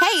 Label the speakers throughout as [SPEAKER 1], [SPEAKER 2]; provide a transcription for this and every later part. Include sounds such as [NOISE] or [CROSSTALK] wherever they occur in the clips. [SPEAKER 1] Hey,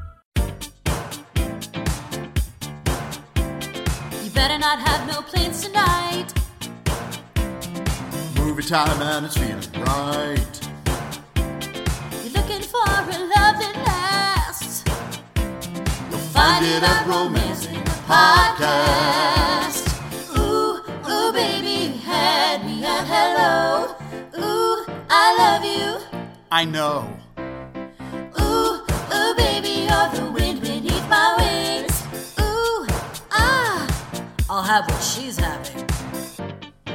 [SPEAKER 2] You better not have no plans tonight.
[SPEAKER 3] Movie time and it's feeling right.
[SPEAKER 2] You're looking for a love that lasts.
[SPEAKER 3] You'll find it at Romance in the Podcast.
[SPEAKER 2] Ooh, ooh, baby, you had me at hello. Ooh, I love you.
[SPEAKER 3] I know.
[SPEAKER 2] Ooh, ooh, baby, you're the wind beneath my wings. Ooh, ah, I'll have what she's having.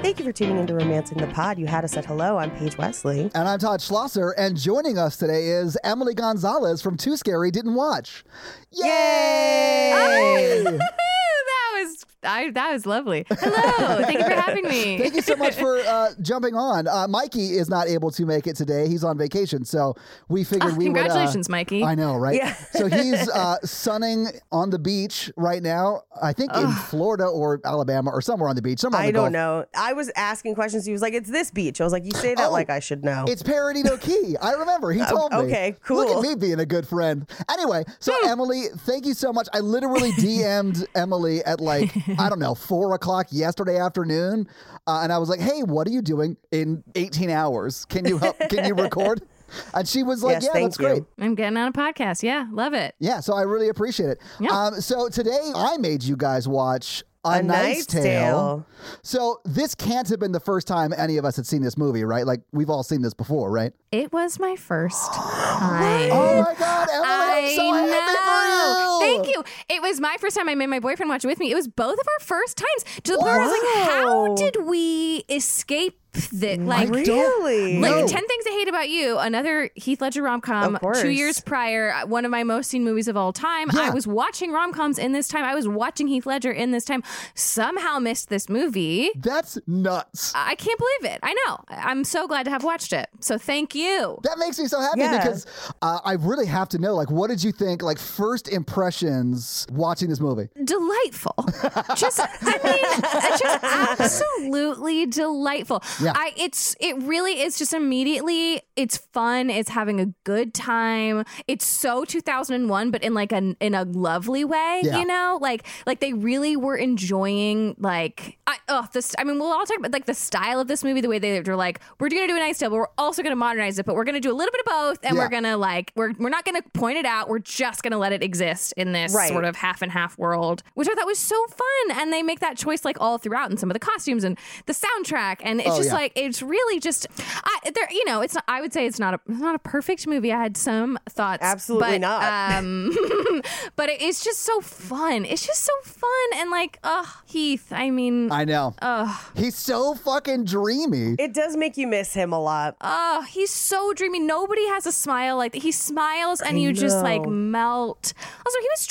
[SPEAKER 4] Thank you for tuning into Romancing the Pod. You had us at hello. I'm Paige Wesley.
[SPEAKER 5] And I'm Todd Schlosser, and joining us today is Emily Gonzalez from Too Scary Didn't Watch. Yay!
[SPEAKER 6] that was I, that was lovely. Hello, thank you for having
[SPEAKER 5] [LAUGHS]
[SPEAKER 6] me.
[SPEAKER 5] Thank you so much for uh, jumping on. Uh, Mikey is not able to make it today; he's on vacation, so we figured
[SPEAKER 6] Ah,
[SPEAKER 5] we would. uh,
[SPEAKER 6] congratulations, Mikey.
[SPEAKER 5] I know, right? so he's uh, sunning on the beach right now. I think in Florida or Alabama or somewhere on the beach. Somewhere on
[SPEAKER 4] I
[SPEAKER 5] the
[SPEAKER 4] don't
[SPEAKER 5] Gulf.
[SPEAKER 4] know. I was asking questions. He was like, "It's this beach." I was like, "You say that
[SPEAKER 5] Oh,
[SPEAKER 4] like I should know."
[SPEAKER 5] It's Paradiso Key. I remember.
[SPEAKER 4] [LAUGHS]
[SPEAKER 5] He told me.
[SPEAKER 4] Oh, okay,
[SPEAKER 5] Look
[SPEAKER 4] cool. Hmm.
[SPEAKER 5] at me being a good friend. Anyway, so Emily, thank you so much.
[SPEAKER 4] [LAUGHS]
[SPEAKER 5] I literally DM'd Emily at like, I don't know, four o'clock yesterday afternoon. Uh, and I was like, hey, what are you doing in 18 hours? Can you help? Can you
[SPEAKER 4] [LAUGHS]
[SPEAKER 5] record? And she was like,
[SPEAKER 4] Yes,
[SPEAKER 5] yeah,
[SPEAKER 4] thank
[SPEAKER 5] that's
[SPEAKER 4] you.
[SPEAKER 5] great.
[SPEAKER 6] I'm getting on a podcast. Yeah, love it.
[SPEAKER 5] Yeah, so I really appreciate it.
[SPEAKER 6] Yeah.
[SPEAKER 5] Um, so today I made you guys watch A,
[SPEAKER 4] A Knight's
[SPEAKER 5] Tale.
[SPEAKER 4] Tale.
[SPEAKER 5] So this can't have been the first time any of us had seen this movie, right? Like we've all seen this before, right?
[SPEAKER 6] It was my
[SPEAKER 5] [GASPS]
[SPEAKER 6] first time. [LAUGHS]
[SPEAKER 5] Oh my God, Emily, I'm so
[SPEAKER 6] I
[SPEAKER 5] happy for you.
[SPEAKER 6] know. Thank you. It was my first time. I made my boyfriend watch it with me. It was both of our first times. To the point where I
[SPEAKER 4] Wow.
[SPEAKER 6] was like, how did we escape that? Like,
[SPEAKER 4] really?
[SPEAKER 6] Like
[SPEAKER 5] No.
[SPEAKER 6] Ten Things I Hate About You, another Heath Ledger rom com.
[SPEAKER 4] Of course.
[SPEAKER 6] Two years prior, uh, one of my most seen movies of all time.
[SPEAKER 5] Yeah.
[SPEAKER 6] I was watching rom coms in this time. I was watching Heath Ledger in this time. Somehow missed this movie.
[SPEAKER 5] That's nuts.
[SPEAKER 6] I can't believe it. I know. I- I'm so glad to have watched it. So thank you.
[SPEAKER 5] That makes me so happy
[SPEAKER 4] Yeah.
[SPEAKER 5] because uh, I really have to know, like, what did you think, like, first impressions watching this movie?
[SPEAKER 6] delightful. Just, I mean, just absolutely delightful.
[SPEAKER 5] Yeah.
[SPEAKER 6] I, it's, it really is just immediately. It's fun. It's having a good time. It's so 2001, but in like an in a lovely way.
[SPEAKER 5] Yeah.
[SPEAKER 6] You know, like like they really were enjoying like I oh this. I mean, we'll all talk about like the style of this movie, the way they were like, we're gonna do a nice tale, but we're also gonna modernize it, but we're gonna do a little bit of both, and
[SPEAKER 5] Yeah.
[SPEAKER 6] we're gonna like we're we're not gonna point it out. We're just gonna let it exist in this
[SPEAKER 4] Right.
[SPEAKER 6] sort of half and half world, which I thought was so fun. And they make that choice like all throughout, and some of the costumes and the soundtrack, and it's
[SPEAKER 5] Oh,
[SPEAKER 6] just
[SPEAKER 5] yeah.
[SPEAKER 6] like it's really just, I there you know, it's not, I would say it's not a it's not a perfect movie. I had some thoughts,
[SPEAKER 4] Absolutely
[SPEAKER 6] but,
[SPEAKER 4] not.
[SPEAKER 6] Um, [LAUGHS] but it, it's just so fun. It's just so fun, and like, ugh, Heath. I mean,
[SPEAKER 5] I know. He's so fucking dreamy.
[SPEAKER 4] It does make you miss him a lot.
[SPEAKER 6] Oh, he's so dreamy. Nobody has a smile like that. He smiles and you just like
[SPEAKER 4] know.
[SPEAKER 6] melt. Also, he was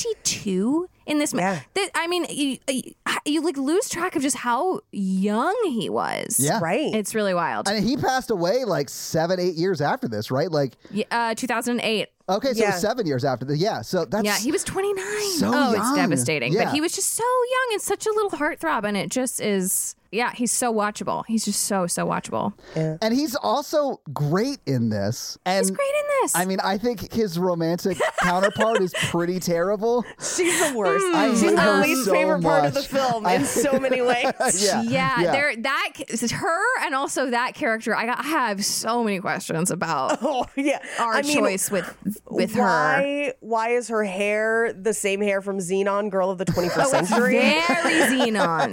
[SPEAKER 6] 22 in this.
[SPEAKER 4] Yeah.
[SPEAKER 6] Yeah. I mean, you, uh, you, you like lose track of just how young he was.
[SPEAKER 5] yeah.
[SPEAKER 4] Right?
[SPEAKER 6] It's really wild.
[SPEAKER 5] And he passed away like seven, eight years after this, right? Like,
[SPEAKER 6] Yeah, uh, 2008.
[SPEAKER 5] okay, so it
[SPEAKER 4] Yeah.
[SPEAKER 5] was seven years after this. Yeah. So that's.
[SPEAKER 6] yeah, he was 29.
[SPEAKER 5] so
[SPEAKER 6] oh,
[SPEAKER 5] young.
[SPEAKER 6] it's devastating.
[SPEAKER 5] Yeah.
[SPEAKER 6] But he was just so young and such a little heartthrob. And it just is, yeah, he's so watchable. He's just so so watchable.
[SPEAKER 5] And he's also great in this. And
[SPEAKER 6] He's great in this.
[SPEAKER 5] I mean, I think his romantic counterpart is pretty terrible.
[SPEAKER 4] [LAUGHS]
[SPEAKER 6] [LAUGHS]
[SPEAKER 4] She's
[SPEAKER 6] Hmm.
[SPEAKER 4] the worst.
[SPEAKER 5] I
[SPEAKER 4] She's
[SPEAKER 5] hate
[SPEAKER 4] the
[SPEAKER 5] her
[SPEAKER 4] least
[SPEAKER 5] so
[SPEAKER 4] favorite part of the
[SPEAKER 5] much.
[SPEAKER 4] film
[SPEAKER 5] I-
[SPEAKER 4] in
[SPEAKER 5] [LAUGHS]
[SPEAKER 4] so many ways.
[SPEAKER 5] Yeah.
[SPEAKER 6] yeah, there that is her and also that character. I got I have so many questions about
[SPEAKER 4] Oh [LAUGHS] yeah,
[SPEAKER 6] our
[SPEAKER 4] I mean,
[SPEAKER 6] choice with with her.
[SPEAKER 4] why, Why is her hair the same hair from Xenon Girl
[SPEAKER 5] [LAUGHS]
[SPEAKER 4] of the 21st Century?
[SPEAKER 6] Very xenon.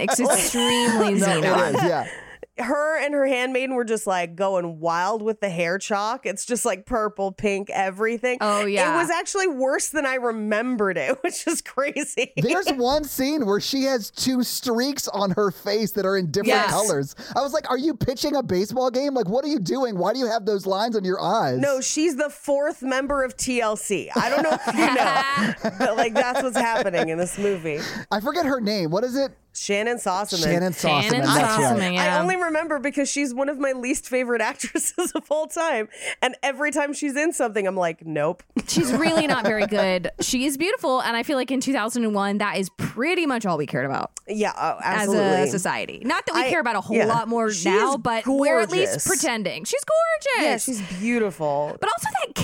[SPEAKER 4] [LAUGHS]
[SPEAKER 6] It's
[SPEAKER 4] Oh,
[SPEAKER 6] extremely
[SPEAKER 5] No,
[SPEAKER 6] xenon.
[SPEAKER 5] it is. Yeah.
[SPEAKER 4] Her and her handmaiden were just like going wild with the hair chalk. It's just like purple, pink, everything.
[SPEAKER 6] Oh, yeah.
[SPEAKER 4] It was actually worse than I remembered it, [LAUGHS] which is crazy.
[SPEAKER 5] There's one scene where she has two streaks on her face that are in different
[SPEAKER 6] Yes.
[SPEAKER 5] colors. I was like, are you pitching a baseball game? Like, what are you doing? Why do you have those lines on your eyes?
[SPEAKER 4] No, she's the fourth member of TLC. I don't know if you
[SPEAKER 6] [LAUGHS]
[SPEAKER 4] know, but like that's what's happening in this movie.
[SPEAKER 5] I forget her name. What is it?
[SPEAKER 4] Shannon Sossaman.
[SPEAKER 5] Shannon Sossaman.
[SPEAKER 6] Shannon
[SPEAKER 5] That's right.
[SPEAKER 6] Sossaman,
[SPEAKER 4] I
[SPEAKER 6] yeah.
[SPEAKER 4] only remember because she's one of my least favorite [LAUGHS] actresses of all time. And every time she's in something, I'm like, nope.
[SPEAKER 6] She's really not very good. She is beautiful, and I feel like in 2001, that is pretty much all we cared about
[SPEAKER 4] Yeah, oh, absolutely.
[SPEAKER 6] as a society. Not that we
[SPEAKER 4] I-
[SPEAKER 6] care about a whole
[SPEAKER 4] yeah.
[SPEAKER 6] lot more
[SPEAKER 4] She
[SPEAKER 6] now,
[SPEAKER 4] is
[SPEAKER 6] but we're at least
[SPEAKER 4] gorgeous.
[SPEAKER 6] pretending she's gorgeous.
[SPEAKER 4] Yeah, she's
[SPEAKER 6] [LAUGHS]
[SPEAKER 4] beautiful.
[SPEAKER 6] But also that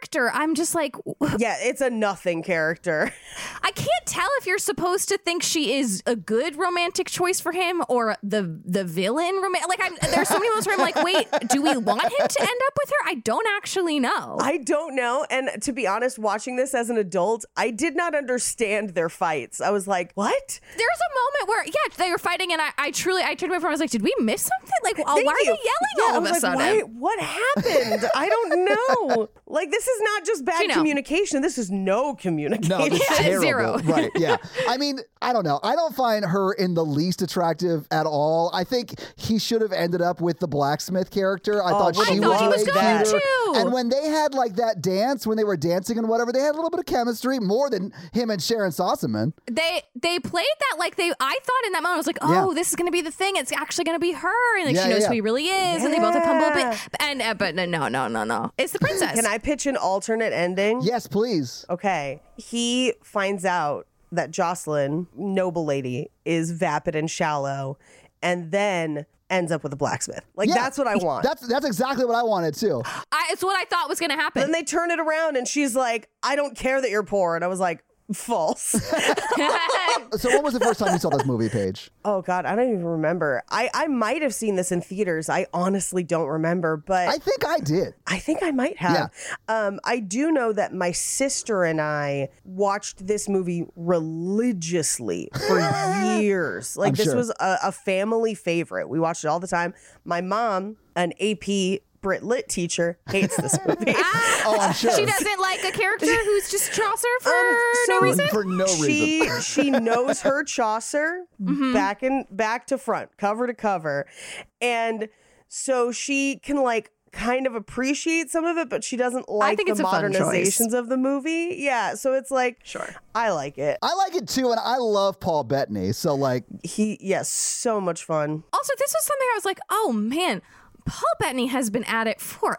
[SPEAKER 6] character, I'm just like, w-
[SPEAKER 4] Yeah, it's a nothing character.
[SPEAKER 6] I can't tell if you're supposed to think she is a good romantic choice for him or the the villain romantic. Like, I'm, there's so many moments where I'm like, wait, do we want him to end up with her? I don't actually know.
[SPEAKER 4] I don't know. And to be honest, watching this as an adult, I did not understand their fights. I was like, what?
[SPEAKER 6] There's a moment where, yeah, they were fighting, and I, I truly, I turned away from. her, I was like, did we miss something? Like, uh,
[SPEAKER 4] Thank
[SPEAKER 6] why
[SPEAKER 4] you.
[SPEAKER 6] are they yelling
[SPEAKER 4] Yeah,
[SPEAKER 6] all
[SPEAKER 4] I
[SPEAKER 6] of
[SPEAKER 4] was
[SPEAKER 6] a
[SPEAKER 4] like,
[SPEAKER 6] sudden?
[SPEAKER 4] "Why- what happened? I don't
[SPEAKER 6] [LAUGHS]
[SPEAKER 4] know. Like, this is not just bad
[SPEAKER 6] Gino.
[SPEAKER 4] communication. This is no [LAUGHS] communication.
[SPEAKER 5] No, that's
[SPEAKER 6] Yeah,
[SPEAKER 5] terrible.
[SPEAKER 6] zero.
[SPEAKER 5] right? Yeah. I mean, I don't know. I don't find her in the least attractive at all. I think he should have ended up with the blacksmith character. I thought
[SPEAKER 4] what
[SPEAKER 5] she
[SPEAKER 4] a
[SPEAKER 5] was,
[SPEAKER 4] Oh, thought he
[SPEAKER 5] way
[SPEAKER 4] was going
[SPEAKER 5] cuter.
[SPEAKER 6] to.
[SPEAKER 5] And when they had like that dance, when they were dancing and whatever, they had a little bit of chemistry more than him and Sharon Sossaman.
[SPEAKER 6] They they played that like they. I thought in that moment I was like, oh,
[SPEAKER 5] Yeah.
[SPEAKER 6] this is gonna be the thing. It's actually gonna be her, and like
[SPEAKER 5] Yeah,
[SPEAKER 6] she
[SPEAKER 5] yeah,
[SPEAKER 6] knows
[SPEAKER 5] yeah.
[SPEAKER 6] who he really is, and they both have humble
[SPEAKER 4] Yeah.
[SPEAKER 6] bit. And uh, but no, no, no, no, no. It's the princess.
[SPEAKER 4] Can I pitch an alternate ending?
[SPEAKER 5] Yes, please.
[SPEAKER 4] Okay. He finds out that Jocelyn, noble lady, is vapid and shallow, and then ends up with a blacksmith. Like,
[SPEAKER 5] Yeah.
[SPEAKER 4] that's what I want.
[SPEAKER 5] That's that's exactly what I wanted too.
[SPEAKER 6] I, it's what I thought was gonna happen.
[SPEAKER 4] then they turn it around, and she's like, I don't care that you're poor. And I was like, false. [LAUGHS]
[SPEAKER 6] [LAUGHS]
[SPEAKER 5] So when was the first time you saw this movie, Paige?
[SPEAKER 4] Oh God, I don't even remember. I I might have seen this in theaters. I honestly don't remember, but
[SPEAKER 5] I
[SPEAKER 4] I,
[SPEAKER 5] think I did.
[SPEAKER 4] think I might have. Um, I do know that my sister and I watched this movie religiously
[SPEAKER 5] [LAUGHS]
[SPEAKER 4] for years. Like this
[SPEAKER 5] sure.
[SPEAKER 4] was a, a family favorite. We watched it all the time. My mom, an AP Brit Lit teacher, hates
[SPEAKER 5] [LAUGHS]
[SPEAKER 4] this movie.
[SPEAKER 5] Oh, I'm sure.
[SPEAKER 6] Ah, she doesn't like a
[SPEAKER 5] [LAUGHS]
[SPEAKER 6] character who's just Chaucer for
[SPEAKER 4] Um,
[SPEAKER 6] no
[SPEAKER 4] so-
[SPEAKER 6] reason.
[SPEAKER 5] For no reason.
[SPEAKER 4] she [LAUGHS] she knows her Chaucer
[SPEAKER 6] Mm-hmm.
[SPEAKER 4] back and back to front, cover to cover, and so she can like kind of appreciate some of it, but she doesn't like
[SPEAKER 6] think
[SPEAKER 4] the
[SPEAKER 6] it's a fun choice.
[SPEAKER 4] modernizations of the movie. Yeah, so it's like sure, I like it.
[SPEAKER 5] I like it too, and I love Paul Bettany. So like,
[SPEAKER 4] He yes, so much fun.
[SPEAKER 6] [LAUGHS] Also, this was something I was like, oh man, Paul Bettany has been at it forever.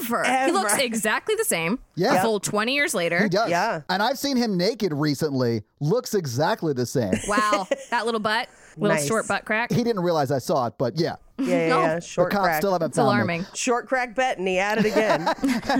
[SPEAKER 6] He
[SPEAKER 4] Ever.
[SPEAKER 6] looks exactly the same.
[SPEAKER 5] Yeah.
[SPEAKER 6] A full 20 years later.
[SPEAKER 5] He does.
[SPEAKER 4] Yeah.
[SPEAKER 5] And I've seen him naked recently. Looks exactly the same. [LAUGHS]
[SPEAKER 6] Wow. That little butt, little
[SPEAKER 4] Nice.
[SPEAKER 6] short butt crack.
[SPEAKER 5] he didn't realize I saw it, but yeah.
[SPEAKER 4] Yeah, yeah,
[SPEAKER 6] No.
[SPEAKER 4] yeah.
[SPEAKER 5] The
[SPEAKER 4] short
[SPEAKER 5] cops
[SPEAKER 4] crack.
[SPEAKER 5] still haven't
[SPEAKER 6] It's
[SPEAKER 5] found me.
[SPEAKER 6] alarming.
[SPEAKER 4] Short crack Bettany at it
[SPEAKER 6] [LAUGHS]
[SPEAKER 4] again.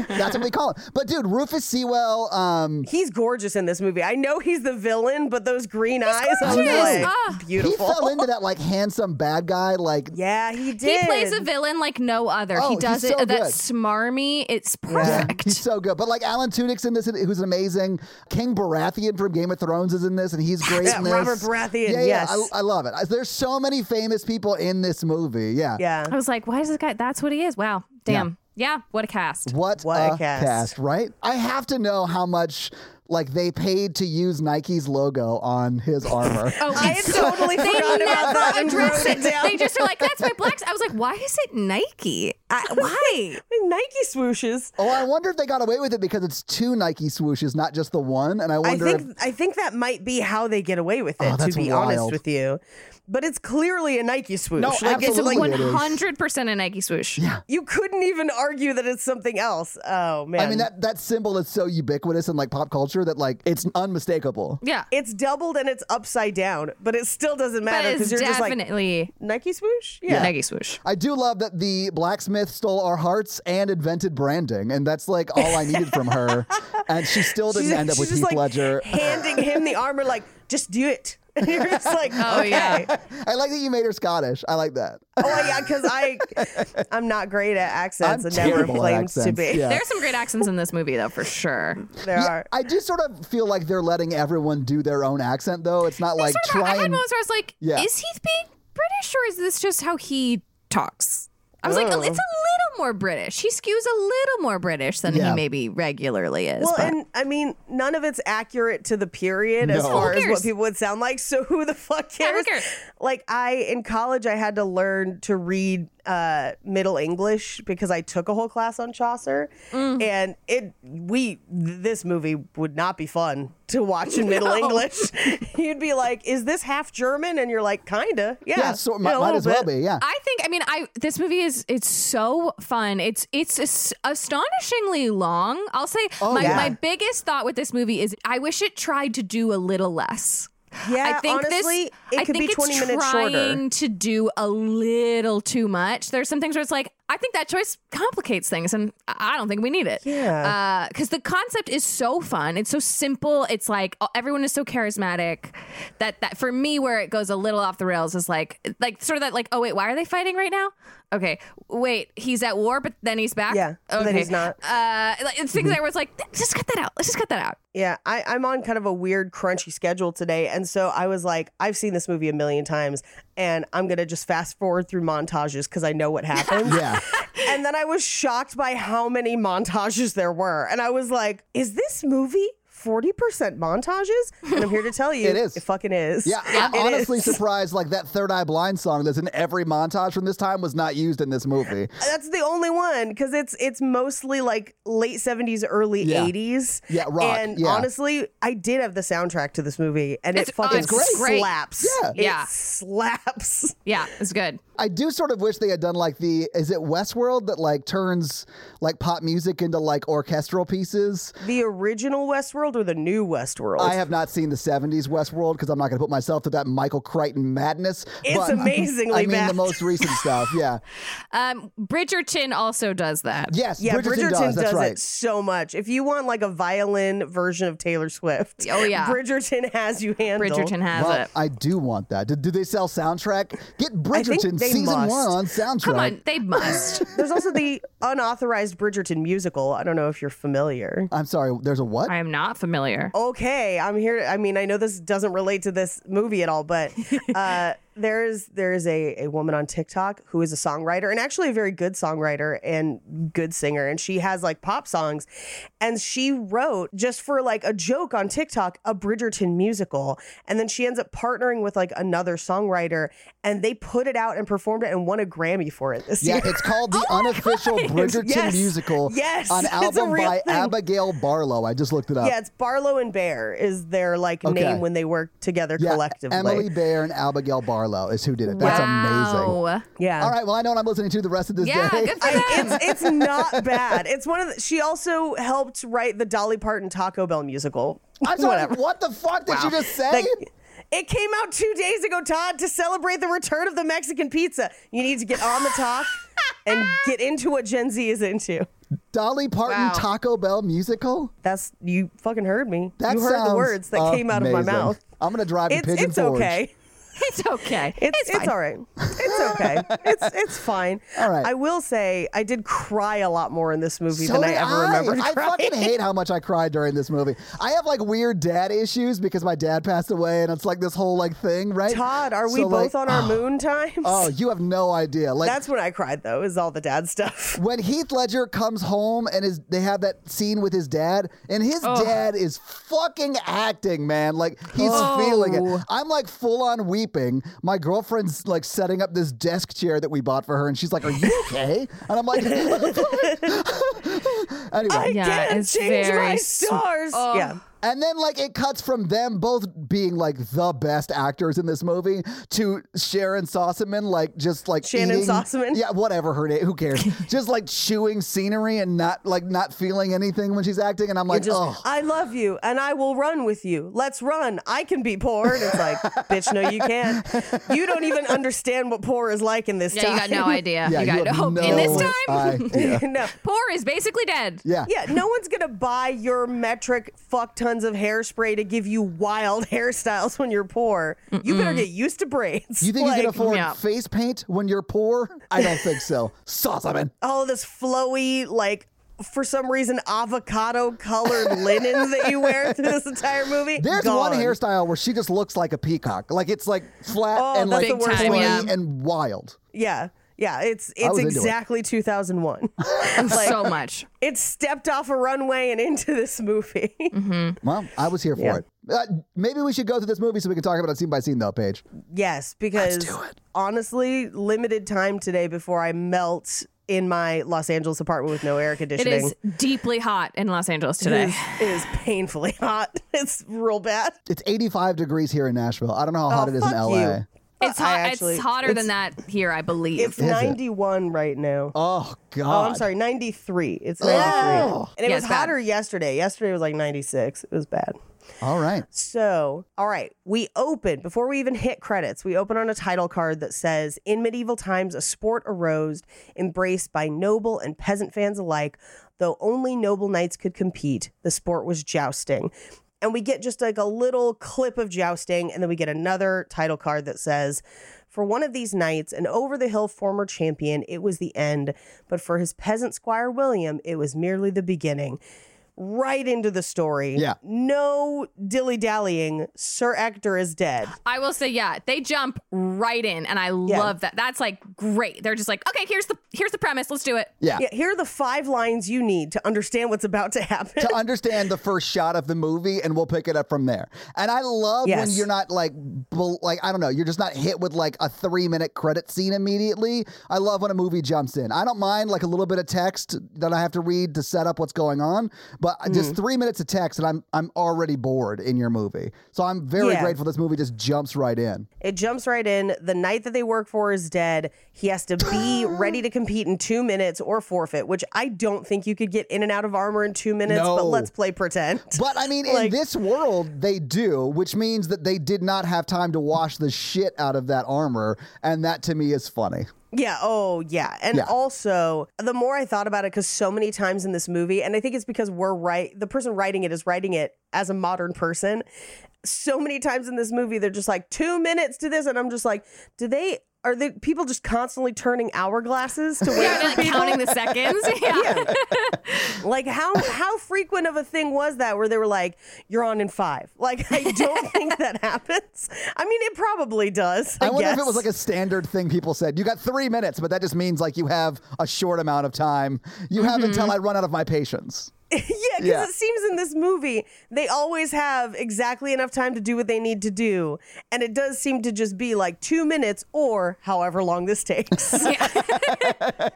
[SPEAKER 5] That's what we call it. But dude, Rufus Sewell, um,
[SPEAKER 4] he's gorgeous in this movie. I know he's the villain, but those green eyes, I was
[SPEAKER 6] gorgeous.
[SPEAKER 4] like,
[SPEAKER 6] Ah.
[SPEAKER 5] he
[SPEAKER 4] beautiful.
[SPEAKER 5] fell into that like handsome bad guy. Like,
[SPEAKER 4] yeah, he
[SPEAKER 6] He
[SPEAKER 4] did.
[SPEAKER 6] plays a villain like no other.
[SPEAKER 5] Oh,
[SPEAKER 6] he does
[SPEAKER 5] he's
[SPEAKER 6] it
[SPEAKER 5] so
[SPEAKER 6] that
[SPEAKER 5] good.
[SPEAKER 6] smarmy. It's
[SPEAKER 5] yeah,
[SPEAKER 6] perfect.
[SPEAKER 5] he's so good. But like Alan Tudyk's in this, who's amazing. King Baratheon from Game of Thrones is in this, and he's great.
[SPEAKER 4] Yeah,
[SPEAKER 5] in
[SPEAKER 4] [LAUGHS]
[SPEAKER 5] this.
[SPEAKER 4] Robert Baratheon,
[SPEAKER 5] Yeah,
[SPEAKER 4] yes.
[SPEAKER 5] yeah, I, I love it. I- There's so many famous people in this movie. Yeah.
[SPEAKER 4] yeah.
[SPEAKER 6] I was like, why is this guy? That's what he is. Wow. Damn. Yeah. what a cast.
[SPEAKER 5] What,
[SPEAKER 4] What
[SPEAKER 5] a,
[SPEAKER 4] a cast.
[SPEAKER 5] cast, right? I have to know how much like they paid to use Nike's logo on his armor.
[SPEAKER 4] [LAUGHS]
[SPEAKER 6] Oh,
[SPEAKER 4] I
[SPEAKER 6] it's
[SPEAKER 4] had
[SPEAKER 6] so-
[SPEAKER 4] totally
[SPEAKER 6] they
[SPEAKER 4] forgotten about
[SPEAKER 6] never
[SPEAKER 4] that and
[SPEAKER 6] address
[SPEAKER 4] wrote
[SPEAKER 6] it.
[SPEAKER 4] it down.
[SPEAKER 6] They just are like, that's my black. I was like, why is it Nike? I,
[SPEAKER 4] [LAUGHS]
[SPEAKER 6] why?
[SPEAKER 4] Like Nike swooshes.
[SPEAKER 5] Oh, I wonder if they got away with it because it's two Nike swooshes, not just the one. And I
[SPEAKER 4] I
[SPEAKER 5] wonder
[SPEAKER 4] think I think that might be how they get away with
[SPEAKER 5] Oh,
[SPEAKER 4] it. to
[SPEAKER 5] that's
[SPEAKER 4] be honest
[SPEAKER 5] wild.
[SPEAKER 4] with you, but it's clearly a Nike swoosh.
[SPEAKER 5] No,
[SPEAKER 4] like it's
[SPEAKER 5] absolutely.
[SPEAKER 4] like
[SPEAKER 5] it is.
[SPEAKER 6] 100% a Nike swoosh. Yeah.
[SPEAKER 4] you couldn't even argue that it's something else. Oh man,
[SPEAKER 5] if I mean that that symbol is so ubiquitous in like pop culture that like it's unmistakable.
[SPEAKER 6] Yeah.
[SPEAKER 4] it's doubled and it's upside down, but it still doesn't
[SPEAKER 6] But
[SPEAKER 4] matter
[SPEAKER 6] it's
[SPEAKER 4] because you're just like
[SPEAKER 6] definitely
[SPEAKER 4] Nike swoosh.
[SPEAKER 6] a Nike swoosh.
[SPEAKER 5] I do love that the blacksmith stole our hearts and invented branding, and that's like all I needed
[SPEAKER 4] [LAUGHS]
[SPEAKER 5] from her. And she still didn't end up with
[SPEAKER 4] just
[SPEAKER 5] Heath
[SPEAKER 4] like
[SPEAKER 5] Ledger.
[SPEAKER 4] [LAUGHS]
[SPEAKER 5] [LAUGHS]
[SPEAKER 4] handing him the armor, like just do it. [LAUGHS] And you're just like,
[SPEAKER 6] Oh,
[SPEAKER 4] okay.
[SPEAKER 6] yeah.
[SPEAKER 5] I like that you made her Scottish. I like that.
[SPEAKER 4] oh yeah, because I, I'm not great at accents
[SPEAKER 5] I'm
[SPEAKER 4] and never
[SPEAKER 5] terrible at
[SPEAKER 4] claimed to
[SPEAKER 5] accents,
[SPEAKER 4] be. [LAUGHS]
[SPEAKER 5] yeah.
[SPEAKER 6] There's some great accents in this movie, though, for sure.
[SPEAKER 4] There
[SPEAKER 5] [LAUGHS] Yeah,
[SPEAKER 4] are.
[SPEAKER 5] I do sort of feel like they're letting everyone do their own accent, though. It's not like
[SPEAKER 6] Sort of, I
[SPEAKER 5] trying.
[SPEAKER 6] had moments where I was like,
[SPEAKER 5] Yeah.
[SPEAKER 6] is Heath being British or is this just how he talks? I was like, it's a little more British. He skews a little more British than
[SPEAKER 5] Yeah.
[SPEAKER 6] he maybe regularly is.
[SPEAKER 4] Well,
[SPEAKER 6] but-
[SPEAKER 4] and I mean, none of it's accurate to the period as
[SPEAKER 5] No.
[SPEAKER 4] far
[SPEAKER 6] Who
[SPEAKER 4] as what
[SPEAKER 6] cares?
[SPEAKER 4] people would sound like. So who the fuck
[SPEAKER 6] Yeah, who
[SPEAKER 4] cares?
[SPEAKER 6] cares?
[SPEAKER 4] Like I in college, I had to learn to read uh, Middle English because I took a whole class on Chaucer,
[SPEAKER 6] Mm.
[SPEAKER 4] and it we this movie would not be fun to watch
[SPEAKER 6] [LAUGHS]
[SPEAKER 4] in Middle English. [LAUGHS] You'd be like, "Is this half German?" And you're like, "Kinda, yeah."
[SPEAKER 5] yeah, so,
[SPEAKER 4] yeah,
[SPEAKER 5] might,
[SPEAKER 4] a
[SPEAKER 5] might
[SPEAKER 4] little
[SPEAKER 5] as well
[SPEAKER 4] bit." [LAUGHS]
[SPEAKER 5] be. Yeah.
[SPEAKER 6] I think I mean I this movie is it's so fun. It's it's as- astonishingly long. I'll say my
[SPEAKER 5] Oh, yeah.
[SPEAKER 6] my biggest thought with this movie is I wish it tried to do a little less.
[SPEAKER 4] Yeah,
[SPEAKER 6] I think
[SPEAKER 4] honestly,
[SPEAKER 6] this
[SPEAKER 4] it
[SPEAKER 6] I
[SPEAKER 4] could
[SPEAKER 6] think
[SPEAKER 4] be 20
[SPEAKER 6] it's
[SPEAKER 4] minutes
[SPEAKER 6] trying
[SPEAKER 4] shorter.
[SPEAKER 6] to do a little too much. There's some things where it's like I think that choice complicates things and I I don't think we need it.
[SPEAKER 4] Yeah.
[SPEAKER 6] Because the concept is so fun. It's so simple. It's like uh, everyone is so charismatic. That that for me, where it goes a little off the rails is like like sort of that like oh wait why are they fighting right now? Okay, wait he's at war but then he's back.
[SPEAKER 4] Yeah,
[SPEAKER 6] okay.
[SPEAKER 4] but then he's not. Mm-hmm.
[SPEAKER 6] Uh, like, it's things that where it's like "Th- just cut that out. Let's just cut that out.
[SPEAKER 4] Yeah, I, I'm on kind of a weird, crunchy schedule today. And so I was like, I've seen this movie a million times, and I'm going to just fast forward through montages because I know what happens.
[SPEAKER 5] [LAUGHS] Yeah.
[SPEAKER 4] And then I was shocked by how many montages there were. And I was like, is this movie 40% montages? And I'm here to tell you,
[SPEAKER 5] [LAUGHS] It is.
[SPEAKER 4] It fucking is.
[SPEAKER 5] Yeah, I'm
[SPEAKER 4] [LAUGHS] It
[SPEAKER 5] honestly
[SPEAKER 4] is.
[SPEAKER 5] surprised. Like that Third Eye Blind song that's in every montage from this time was not used in
[SPEAKER 4] [LAUGHS]
[SPEAKER 5] this movie.
[SPEAKER 4] That's the only one because it's it's mostly like late seventies, early
[SPEAKER 5] Yeah.
[SPEAKER 4] eighties.
[SPEAKER 5] Yeah, rock,
[SPEAKER 4] And
[SPEAKER 5] yeah.
[SPEAKER 4] honestly, I did have the soundtrack to this movie, and
[SPEAKER 6] It's-
[SPEAKER 4] it
[SPEAKER 6] oh,
[SPEAKER 4] fucking
[SPEAKER 6] it's great. great.
[SPEAKER 4] slaps.
[SPEAKER 5] Yeah.
[SPEAKER 4] it
[SPEAKER 6] Yeah.
[SPEAKER 4] slaps. [LAUGHS]
[SPEAKER 6] Yeah, it's good.
[SPEAKER 5] I do sort of wish they had done like the is it Westworld that like turns like pop music into like orchestral pieces.
[SPEAKER 4] The original Westworld or the new Westworld?
[SPEAKER 5] I have not seen the 70s Westworld because I'm not going to put myself through that Michael Crichton madness.
[SPEAKER 4] It's
[SPEAKER 5] but,
[SPEAKER 4] amazingly
[SPEAKER 5] I mean, the
[SPEAKER 4] bad. [LAUGHS]
[SPEAKER 5] most recent stuff. Yeah.
[SPEAKER 6] Um, Bridgerton also does that.
[SPEAKER 5] Yes.
[SPEAKER 4] yeah,
[SPEAKER 5] Bridgerton,
[SPEAKER 4] Bridgerton,
[SPEAKER 5] does. That's right.
[SPEAKER 4] it so much. If you want like a violin version of Taylor Swift,
[SPEAKER 6] Oh, yeah.
[SPEAKER 4] Bridgerton has you handled.
[SPEAKER 6] Bridgerton has
[SPEAKER 5] Well,
[SPEAKER 6] it.
[SPEAKER 5] I do want that. Do, do they sell soundtrack? Get
[SPEAKER 4] think
[SPEAKER 5] Bridgerton
[SPEAKER 4] they
[SPEAKER 5] season
[SPEAKER 4] must.
[SPEAKER 5] one on soundtrack.
[SPEAKER 6] Come on, they must.
[SPEAKER 5] [LAUGHS]
[SPEAKER 4] There's also the [LAUGHS] unauthorized Bridgerton musical. I don't know if you're familiar.
[SPEAKER 5] I'm sorry. There's a what?
[SPEAKER 6] I am not familiar.
[SPEAKER 5] Oh,
[SPEAKER 4] okay, I'm here. I mean, I know this doesn't relate to this movie at all,
[SPEAKER 5] [LAUGHS]
[SPEAKER 4] but uh, there is there is a, a woman on TikTok who is a songwriter and actually a very good songwriter and good singer, and she has like pop songs, and she wrote just for like a joke on TikTok a Bridgerton musical, and then she ends up partnering with like another songwriter, and they put it out and performed it and won a Grammy for it this
[SPEAKER 5] Yeah,
[SPEAKER 4] year.
[SPEAKER 5] it's
[SPEAKER 4] [LAUGHS]
[SPEAKER 5] called the unofficial
[SPEAKER 4] Oh
[SPEAKER 5] Bridgerton
[SPEAKER 4] Yes.
[SPEAKER 5] musical.
[SPEAKER 4] Yes. [LAUGHS]
[SPEAKER 5] an
[SPEAKER 4] It's a
[SPEAKER 5] album
[SPEAKER 4] real
[SPEAKER 5] by
[SPEAKER 4] thing.
[SPEAKER 5] Abigail Barlow. I just looked it up.
[SPEAKER 4] Yeah, it's Barlow and Bear is their like
[SPEAKER 5] Okay.
[SPEAKER 4] name when they work together
[SPEAKER 5] Yeah,
[SPEAKER 4] collectively.
[SPEAKER 5] Emily Bear and Abigail Barlow is who did it. That's amazing.
[SPEAKER 6] wow.
[SPEAKER 4] yeah.
[SPEAKER 5] All right, well, I know what I'm listening to the rest of this
[SPEAKER 6] Yeah,
[SPEAKER 5] day.
[SPEAKER 6] good for
[SPEAKER 4] I,
[SPEAKER 6] them.
[SPEAKER 4] it's it's not bad. It's one of the, she also helped write the Dolly Parton Taco Bell musical.
[SPEAKER 5] [LAUGHS] I'm sorry, what the fuck did you just say?
[SPEAKER 4] Like, it came out two days ago, Todd, to celebrate the return of the Mexican pizza. You need to get on the talk and get into what Gen Z is into.
[SPEAKER 5] Dolly Parton
[SPEAKER 6] Wow.
[SPEAKER 5] Taco Bell musical?
[SPEAKER 4] That's you fucking heard me.
[SPEAKER 5] That
[SPEAKER 4] you heard the
[SPEAKER 5] sounds
[SPEAKER 4] words that came out of my
[SPEAKER 5] amazing.
[SPEAKER 4] mouth.
[SPEAKER 5] I'm gonna drive to
[SPEAKER 4] It's
[SPEAKER 5] Pigeon
[SPEAKER 4] it's
[SPEAKER 5] Forge.
[SPEAKER 4] okay.
[SPEAKER 6] It's okay.
[SPEAKER 4] It's it's, all right. It's okay. it's it's fine.
[SPEAKER 5] [LAUGHS] All right.
[SPEAKER 4] I will say I did cry a lot more in this movie
[SPEAKER 5] So
[SPEAKER 4] than I
[SPEAKER 5] did
[SPEAKER 4] ever remembered
[SPEAKER 5] I
[SPEAKER 4] crying.
[SPEAKER 5] fucking hate how much I cried during this movie. I have like weird dad issues because my dad passed away, and it's like this whole like thing,
[SPEAKER 4] [LAUGHS]
[SPEAKER 5] right?
[SPEAKER 4] Todd, are we
[SPEAKER 5] So, like,
[SPEAKER 4] both on our moon times? [LAUGHS]
[SPEAKER 5] Oh, you have no idea. Like
[SPEAKER 4] That's when I cried though, is all the dad stuff. [LAUGHS]
[SPEAKER 5] when Heath Ledger comes home and is they have that scene with his dad, and his dad is fucking acting,
[SPEAKER 4] Oh.
[SPEAKER 5] man. Like he's feeling it. I'm like full on weeping. My girlfriend's like setting up this desk chair that we bought for her, and she's like, "Are you
[SPEAKER 4] [LAUGHS]
[SPEAKER 5] okay?" And I'm like, [LAUGHS] anyway.
[SPEAKER 4] Yeah,
[SPEAKER 7] Yeah,
[SPEAKER 4] Can't
[SPEAKER 7] it's
[SPEAKER 4] change my
[SPEAKER 7] very oh. sm-
[SPEAKER 4] stars. yeah.
[SPEAKER 5] And then, like, it cuts from them both being like the best actors in this movie to Sharon Sossaman, like, just like
[SPEAKER 4] Shannon
[SPEAKER 5] eating-
[SPEAKER 4] Sossaman?
[SPEAKER 5] Yeah, whatever her name,
[SPEAKER 4] [LAUGHS]
[SPEAKER 5] who cares? just like chewing scenery and not like not feeling anything when she's acting. And I'm
[SPEAKER 4] You're
[SPEAKER 5] like,
[SPEAKER 4] just,
[SPEAKER 5] oh,
[SPEAKER 4] I love you and I will run with you. Let's run. I can be poor. And it's
[SPEAKER 5] [LAUGHS]
[SPEAKER 4] like, bitch, no, you can't. You don't even understand what poor is like in this
[SPEAKER 7] Yeah, you got
[SPEAKER 4] time. [LAUGHS]
[SPEAKER 7] no idea.
[SPEAKER 5] yeah,
[SPEAKER 7] you got
[SPEAKER 5] have
[SPEAKER 7] no. in this
[SPEAKER 5] no
[SPEAKER 7] time,
[SPEAKER 5] idea.
[SPEAKER 4] no.
[SPEAKER 7] poor is basically dead. [LAUGHS]
[SPEAKER 5] yeah.
[SPEAKER 4] Yeah, no one's gonna buy your metric fuck tons of hairspray to give you wild [LAUGHS] hairstyles when you're poor. You better get used to braids.
[SPEAKER 5] You think you
[SPEAKER 4] [LAUGHS]
[SPEAKER 5] can
[SPEAKER 4] Like,
[SPEAKER 5] afford
[SPEAKER 7] yeah.
[SPEAKER 5] face paint when you're poor? I don't
[SPEAKER 4] [LAUGHS]
[SPEAKER 5] think so. Sossaman.
[SPEAKER 4] all of this flowy, like for some reason avocado colored [LAUGHS] linens that you wear through this entire movie?
[SPEAKER 5] There's one
[SPEAKER 4] Gone.
[SPEAKER 5] hairstyle where she just looks like a peacock. Like it's like flat
[SPEAKER 4] Oh,
[SPEAKER 5] and
[SPEAKER 4] that's
[SPEAKER 5] like
[SPEAKER 4] the worst
[SPEAKER 5] flowy
[SPEAKER 7] one. Yeah.
[SPEAKER 5] and wild.
[SPEAKER 4] Yeah. Yeah, it's
[SPEAKER 5] I
[SPEAKER 4] it's
[SPEAKER 5] was into it.
[SPEAKER 4] exactly
[SPEAKER 7] [LAUGHS]
[SPEAKER 4] 2001.
[SPEAKER 7] so
[SPEAKER 5] [LAUGHS]
[SPEAKER 7] much.
[SPEAKER 4] it stepped off a runway and into this movie.
[SPEAKER 7] Mm-hmm.
[SPEAKER 5] Well, I was here for it. Uh, maybe we should go through this movie so we can talk about it scene by scene, though, Paige.
[SPEAKER 4] Yes, because honestly, limited time today before I melt in my Los Angeles apartment with no air
[SPEAKER 7] It
[SPEAKER 4] conditioning.
[SPEAKER 7] is deeply hot in Los Angeles
[SPEAKER 4] It
[SPEAKER 7] today.
[SPEAKER 4] is- it is painfully hot. [LAUGHS] It's real bad.
[SPEAKER 5] It's 85 degrees here in Nashville. I don't know how hot
[SPEAKER 4] Oh,
[SPEAKER 5] it is in
[SPEAKER 4] fuck
[SPEAKER 5] LA.
[SPEAKER 4] you.
[SPEAKER 7] It's
[SPEAKER 4] I
[SPEAKER 7] hot.
[SPEAKER 4] actually-
[SPEAKER 7] it's hotter
[SPEAKER 4] it's-
[SPEAKER 7] than that here, I believe.
[SPEAKER 4] It's 91 right now.
[SPEAKER 5] Oh, God.
[SPEAKER 4] Oh, I'm sorry, 93. It's 93.
[SPEAKER 5] Oh.
[SPEAKER 4] And it
[SPEAKER 7] Yeah,
[SPEAKER 4] was
[SPEAKER 7] it's bad.
[SPEAKER 4] hotter yesterday. Yesterday was like 96. It was bad.
[SPEAKER 5] All right.
[SPEAKER 4] So, all right, we open before we even hit credits. We open on a title card that says, "In medieval times, a sport arose, embraced by noble and peasant fans alike. Though only noble knights could compete, the sport was jousting." And we get just like a little clip of jousting, and then we get another title card that says, "For one of these knights, an over-the-hill former champion, it was the end. But for his peasant squire William, it was merely the beginning." right into the story.
[SPEAKER 5] Yeah.
[SPEAKER 4] No dilly dallying. Sir Ector is dead.
[SPEAKER 7] I will say, yeah, they jump right in, and I love that. That's like great. They're just like, okay, here's the here's the premise. Let's
[SPEAKER 4] [LAUGHS]
[SPEAKER 7] do it.
[SPEAKER 5] Yeah.
[SPEAKER 4] Yeah, here are the five lines you need to understand what's about to happen.
[SPEAKER 5] to understand the first shot of the movie, and we'll pick it up from there. And I love when
[SPEAKER 4] Yes.
[SPEAKER 5] you're not like, bel- like I don't know, you're just not hit with like a three minute credit scene immediately. I love when a movie jumps in. I don't mind like a little bit of text that I have to read to set up what's going on, but
[SPEAKER 4] Hmm.
[SPEAKER 5] just three minutes of text, and I'm I'm already bored in your movie. So I'm very
[SPEAKER 4] Yeah.
[SPEAKER 5] grateful this movie just jumps right in.
[SPEAKER 4] It jumps right in. The knight that they work for is dead. He has to be ready to compete in two minutes or forfeit, which I don't think you could get in and out of armor in two minutes,
[SPEAKER 5] No.
[SPEAKER 4] but let's play pretend.
[SPEAKER 5] But I mean, in
[SPEAKER 4] Like-
[SPEAKER 5] this world, they do, which means that they did not have time to wash the shit out of that armor, and that to me is funny.
[SPEAKER 4] Yeah. Oh, yeah. And
[SPEAKER 5] Yeah.
[SPEAKER 4] also, the more I thought about it, because so many times in this movie, and I think it's because we're right, the person writing it is writing it as a modern person. So many times in this movie, they're just like two minutes to this, and I'm just like, do they? Are the people just constantly turning hourglasses
[SPEAKER 5] [LAUGHS]
[SPEAKER 4] to wait
[SPEAKER 7] Yeah,
[SPEAKER 4] for
[SPEAKER 7] like
[SPEAKER 4] people?
[SPEAKER 7] counting the seconds. [LAUGHS] Yeah.
[SPEAKER 4] Like how how frequent of a thing was that where they were like, "You're on in five? Like I
[SPEAKER 5] [LAUGHS]
[SPEAKER 4] don't think that happens. I mean, it probably does. I,
[SPEAKER 5] I wonder if it
[SPEAKER 4] guess.
[SPEAKER 5] was like a standard thing people said. You got three minutes, but that just means like you have a short amount of time. You have
[SPEAKER 4] Mm-hmm.
[SPEAKER 5] until I run out of my patience.
[SPEAKER 4] [LAUGHS] Yeah, because
[SPEAKER 5] Yeah.
[SPEAKER 4] it seems in this movie they always have exactly enough time to do what they need to do, and it does seem to just be like two minutes or however long this
[SPEAKER 5] [LAUGHS]
[SPEAKER 4] takes.
[SPEAKER 7] Yeah.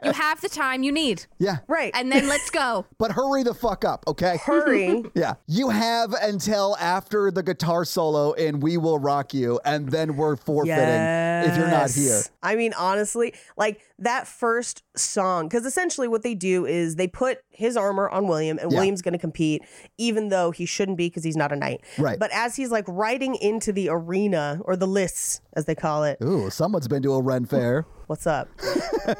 [SPEAKER 7] you have the time you need,
[SPEAKER 5] Yeah.
[SPEAKER 4] right,
[SPEAKER 7] and then let's
[SPEAKER 4] [LAUGHS]
[SPEAKER 7] go.
[SPEAKER 5] But hurry the fuck up, okay?
[SPEAKER 4] hurry.
[SPEAKER 5] [LAUGHS] Yeah. You have until after the guitar solo in We Will Rock You, and then we're forfeiting if you're not here.
[SPEAKER 4] Yes. I mean, honestly, like that first song, because essentially what they do is they put his armor on William, and
[SPEAKER 5] Yeah.
[SPEAKER 4] William's going to compete, even though he shouldn't be because he's not a knight.
[SPEAKER 5] Right.
[SPEAKER 4] But as he's like riding into the arena or the lists, as they call it,
[SPEAKER 5] Ooh, someone's been to a
[SPEAKER 4] [LAUGHS]
[SPEAKER 5] Ren Fair.
[SPEAKER 4] What's up?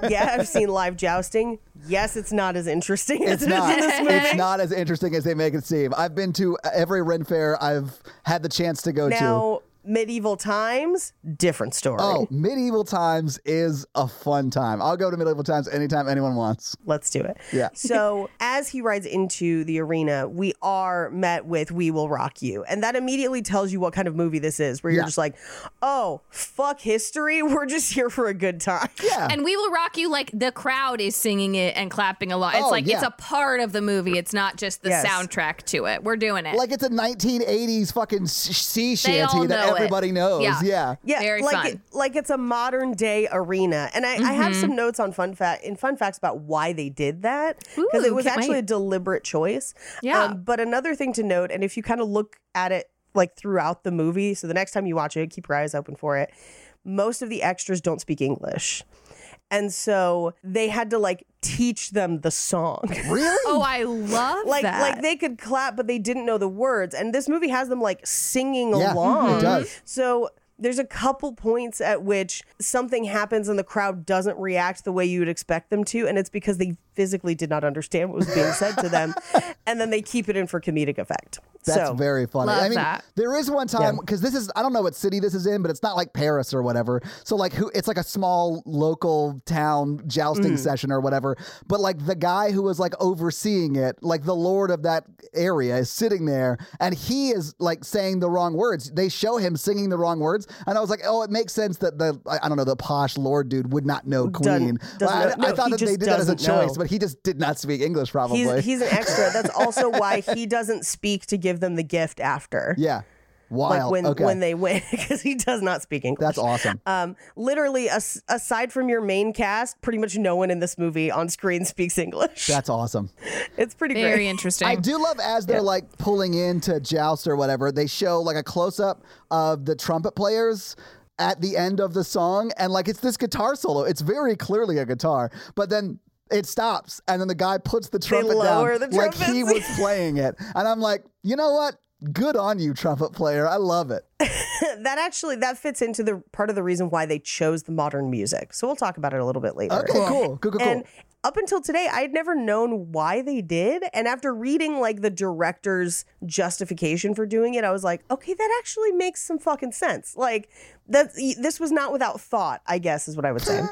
[SPEAKER 4] yeah,
[SPEAKER 5] [LAUGHS]
[SPEAKER 4] I've seen live jousting. Yes, it's not as interesting as
[SPEAKER 5] It's
[SPEAKER 4] it is
[SPEAKER 5] not.
[SPEAKER 4] in this movie.
[SPEAKER 5] it's not as interesting as they make it seem. I've been to every Ren Fair I've had the chance to go to.
[SPEAKER 4] Now, medieval times, different story.
[SPEAKER 5] Oh, medieval times is a fun time. I'll go to medieval times anytime anyone wants.
[SPEAKER 4] Let's do it.
[SPEAKER 5] Yeah.
[SPEAKER 4] So, as he rides into the arena, we are met with We Will Rock You. And that immediately tells you what kind of movie this is, where you're
[SPEAKER 5] Yeah.
[SPEAKER 4] just like, oh, fuck history. [LAUGHS] We're just here for a good time.
[SPEAKER 5] Yeah.
[SPEAKER 7] And we will rock you like the crowd is singing it and clapping along. It's
[SPEAKER 5] Oh,
[SPEAKER 7] like it's
[SPEAKER 5] yeah.
[SPEAKER 7] a part of the movie. It's not just the
[SPEAKER 4] Yes.
[SPEAKER 7] soundtrack to it. We're doing it.
[SPEAKER 5] like it's a 1980s fucking s- sea
[SPEAKER 7] They all
[SPEAKER 5] shanty that
[SPEAKER 7] know
[SPEAKER 5] everybody knows.
[SPEAKER 7] Yeah.
[SPEAKER 5] yeah.
[SPEAKER 4] Yeah,
[SPEAKER 7] Very
[SPEAKER 4] like
[SPEAKER 7] fun.
[SPEAKER 4] It, like it's a modern day arena, and I, I have some
[SPEAKER 7] Mm-hmm.
[SPEAKER 4] notes on fun fact in fun facts about why they did that because
[SPEAKER 7] Ooh,
[SPEAKER 4] it was
[SPEAKER 7] can't
[SPEAKER 4] actually
[SPEAKER 7] wait.
[SPEAKER 4] a deliberate choice. Um,
[SPEAKER 7] Yeah.
[SPEAKER 4] but another thing to note, and if you kind of look at it like throughout the movie, so the next time you watch it, keep your eyes open for it. Most of the extras don't speak English, and so they had to like teach them the song.
[SPEAKER 5] Really?
[SPEAKER 7] Oh, I love
[SPEAKER 4] Like,
[SPEAKER 7] that.
[SPEAKER 4] like they could clap, but they didn't know the words. And this movie has them like singing
[SPEAKER 5] Yeah,
[SPEAKER 4] along.
[SPEAKER 5] it does.
[SPEAKER 4] So there's a couple points at which something happens and the crowd doesn't react the way you would expect them to, and it's because they physically did not understand what was being said to
[SPEAKER 5] [LAUGHS]
[SPEAKER 4] them, and then they keep it in for comedic effect.
[SPEAKER 5] That's
[SPEAKER 4] so
[SPEAKER 5] very funny.
[SPEAKER 7] Love
[SPEAKER 5] I mean,
[SPEAKER 7] that.
[SPEAKER 5] there is one time because this is I don't know what city this is in, but it's not like Paris or whatever. So like who it's like a small local town jousting
[SPEAKER 4] Mm.
[SPEAKER 5] session or whatever. But like the guy who was like overseeing it, like the lord of that area is sitting there and he is like saying the wrong words. They show him singing the wrong words and I was like, "Oh, it makes sense that the I I don't know, the posh lord dude would not know Queen."
[SPEAKER 4] doesn't
[SPEAKER 5] I,
[SPEAKER 4] know-
[SPEAKER 5] I
[SPEAKER 4] no,
[SPEAKER 5] thought
[SPEAKER 4] he
[SPEAKER 5] that they
[SPEAKER 4] just
[SPEAKER 5] did that as a
[SPEAKER 4] doesn't know.
[SPEAKER 5] choice, but he just did not speak English probably.
[SPEAKER 4] he's he's an
[SPEAKER 5] [LAUGHS]
[SPEAKER 4] extra. That's also why he doesn't speak to give them the gift after.
[SPEAKER 5] yeah.
[SPEAKER 4] Like
[SPEAKER 5] Wild.
[SPEAKER 4] when,
[SPEAKER 5] okay.
[SPEAKER 4] when they win, [LAUGHS] because he does not speak English.
[SPEAKER 5] That's awesome.
[SPEAKER 4] Um, literally, as- aside from your main cast, pretty much no one in this movie on screen [LAUGHS] speaks English.
[SPEAKER 5] That's awesome.
[SPEAKER 4] it's pretty
[SPEAKER 7] Very
[SPEAKER 4] great.
[SPEAKER 7] interesting.
[SPEAKER 5] I do love as they're like pulling in to joust or whatever, they show like a close up of the trumpet players at the end of the song and like it's this guitar solo. It's very clearly a guitar, but then it stops and then the guy puts the trumpet
[SPEAKER 4] lower
[SPEAKER 5] down
[SPEAKER 4] the
[SPEAKER 5] like he was
[SPEAKER 4] trumpets. [LAUGHS]
[SPEAKER 5] playing it. And I'm like, "You know what? Good on you, trumpet player. I love it."
[SPEAKER 4] [LAUGHS] that actually that fits into the part of the reason why they chose the modern music. So we'll talk about it a little bit later.
[SPEAKER 5] Okay, cool. Cool, cool, cool.
[SPEAKER 4] And up until today, I had never known why they did. And after reading like the director's justification for doing it, I was like, okay, that actually makes some fucking sense. Like that this was not without thought, I guess is what I would say.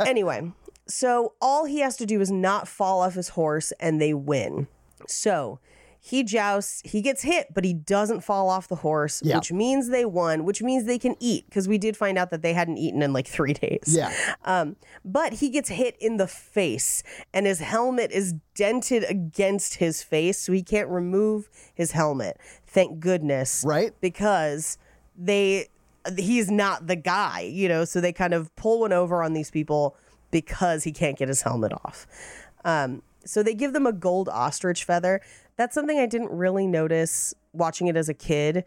[SPEAKER 4] anyway, so all he has to do is not fall off his horse and they win. So he jousts, he gets hit, but he doesn't fall off the horse,
[SPEAKER 5] Yeah.
[SPEAKER 4] which means they won, which means they can eat because we did find out that they hadn't eaten in like three days.
[SPEAKER 5] Yeah.
[SPEAKER 4] Um, but he gets hit in the face, and his helmet is dented against his face, so he can't remove his helmet. Thank goodness,
[SPEAKER 5] Right.
[SPEAKER 4] Because they he's not the guy, you know. So they kind of pull one over on these people because he can't get his helmet off. Um, so they give them a gold ostrich feather. That's something I didn't really notice watching it as a kid.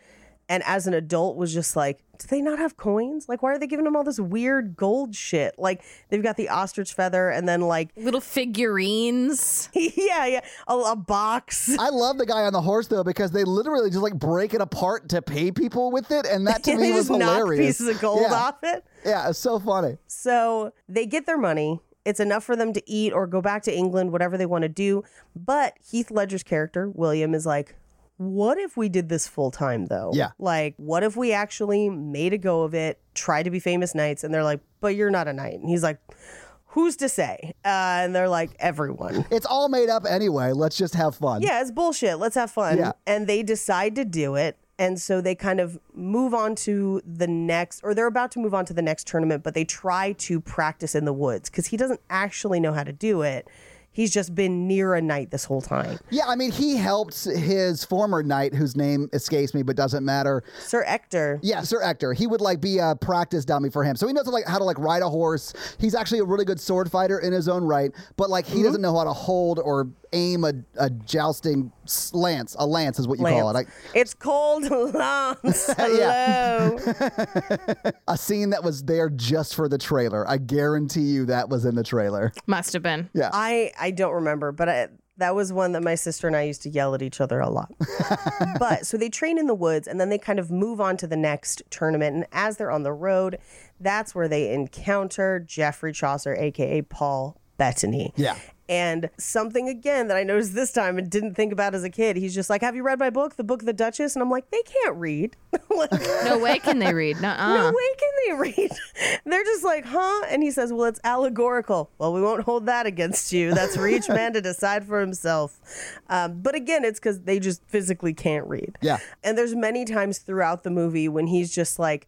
[SPEAKER 4] And as an adult, was just like, do they not have coins? Like, why are they giving them all this weird gold shit? Like, they've got the ostrich feather, and then like, [LAUGHS]
[SPEAKER 7] Little figurines.
[SPEAKER 4] yeah, yeah, a, a box.
[SPEAKER 5] I love the guy on the horse though because they literally just like break it apart to pay people with it and
[SPEAKER 4] [LAUGHS]
[SPEAKER 5] that to
[SPEAKER 4] And
[SPEAKER 5] me
[SPEAKER 4] [LAUGHS] they
[SPEAKER 5] was
[SPEAKER 4] just knock
[SPEAKER 5] hilarious.
[SPEAKER 4] pieces of gold
[SPEAKER 5] yeah.
[SPEAKER 4] off it.
[SPEAKER 5] Yeah, it's so funny.
[SPEAKER 4] So they get their money. It's enough for them to eat or go back to England, whatever they want to do. But Heath Ledger's character, William, is like, what if we did this full time though?
[SPEAKER 5] Yeah.
[SPEAKER 4] Like, what if we actually made a go of it, tried to be famous knights? And they're like, but you're not a knight. And he's like, who's to say? Uh, and they're like, everyone.
[SPEAKER 5] It's all made up anyway. Let's just have fun.
[SPEAKER 4] Yeah, it's bullshit. Let's have fun.
[SPEAKER 5] Yeah.
[SPEAKER 4] And they decide to do it. And so they kind of move on to the next, or they're about to move on to the next tournament, but they try to practice in the woods because he doesn't actually know how to do it. He's just been near a knight this whole time.
[SPEAKER 5] Yeah, I mean, he helped his former knight, whose name escapes me but doesn't matter.
[SPEAKER 4] Sir Ector.
[SPEAKER 5] Yeah, Sir Ector. He would like be a practice dummy for him, so he knows like how to like ride a horse. He's actually a really good sword fighter in his own right, but like
[SPEAKER 4] Mm-hmm.
[SPEAKER 5] he doesn't know how to hold or aim a, a jousting s- lance. A lance is what you call
[SPEAKER 4] Lance.
[SPEAKER 5] it. Like
[SPEAKER 4] it's cold [LAUGHS] lance. Hello.
[SPEAKER 5] a scene that was there just for the trailer. I guarantee you that was in
[SPEAKER 4] [LAUGHS]
[SPEAKER 5] the trailer.
[SPEAKER 7] Must have been.
[SPEAKER 4] I I don't remember, but I, that was one that my sister and I used to yell at each other a lot. but so they train in the woods and then they kind of move on to the next tournament. And as they're on the road, that's where they encounter Jeffrey Chaucer, aka Paul Bettany.
[SPEAKER 5] Yeah.
[SPEAKER 4] And something again that I noticed this time and didn't think about as a kid, he's just like, Have you read my book, The Book of the Duchess? And I'm like, They can't read. [LAUGHS] Like,
[SPEAKER 7] No way can they read.
[SPEAKER 4] [LAUGHS] no
[SPEAKER 6] Uh-huh.
[SPEAKER 7] Nuh-uh.
[SPEAKER 4] way can they read. [LAUGHS] They're just like, huh? And he says, well, it's allegorical. Well, we won't hold that against you. That's for each man to decide for himself. Um, but again, it's because they just physically can't read.
[SPEAKER 5] Yeah.
[SPEAKER 4] And there's many times throughout the movie when he's just like,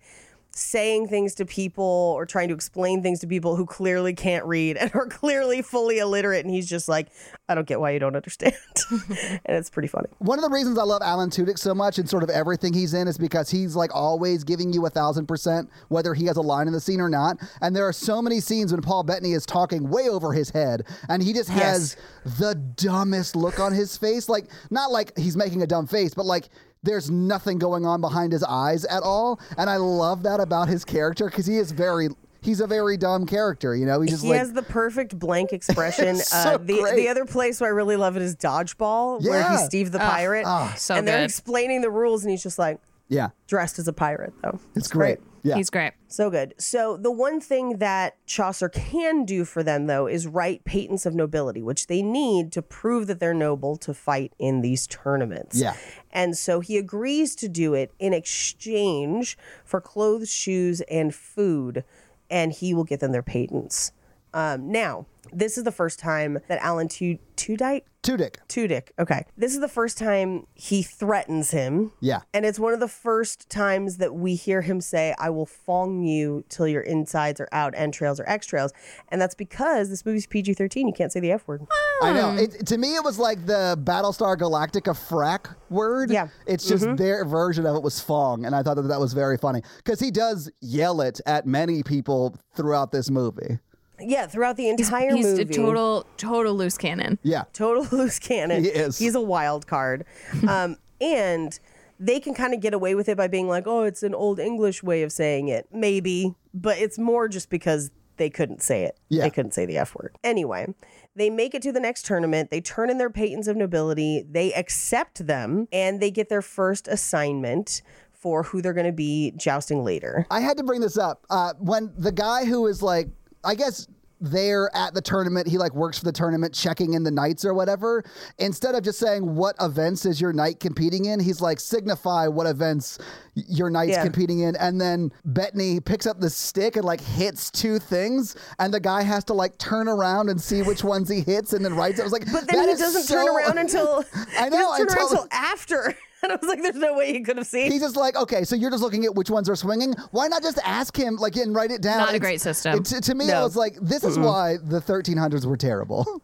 [SPEAKER 4] saying things to people or trying to explain things to people who clearly can't read and are [LAUGHS] clearly fully illiterate. And he's just like, I don't get why you don't understand. [LAUGHS] and it's pretty funny.
[SPEAKER 5] One of the reasons I love Alan Tudyk so much and sort of everything he's in is because he's like always giving you a thousand percent, whether he has a line in the scene or not. And there are so many scenes when Paul Bettany is talking way over his head and he just has the dumbest look on his face. Like, not like he's making a dumb face, but like there's nothing going on behind his eyes at all. And I love that about his character because he is very. He's a very dumb character, you know. He's just
[SPEAKER 4] He
[SPEAKER 5] like
[SPEAKER 4] has the perfect blank expression.
[SPEAKER 5] [LAUGHS] It's
[SPEAKER 4] uh,
[SPEAKER 5] so
[SPEAKER 4] the,
[SPEAKER 5] great.
[SPEAKER 4] the other place where I really love it is Dodgeball, where he's
[SPEAKER 5] Yeah. Ah,
[SPEAKER 4] Steve the pirate.
[SPEAKER 7] so
[SPEAKER 4] and they're
[SPEAKER 7] good.
[SPEAKER 4] explaining the rules, and he's just like,
[SPEAKER 5] yeah,
[SPEAKER 4] dressed as a pirate, though.
[SPEAKER 5] it's great. Yeah,
[SPEAKER 7] He's great.
[SPEAKER 4] So good. So the one thing that Chaucer can do for them though is write patents of nobility, which they need to prove that they're noble to fight in these tournaments.
[SPEAKER 5] Yeah.
[SPEAKER 4] And so he agrees to do it in exchange for clothes, shoes, and food, and he will get them their patents. Um, now, this is the first time that Alan Tu- Tudyk
[SPEAKER 5] Tudyk.
[SPEAKER 4] Tudyk. Okay. This is the first time he threatens him.
[SPEAKER 5] Yeah.
[SPEAKER 4] And it's one of the first times that we hear him say, I will fong you till your insides are out, entrails or extrails. And that's because this movie's PG 13. You can't say the F word.
[SPEAKER 5] I know. It, to me, it was like the Battlestar Galactica frack word.
[SPEAKER 4] Yeah.
[SPEAKER 5] It's just their version of it was Fong. And I thought that that was very funny because he does yell it at many people throughout this movie.
[SPEAKER 4] Yeah, throughout the entire
[SPEAKER 7] He's
[SPEAKER 4] movie.
[SPEAKER 7] a total, total loose cannon.
[SPEAKER 5] Yeah.
[SPEAKER 4] total [LAUGHS] loose cannon.
[SPEAKER 5] He is.
[SPEAKER 4] He's a wild
[SPEAKER 5] [LAUGHS]
[SPEAKER 4] card. Um, and they can kind of get away with it by being like, oh, it's an old English way of saying it. Maybe. But it's more just because they couldn't say it.
[SPEAKER 5] Yeah.
[SPEAKER 4] They couldn't say the F word. Anyway, they make it to the next tournament. They turn in their patents of nobility. They accept them and they get their first assignment for who they're going to be jousting later.
[SPEAKER 5] I had to bring this up. Uh, when the guy who is like, I guess there at the tournament, he like works for the tournament, checking in the nights or whatever. Instead of just saying what events is your knight competing in, he's like signify what events y- your knight's
[SPEAKER 4] Yeah.
[SPEAKER 5] competing in, and then Bettany picks up the stick and like hits two things, and the guy has to like turn around and see which ones he hits, and then writes. It I was like,
[SPEAKER 4] But then
[SPEAKER 5] that
[SPEAKER 4] he
[SPEAKER 5] is
[SPEAKER 4] doesn't
[SPEAKER 5] so-
[SPEAKER 4] turn around until
[SPEAKER 5] [LAUGHS] I
[SPEAKER 4] he
[SPEAKER 5] know
[SPEAKER 4] doesn't turn around
[SPEAKER 5] until.
[SPEAKER 4] until after. [LAUGHS] And I was like, there's no way he could have seen.
[SPEAKER 5] He's just like, okay, so you're just looking at which ones are swinging. Why not just ask him, like, and write it down?
[SPEAKER 7] Not a
[SPEAKER 5] It's-
[SPEAKER 7] great system.
[SPEAKER 5] it- to, to me,
[SPEAKER 4] No.
[SPEAKER 5] I was like, this is why the 1300s were terrible.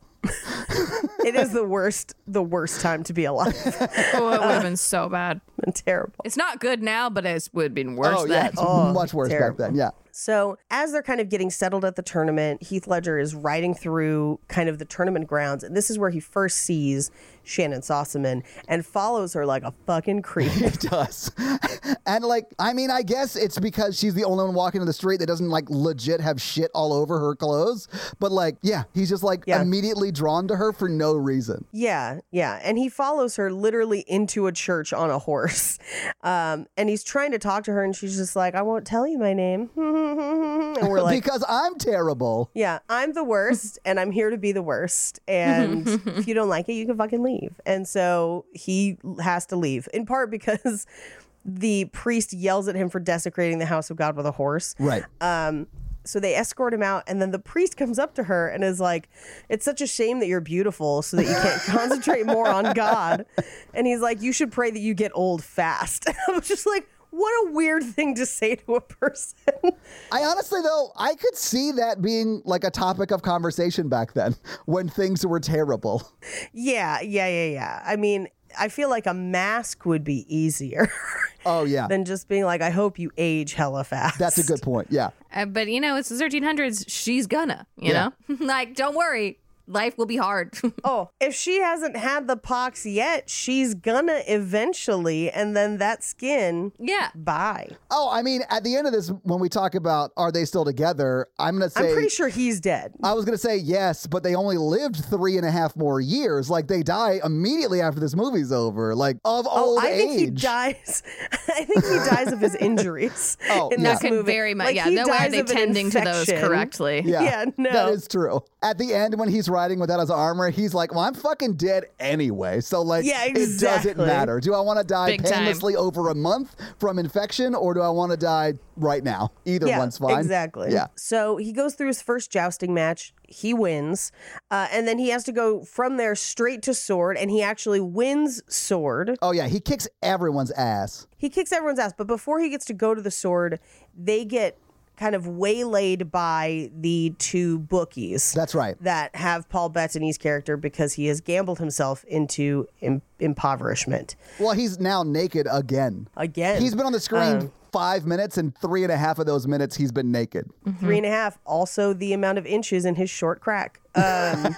[SPEAKER 4] it is the worst the worst time to be alive [LAUGHS]
[SPEAKER 7] Oh, it would have been so bad.
[SPEAKER 4] and terrible
[SPEAKER 7] It's not good now, but it would have been [LAUGHS] worse
[SPEAKER 5] oh, yeah,
[SPEAKER 7] then.
[SPEAKER 5] it's much worse
[SPEAKER 4] terrible.
[SPEAKER 5] back then. Yeah.
[SPEAKER 4] so as they're kind of getting settled at the tournament heath ledger is riding through kind of the tournament grounds and this is where he first sees shannon sossaman and follows her like a fucking creep
[SPEAKER 5] It does. [LAUGHS] and, like, I mean, I guess it's because she's the only one walking in the street that doesn't, like, legit have shit all over her clothes. But, like, yeah, he's just, like,
[SPEAKER 4] Yeah.
[SPEAKER 5] immediately drawn to her for no reason.
[SPEAKER 4] Yeah, yeah. And he follows her literally into a church on a horse. [LAUGHS] Um, and he's trying to talk to her, and she's just like, I won't tell you my name. [LAUGHS] and
[SPEAKER 5] [LAUGHS]
[SPEAKER 4] we're like,
[SPEAKER 5] because I'm terrible.
[SPEAKER 4] Yeah, I'm the worst, and I'm here to be the worst. And if you don't like it, you can fucking leave. And so he has to leave, in part because [LAUGHS] the priest yells at him for desecrating the house of God with a horse.
[SPEAKER 5] Right.
[SPEAKER 4] Um, so they escort him out, and then the priest comes up to her and is like, It's such a shame that you're beautiful so that you can't concentrate more on God. And he's like, You should pray that you get old fast. [LAUGHS] I was just like, What a weird thing to say to a person.
[SPEAKER 5] I honestly though I could see that being like a topic of conversation back then [LAUGHS] when things were terrible.
[SPEAKER 4] Yeah, yeah, yeah, yeah. I mean, I feel like a mask would be easier [LAUGHS]
[SPEAKER 5] Oh yeah.
[SPEAKER 4] than just being like, I hope you age hella fast.
[SPEAKER 5] That's a good point. Yeah.
[SPEAKER 7] Uh, but you know, it's the 1300s. She's gonna, you
[SPEAKER 5] Yeah.
[SPEAKER 6] [LAUGHS]
[SPEAKER 7] know, like don't worry, life will be hard.
[SPEAKER 4] [LAUGHS] Oh, if she hasn't had the pox yet, she's gonna eventually, and then that skin,
[SPEAKER 7] yeah,
[SPEAKER 4] bye.
[SPEAKER 5] Oh, I mean at the end of this when we talk about are they still together, I'm gonna say
[SPEAKER 4] I'm pretty sure he's dead.
[SPEAKER 5] I was gonna say yes, but they only lived three and a half more years. Like they die immediately after this movie's over. Like of
[SPEAKER 4] Oh,
[SPEAKER 5] old
[SPEAKER 4] I think
[SPEAKER 5] age.
[SPEAKER 4] he dies. [LAUGHS] I think he dies of
[SPEAKER 5] [LAUGHS]
[SPEAKER 4] his injuries.
[SPEAKER 5] Oh,
[SPEAKER 4] in
[SPEAKER 5] yeah.
[SPEAKER 4] this
[SPEAKER 5] That
[SPEAKER 7] could
[SPEAKER 4] movie.
[SPEAKER 7] very much.
[SPEAKER 4] Like,
[SPEAKER 7] yeah,
[SPEAKER 4] he
[SPEAKER 7] no way are
[SPEAKER 4] dies
[SPEAKER 7] they
[SPEAKER 4] of an
[SPEAKER 7] tending to those
[SPEAKER 4] infection.
[SPEAKER 7] correctly.
[SPEAKER 5] Yeah,
[SPEAKER 4] Yeah, no.
[SPEAKER 5] That is true. At the end, when he's ri- riding without his armor, he's like, well, I'm fucking dead anyway. So, like,
[SPEAKER 4] Yeah,
[SPEAKER 5] it
[SPEAKER 4] exactly.
[SPEAKER 5] doesn't matter. Do I want to die
[SPEAKER 6] Big time.
[SPEAKER 5] painlessly over a month from infection or do I want to die right now? Either one's fine.
[SPEAKER 4] Exactly.
[SPEAKER 5] Yeah.
[SPEAKER 4] So he goes through his first jousting match. He wins. Uh, and then he has to go from there straight to sword. And he actually wins sword.
[SPEAKER 5] Oh, yeah. He kicks everyone's ass.
[SPEAKER 4] He kicks everyone's ass. But before he gets to go to the sword, they get kind of waylaid by the two bookies
[SPEAKER 5] That's right.
[SPEAKER 4] that have Paul Bettany's character because he has gambled himself into im- impoverishment
[SPEAKER 5] Well, he's now naked again.
[SPEAKER 4] again.
[SPEAKER 5] He's been on the screen five minutes, and three and a half of those minutes, he's been naked.
[SPEAKER 4] three and
[SPEAKER 5] Hmm.
[SPEAKER 4] a half. Also, the amount of inches in his short crack.
[SPEAKER 5] [LAUGHS]
[SPEAKER 4] Um,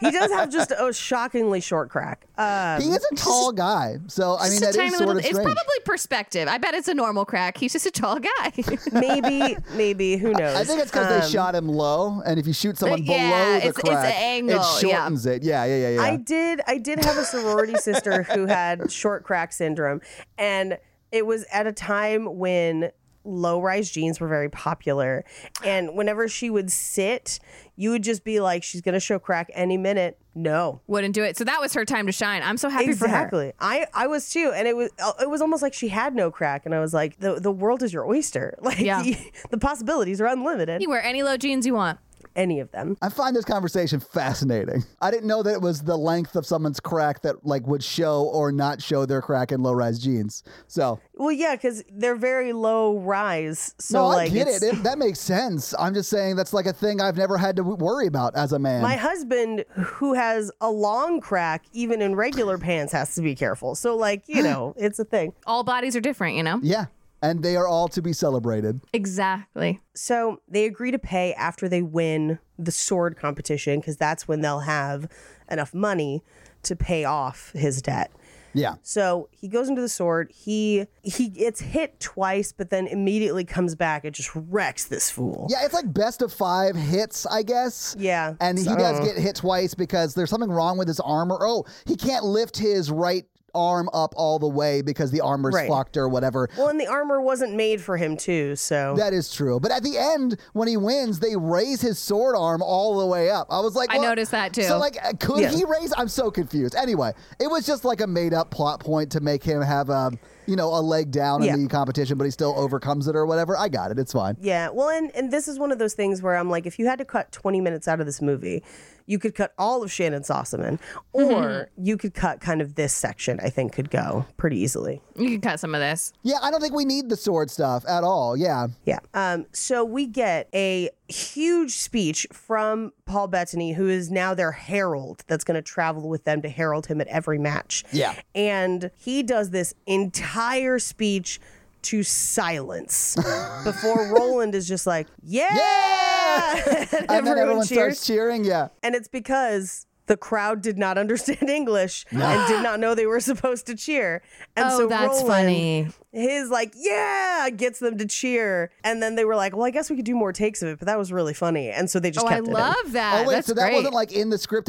[SPEAKER 4] he does have just a shockingly short crack. Um,
[SPEAKER 5] he is a tall guy. So, I mean,
[SPEAKER 6] Just
[SPEAKER 5] that
[SPEAKER 6] a
[SPEAKER 5] is
[SPEAKER 6] tiny
[SPEAKER 5] sort
[SPEAKER 6] little.
[SPEAKER 5] of
[SPEAKER 6] It's
[SPEAKER 5] strange.
[SPEAKER 6] probably perspective. I bet it's a normal crack. He's just a tall guy. [LAUGHS]
[SPEAKER 4] maybe, maybe who knows? Uh,
[SPEAKER 5] I think it's because
[SPEAKER 4] Um,
[SPEAKER 5] they shot him low, and if you shoot someone below
[SPEAKER 6] yeah,
[SPEAKER 5] the
[SPEAKER 6] it's- it's
[SPEAKER 5] crack,
[SPEAKER 6] an angle,
[SPEAKER 5] it
[SPEAKER 6] yeah.
[SPEAKER 5] shortens it. Yeah, yeah, yeah, yeah.
[SPEAKER 4] I did. I did have a
[SPEAKER 5] [LAUGHS]
[SPEAKER 4] sorority sister who had short crack syndrome, and it was at a time when low-rise jeans were very popular. And whenever she would sit, you would just be like, "She's gonna show crack any minute." No,
[SPEAKER 6] Wouldn't do it. So that was her time to shine. I'm so happy for her.
[SPEAKER 4] exactly. I I was too, and it was uh, it was almost like she had no crack, and I was like, the the world is your oyster. [LAUGHS] Like
[SPEAKER 6] Yeah.
[SPEAKER 4] the possibilities are unlimited.
[SPEAKER 6] You wear any low jeans you want.
[SPEAKER 4] Any of them.
[SPEAKER 5] I find this conversation fascinating. I didn't know that it was the length of someone's crack that like would show or not show their crack in low-rise jeans. So
[SPEAKER 4] Well, yeah, because they're very low rise. So
[SPEAKER 5] no,
[SPEAKER 4] like,
[SPEAKER 5] I get
[SPEAKER 4] it's-
[SPEAKER 5] it. it. That makes sense. I'm just saying that's like a thing I've never had to w- worry about as a man.
[SPEAKER 4] My husband, who has a long crack, even in regular pants, has to be careful. So, like,
[SPEAKER 5] [GASPS]
[SPEAKER 4] you know, it's a thing.
[SPEAKER 6] All bodies are different, you know?
[SPEAKER 5] yeah, and they are all to be celebrated.
[SPEAKER 6] Exactly.
[SPEAKER 4] So, they agree to pay after they win the sword competition because that's when they'll have enough money to pay off his debt.
[SPEAKER 5] Yeah,
[SPEAKER 4] So he goes into the sword. He he gets hit twice, but then immediately comes back and just wrecks this fool.
[SPEAKER 5] yeah. It's like best of five hits, I guess.
[SPEAKER 4] Yeah.
[SPEAKER 5] and he does get hit twice because there's something wrong with his armor. Oh, he can't lift his right arm up all the way because the armor's
[SPEAKER 4] Right.
[SPEAKER 5] fucked or whatever.
[SPEAKER 4] Well, and the armor wasn't made for him too. So
[SPEAKER 5] That is true. But at the end, when he wins, they raise his sword arm all the way up. I was like,
[SPEAKER 6] I
[SPEAKER 5] what?
[SPEAKER 6] noticed that, too.
[SPEAKER 5] So, like, uh, could
[SPEAKER 4] Yeah.
[SPEAKER 5] he raise? I'm so confused. Anyway, it was just like a made up plot point to make him have a, you know, a leg down
[SPEAKER 4] Yeah.
[SPEAKER 5] in the competition, but he still overcomes it or whatever. I got it. It's fine.
[SPEAKER 4] Yeah. Well, and, and this is one of those things where I'm like, if you had to cut 20 minutes out of this movie, you could cut all of Shannon Sossaman, or you could cut kind of this section, I think could go pretty easily.
[SPEAKER 6] You can cut some of this.
[SPEAKER 5] Yeah, I don't think we need the sword stuff at all. Yeah.
[SPEAKER 4] Yeah. Um, so we get a huge speech from Paul Bettany, who is now their herald that's going to travel with them to herald him at every match.
[SPEAKER 5] Yeah.
[SPEAKER 4] And he does this entire speech to [LAUGHS] silence before Roland is just like, yeah. [LAUGHS]
[SPEAKER 5] And then everyone starts cheering. Yeah.
[SPEAKER 4] and it's because the crowd did not [LAUGHS] understand English and did not know they were supposed to cheer. And
[SPEAKER 6] oh,
[SPEAKER 4] so
[SPEAKER 6] that's
[SPEAKER 4] Roland,
[SPEAKER 6] funny.
[SPEAKER 4] His like, yeah, gets them to cheer, and then they were like, well, I guess we could do more takes of it, but that was really funny, and so they just
[SPEAKER 6] Oh, I
[SPEAKER 4] kept it. in.
[SPEAKER 6] love that.
[SPEAKER 5] oh, wait,
[SPEAKER 6] that's
[SPEAKER 5] so that
[SPEAKER 6] great.
[SPEAKER 5] wasn't like in the script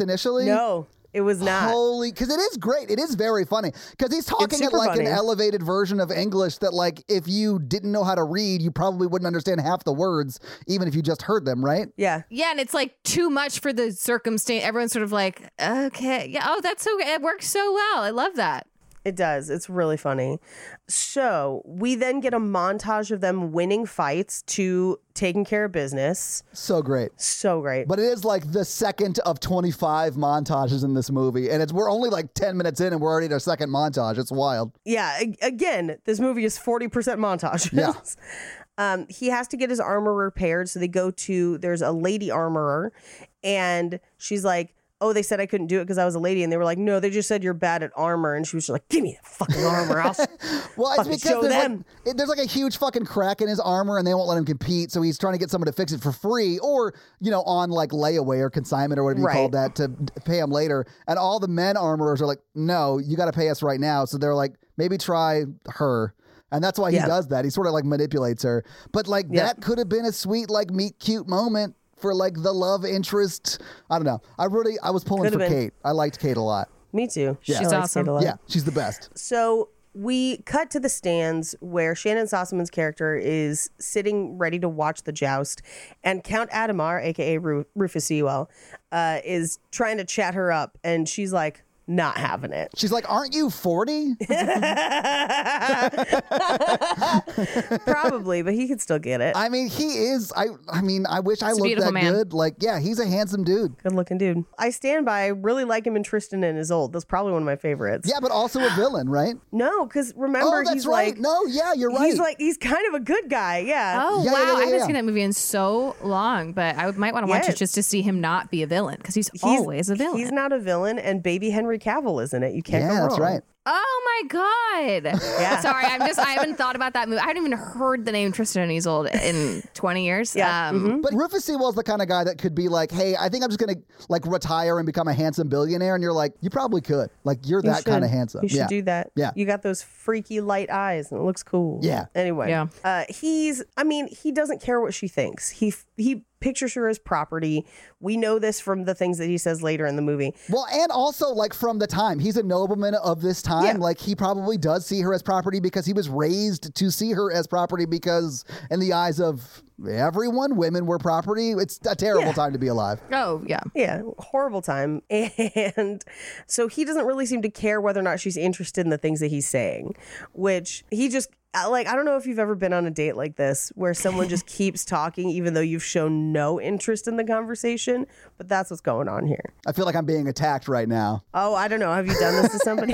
[SPEAKER 4] [LAUGHS]
[SPEAKER 5] initially?
[SPEAKER 4] Ah, No, it was not.
[SPEAKER 5] Holy, because it is great. It is very funny. Because he's talking it
[SPEAKER 4] super
[SPEAKER 5] like
[SPEAKER 4] funny.
[SPEAKER 5] an elevated version of English that, like, if you didn't know how to read, you probably wouldn't understand half the words, even if you just heard them, right?
[SPEAKER 4] yeah.
[SPEAKER 6] yeah, and it's like too much for the circumstance. Everyone's sort of like, okay, yeah, oh, that's so. It works so well. I love that.
[SPEAKER 4] It does. It's really funny. So we then get a montage of them winning fights to taking care of business.
[SPEAKER 5] So great.
[SPEAKER 4] So great.
[SPEAKER 5] But it is like the second of 25 montages in this movie. And it's we're only like 10 minutes in and we're already at our second montage. It's wild.
[SPEAKER 4] yeah a- again this movie is 40% montage
[SPEAKER 5] Yeah.
[SPEAKER 4] [LAUGHS] um, he has to get his armor repaired so they go to there's a lady armorer and she's like oh they said i couldn't do it because i was a lady and they were like no they just said you're bad at armor and she was just like give me that fucking armor I'll s-"
[SPEAKER 5] Well, it's
[SPEAKER 4] Fucking
[SPEAKER 5] because
[SPEAKER 4] show
[SPEAKER 5] there's
[SPEAKER 4] them.
[SPEAKER 5] Like, it- there's like a huge fucking crack in his armor and they won't let him compete. So he's trying to get someone to fix it for free or, you know, on like layaway or consignment or whatever
[SPEAKER 4] Right.
[SPEAKER 5] you call that to d- pay him later. And all the men armorers are like, no, you got to pay us right now. So they're like, maybe try her. And that's why he
[SPEAKER 4] Yeah.
[SPEAKER 5] does that. He sort of like manipulates her. But like
[SPEAKER 4] Yeah.
[SPEAKER 5] that could have been a sweet, like meet cute moment for like the love interest. I don't know. I really, I was pulling
[SPEAKER 4] Could have
[SPEAKER 5] for
[SPEAKER 4] been.
[SPEAKER 5] Kate. I liked Kate a lot.
[SPEAKER 4] me too
[SPEAKER 6] She's
[SPEAKER 4] I like
[SPEAKER 6] awesome.
[SPEAKER 4] Sandalwood.
[SPEAKER 5] Yeah, she's the best.
[SPEAKER 4] so we cut to the stands where Shannon Sossaman's character is sitting ready to watch the joust, and Count Adamar, aka Ru- Rufus Sewell, uh, is trying to chat her up, and she's like, not having
[SPEAKER 5] [LAUGHS]
[SPEAKER 4] it.
[SPEAKER 5] She's like, aren't you 40?
[SPEAKER 4] Probably, but he could still get it.
[SPEAKER 5] I mean, he is. I I mean, I wish I
[SPEAKER 4] He's a
[SPEAKER 5] looked
[SPEAKER 4] beautiful
[SPEAKER 5] that
[SPEAKER 4] man.
[SPEAKER 5] good. Like, yeah, he's a handsome dude.
[SPEAKER 4] Good looking dude. I stand by. I really like him in Tristan and Isolde. That's probably one of my favorites.
[SPEAKER 5] Yeah, but also a villain, right?
[SPEAKER 4] No, because [GASPS] remember
[SPEAKER 5] Oh, that's
[SPEAKER 4] he's
[SPEAKER 5] right.
[SPEAKER 4] like
[SPEAKER 5] No, yeah, you're right.
[SPEAKER 4] He's like he's kind of a good guy. Uh, Yeah.
[SPEAKER 6] Oh wow! I haven't seen that movie in so long, but I might want to watch
[SPEAKER 4] Yeah.
[SPEAKER 6] it just to see him not be a villain because he's, always a villain.
[SPEAKER 4] He's not a villain, and baby Henry Cavill isn't it. You can't go
[SPEAKER 5] Yeah,
[SPEAKER 4] wrong.
[SPEAKER 5] that's right.
[SPEAKER 6] Oh my god!
[SPEAKER 4] [LAUGHS] Yeah.
[SPEAKER 6] Sorry, I'm just I haven't thought about that movie. I haven't even heard the name Tristan and Isolde
[SPEAKER 4] [LAUGHS]
[SPEAKER 6] in 20 years. Um, Yeah.
[SPEAKER 4] mm-hmm.
[SPEAKER 5] But Rufus Sewell's the kind of guy that could be like, "Hey, I think I'm just gonna like retire and become a handsome billionaire," and you're like, "You probably could. Like, you're
[SPEAKER 4] You
[SPEAKER 5] that kind of
[SPEAKER 4] should.
[SPEAKER 5] handsome.
[SPEAKER 4] You should
[SPEAKER 5] yeah.
[SPEAKER 4] do that.
[SPEAKER 5] Yeah.
[SPEAKER 4] You got those freaky light eyes and it looks cool.
[SPEAKER 5] Yeah.
[SPEAKER 4] Anyway.
[SPEAKER 6] Yeah.
[SPEAKER 4] Uh, he's I mean, he doesn't care what she thinks. He he pictures her as property. We know this from the things that he says later in the movie.
[SPEAKER 5] Well, and also like from the time he's a nobleman of this time, like he probably does see her as property because he was raised to see her as property because in the eyes of everyone, women were property. It's a terrible
[SPEAKER 4] Yeah.
[SPEAKER 5] time to be alive.
[SPEAKER 6] Oh, yeah.
[SPEAKER 4] Yeah, horrible time. [LAUGHS] And so he doesn't really seem to care whether or not she's interested in the things that he's saying, which he just I- like I don't know if you've ever been on a date like this where someone
[SPEAKER 5] [LAUGHS]
[SPEAKER 4] just keeps talking even though you've shown no interest in the conversation, but that's what's going on here.
[SPEAKER 5] I feel like I'm being attacked right now.
[SPEAKER 4] Oh, I don't know. Have you done this to
[SPEAKER 5] [LAUGHS]
[SPEAKER 4] somebody?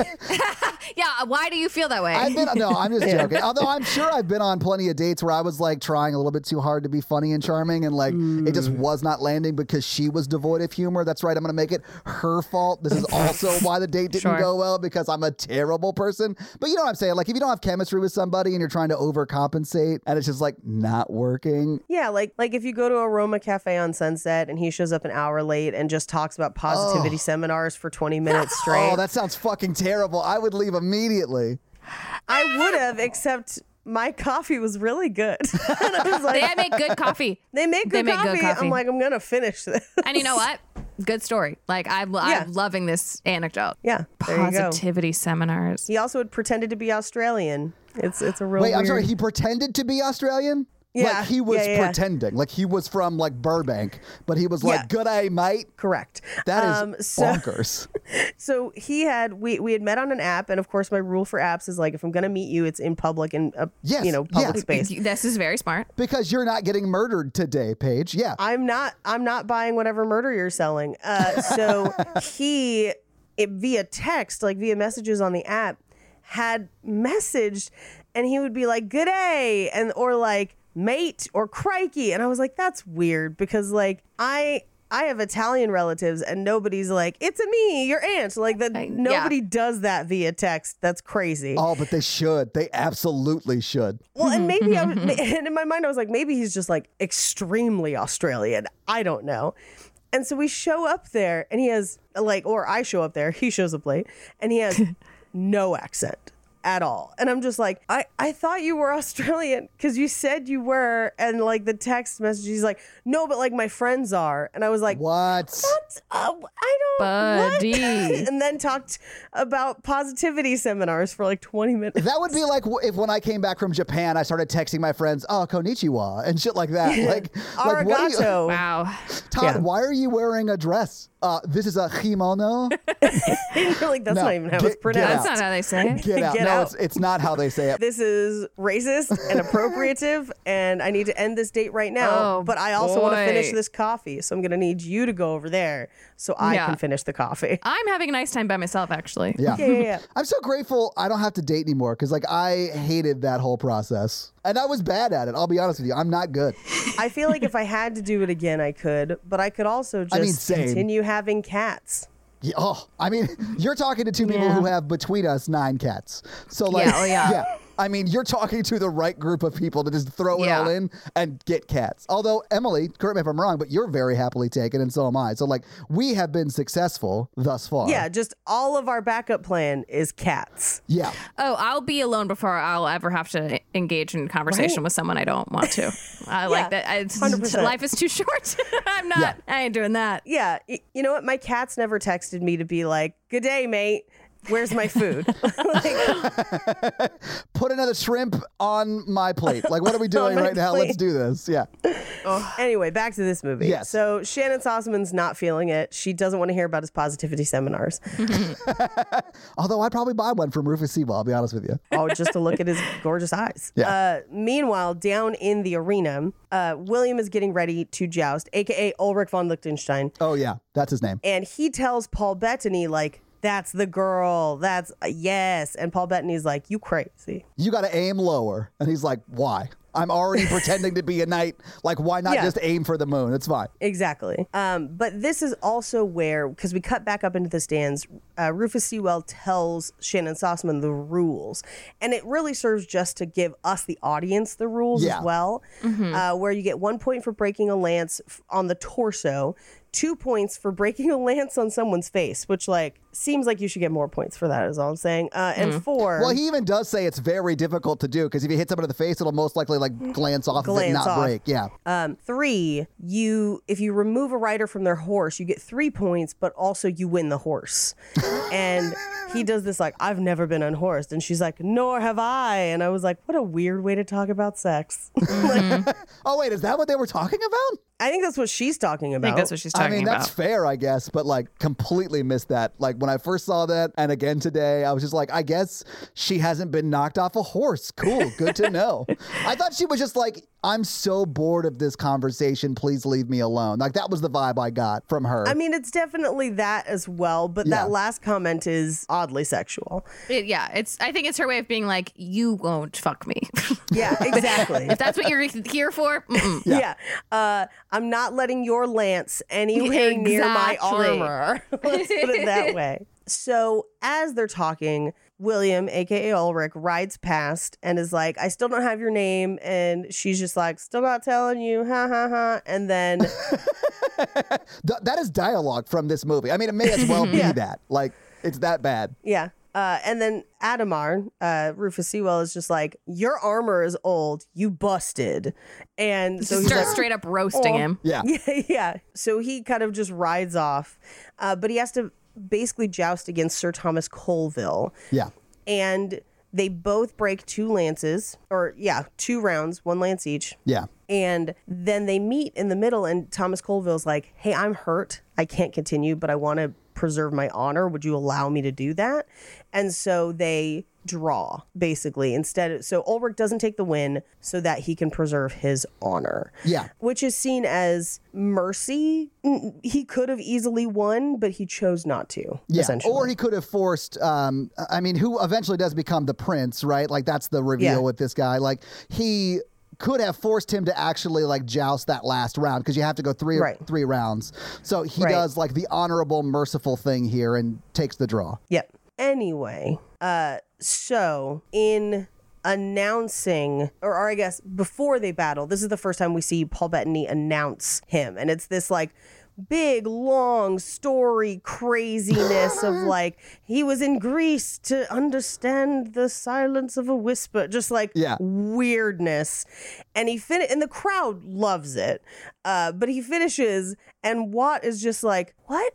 [SPEAKER 6] Yeah. Why do you feel that way?
[SPEAKER 5] I've been no, I'm just joking. Although I'm sure I've been on plenty of dates where I was like trying a little bit too hard to be funny and charming, and like it just was not landing because she was devoid of humor. That's right. I'm going to make it her fault. This is also why the date didn't
[SPEAKER 6] Sure.
[SPEAKER 5] go well because I'm a terrible person. But you know what I'm saying? Like if you don't have chemistry with somebody and you're trying to overcompensate, and it's just like not working.
[SPEAKER 4] Yeah, like like if you go to Aroma Cafe on Sunset and he shows up an hour late and just talks about positivity
[SPEAKER 5] Oh.
[SPEAKER 4] seminars for
[SPEAKER 5] [LAUGHS]
[SPEAKER 4] 20 minutes straight.
[SPEAKER 5] Oh, that sounds fucking terrible. I would leave immediately.
[SPEAKER 4] I would have, except my coffee was really good. [LAUGHS] And I was like,
[SPEAKER 6] they make good coffee.
[SPEAKER 4] They make good,
[SPEAKER 6] They make good
[SPEAKER 4] coffee.
[SPEAKER 6] coffee.
[SPEAKER 4] I'm like, I'm gonna finish
[SPEAKER 5] [LAUGHS]
[SPEAKER 4] this.
[SPEAKER 6] And you know what? Good story. Like I'm,
[SPEAKER 4] Yeah.
[SPEAKER 6] I'm loving this anecdote.
[SPEAKER 4] Yeah. there you go.
[SPEAKER 6] Positivity seminars.
[SPEAKER 4] He also had pretended to be Australian. It's it's a real.
[SPEAKER 5] Wait, I'm sorry.
[SPEAKER 4] weird-
[SPEAKER 5] He pretended to be Australian.
[SPEAKER 4] Yeah,
[SPEAKER 5] like he was
[SPEAKER 4] yeah, yeah.
[SPEAKER 5] pretending. Like he was from like Burbank, but he was like,
[SPEAKER 4] Yeah.
[SPEAKER 5] "Good day, mate."
[SPEAKER 4] Correct.
[SPEAKER 5] That is
[SPEAKER 4] Um, so- [LAUGHS]
[SPEAKER 5] bonkers.
[SPEAKER 4] so he had we we had met on an app, and of course, my rule for apps is like, if I'm gonna meet you, it's in public and uh,
[SPEAKER 5] Yes,
[SPEAKER 4] you know public
[SPEAKER 5] yeah.
[SPEAKER 4] space.
[SPEAKER 6] This is very smart.
[SPEAKER 5] because you're not getting murdered today, Paige. Yeah.
[SPEAKER 4] I'm not. I'm not buying whatever murder you're selling. Uh, so he, it, via text, like via messages on the app, had messaged, and he would be like, "Good day," and or like, "Mate," or "Crikey," and I was like, "That's weird," because like I. I have Italian relatives, and nobody's like, "It's a me, your aunt." Like that, nobody does that via text. That's crazy.
[SPEAKER 5] Oh, but they should. They absolutely should.
[SPEAKER 4] Well, and maybe
[SPEAKER 5] [LAUGHS]
[SPEAKER 4] I was, and in my mind I was like, maybe he's just like extremely Australian. I don't know. And so we show up there, and he has like, or I show up there, [LAUGHS] he shows up late, and he
[SPEAKER 5] [LAUGHS]
[SPEAKER 4] has no accent at all. And I'm just like, I I thought you were [LAUGHS] Australian because you said you were, and like the text message, he's like, no, but like my friends are, and I was like,
[SPEAKER 5] What?
[SPEAKER 4] what? Uh, I don't. what?" [LAUGHS]
[SPEAKER 6] Buddy.
[SPEAKER 4] and then talked about positivity seminars for like 20 minutes.
[SPEAKER 5] That would be like w- if when I came back from Japan, I started texting my friends, "Oh, konnichiwa" and shit
[SPEAKER 4] [LAUGHS]
[SPEAKER 5] like that. Like, like what are you-
[SPEAKER 4] Arigato.
[SPEAKER 6] Wow.
[SPEAKER 5] [LAUGHS] Todd,
[SPEAKER 4] Yeah.
[SPEAKER 5] why are you wearing a dress? Uh, this is a
[SPEAKER 4] [LAUGHS]
[SPEAKER 5] kimono.
[SPEAKER 4] You're like, that's
[SPEAKER 5] No,
[SPEAKER 4] not even how
[SPEAKER 5] get-
[SPEAKER 4] it's
[SPEAKER 5] get
[SPEAKER 6] That's
[SPEAKER 4] pronounced.
[SPEAKER 6] not how they say it.
[SPEAKER 4] [LAUGHS]
[SPEAKER 5] Get out.
[SPEAKER 4] Get
[SPEAKER 5] no,
[SPEAKER 4] out.
[SPEAKER 5] It's, it's not how they say it.
[SPEAKER 4] This is racist
[SPEAKER 5] [LAUGHS]
[SPEAKER 4] and appropriative, and I need to end this date right now.
[SPEAKER 6] Oh,
[SPEAKER 4] but I also want to
[SPEAKER 6] boy.
[SPEAKER 4] finish this coffee, so I'm going to need you to go over there so I
[SPEAKER 6] Yeah.
[SPEAKER 4] can finish the
[SPEAKER 6] [LAUGHS]
[SPEAKER 4] coffee.
[SPEAKER 6] I'm having a nice time by myself, actually.
[SPEAKER 5] Yeah.
[SPEAKER 4] Yeah, yeah, yeah.
[SPEAKER 5] [LAUGHS] I'm so grateful I don't have to date anymore because, like, I hated that whole process. And I was bad at it. I'll be honest with you. I'm not good.
[SPEAKER 4] I feel like if I had to do it again, I could, but I could also just
[SPEAKER 5] I mean, same.
[SPEAKER 4] continue having cats.
[SPEAKER 5] Yeah, oh, I mean, [LAUGHS] you're talking to two people who have between us nine cats. So, like,
[SPEAKER 6] Yeah, oh, yeah.
[SPEAKER 5] I mean, you're talking to the right group of people to just throw it
[SPEAKER 6] Yeah.
[SPEAKER 5] all in and get cats. Although, Emily, correct me if I'm wrong, but you're very happily taken, and so am I. So, like, we have been successful thus far.
[SPEAKER 4] Yeah, just all of our backup plan is cats.
[SPEAKER 5] Yeah.
[SPEAKER 6] Oh, I'll be alone before I'll ever have to engage in conversation with someone I don't
[SPEAKER 4] [LAUGHS]
[SPEAKER 6] want to. I like that. I,
[SPEAKER 4] 100%.
[SPEAKER 6] Life is too short. [LAUGHS] I'm not.
[SPEAKER 5] Yeah.
[SPEAKER 6] I ain't doing that.
[SPEAKER 4] Yeah, y- you know what? My cats never texted me to be like, good day, mate. Where's my food? [LAUGHS]
[SPEAKER 5] Put another shrimp on my plate. Like, what are we doing
[SPEAKER 4] my
[SPEAKER 5] right now? Let's
[SPEAKER 4] plate.
[SPEAKER 5] do this. Yeah.
[SPEAKER 4] [SIGHS] Anyway, back to this movie.
[SPEAKER 5] Yes.
[SPEAKER 4] So Shannon Sossaman's not feeling it. She doesn't want to hear about his positivity seminars.
[SPEAKER 5] Although I'd probably buy one from Rufus Sewell, I'll be honest with you.
[SPEAKER 4] Oh, just to look at
[SPEAKER 5] [LAUGHS]
[SPEAKER 4] his gorgeous eyes.
[SPEAKER 5] Yeah.
[SPEAKER 4] Uh, meanwhile, down in the arena, uh, William is getting ready to joust, aka Ulrich von Lichtenstein,
[SPEAKER 5] Oh, yeah. That's his name.
[SPEAKER 4] and he tells Paul Bettany like, "That's the girl. That's uh, yes." And Paul Bettany's like, "You crazy."
[SPEAKER 5] You got to aim lower. And he's like, why?
[SPEAKER 4] [LAUGHS]
[SPEAKER 5] I'm already pretending to be a knight. Like, why not
[SPEAKER 4] Yeah.
[SPEAKER 5] just aim for the moon? It's fine.
[SPEAKER 4] Exactly. Um, but this is also where, because we cut back up into the stands, uh, Rufus Sewell tells Shannon Sossman the rules. And it really serves just to give us, the audience, the rules
[SPEAKER 5] Yeah.
[SPEAKER 4] as well, uh, where you get one point for breaking a lance f- on the torso, two points for breaking a lance on someone's face, which, like, seems like you should get more points for that, is all I'm saying. Uh, and four.
[SPEAKER 5] Mm-hmm. Well, he even does say it's very difficult to do because if you hit someone in the face, it'll most likely like glance off of it,
[SPEAKER 4] Glance
[SPEAKER 5] not
[SPEAKER 4] off.
[SPEAKER 5] break. Yeah.
[SPEAKER 4] Um, three, you if you remove a rider from their horse, you get three points, but also you win the [LAUGHS] horse. and he does this like, I've never been unhorsed, and she's like, Nor have I. And I was like, What a weird way to talk about sex. [LAUGHS]
[SPEAKER 5] Oh, wait, is that what they were talking about?
[SPEAKER 4] I think that's what she's talking
[SPEAKER 8] I
[SPEAKER 4] about.
[SPEAKER 8] think that's what she's
[SPEAKER 5] I
[SPEAKER 8] talking
[SPEAKER 5] mean, that's
[SPEAKER 8] about.
[SPEAKER 5] fair, I guess, but like completely missed that. Like when I first saw that and again today, I was just like, I guess she hasn't been knocked off a horse. Cool. Good to
[SPEAKER 8] [LAUGHS]
[SPEAKER 5] know. I thought she was just like, I'm so bored of this conversation. Please leave me alone. Like that was the vibe I got from her.
[SPEAKER 4] I mean, it's definitely that as well, but
[SPEAKER 5] Yeah.
[SPEAKER 4] that last comment is oddly sexual.
[SPEAKER 6] It- yeah, it's. I think it's her way of being like, you won't fuck me. [LAUGHS]
[SPEAKER 4] Yeah, [LAUGHS] exactly.
[SPEAKER 6] if that's what you're [LAUGHS] here for. mm-mm.
[SPEAKER 4] Yeah. Uh, I'm not letting your lance anywhere
[SPEAKER 6] [LAUGHS]
[SPEAKER 4] near my
[SPEAKER 6] Exactly.
[SPEAKER 4] armor. [LAUGHS] Let's put it
[SPEAKER 6] [LAUGHS]
[SPEAKER 4] that way. So, as they're talking, William, aka Ulrich, rides past and is like, I still don't have your name. And she's just like, Still not telling you. Ha ha ha. And
[SPEAKER 6] [LAUGHS]
[SPEAKER 4] then,
[SPEAKER 5] Th- that is dialogue from this movie. I mean, it may
[SPEAKER 4] [LAUGHS]
[SPEAKER 5] as well be that. Like it's that bad.
[SPEAKER 4] yeah. Uh, and then Adamar, uh, Rufus Sewell, is just like, Your armor is old. You busted. And so
[SPEAKER 6] Just
[SPEAKER 4] he's
[SPEAKER 6] start
[SPEAKER 4] like,
[SPEAKER 6] straight up roasting
[SPEAKER 4] "Oh."
[SPEAKER 6] him.
[SPEAKER 5] Yeah.
[SPEAKER 4] Yeah, [LAUGHS] yeah. So he kind of just rides off, uh, but he has to basically joust against Sir Thomas Colville,
[SPEAKER 5] Yeah.
[SPEAKER 4] and they both break two lances, or yeah, two rounds, one lance each,
[SPEAKER 5] Yeah.
[SPEAKER 4] and then they meet in the middle, and Thomas Colville's like, "Hey, I'm hurt. I can't continue, but I want to." preserve my honor would you allow me to do that and so they draw basically instead of, so ulrich doesn't take the win so that he can preserve his honor
[SPEAKER 5] Yeah.
[SPEAKER 4] which is seen as mercy. N- He could have easily won, but he chose not to.
[SPEAKER 5] Yeah,
[SPEAKER 4] essentially.
[SPEAKER 5] or he could have forced. Um, I mean, who eventually does become the prince, right? Like that's the reveal
[SPEAKER 4] Yeah.
[SPEAKER 5] with this guy. Like he could have forced him to actually like joust that last round because you have to go three
[SPEAKER 4] Right.
[SPEAKER 5] three rounds. So he
[SPEAKER 4] Right.
[SPEAKER 5] does like the honorable, merciful thing here and takes the draw.
[SPEAKER 4] Yep. Anyway, uh, so in announcing, or, or I guess before they battle, this is the first time we see Paul Bettany announce him, and it's this like big long story craziness of like he was in Greece to understand the silence of a whisper, just like
[SPEAKER 5] Yeah.
[SPEAKER 4] weirdness, and he fin and the crowd loves it, uh, but he finishes, and Watt is just like what.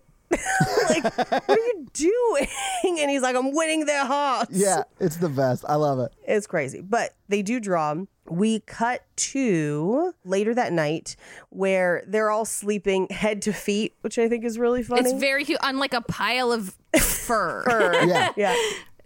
[SPEAKER 4] like, what are you doing? And he's like, I'm winning their hearts.
[SPEAKER 5] Yeah, it's the best. I love it.
[SPEAKER 4] It's crazy. But they do draw. We cut to later that night where they're all sleeping head to feet, which I think is really funny.
[SPEAKER 6] It's very cute, on like a pile of fur.
[SPEAKER 4] [LAUGHS]
[SPEAKER 5] Yeah.
[SPEAKER 4] yeah.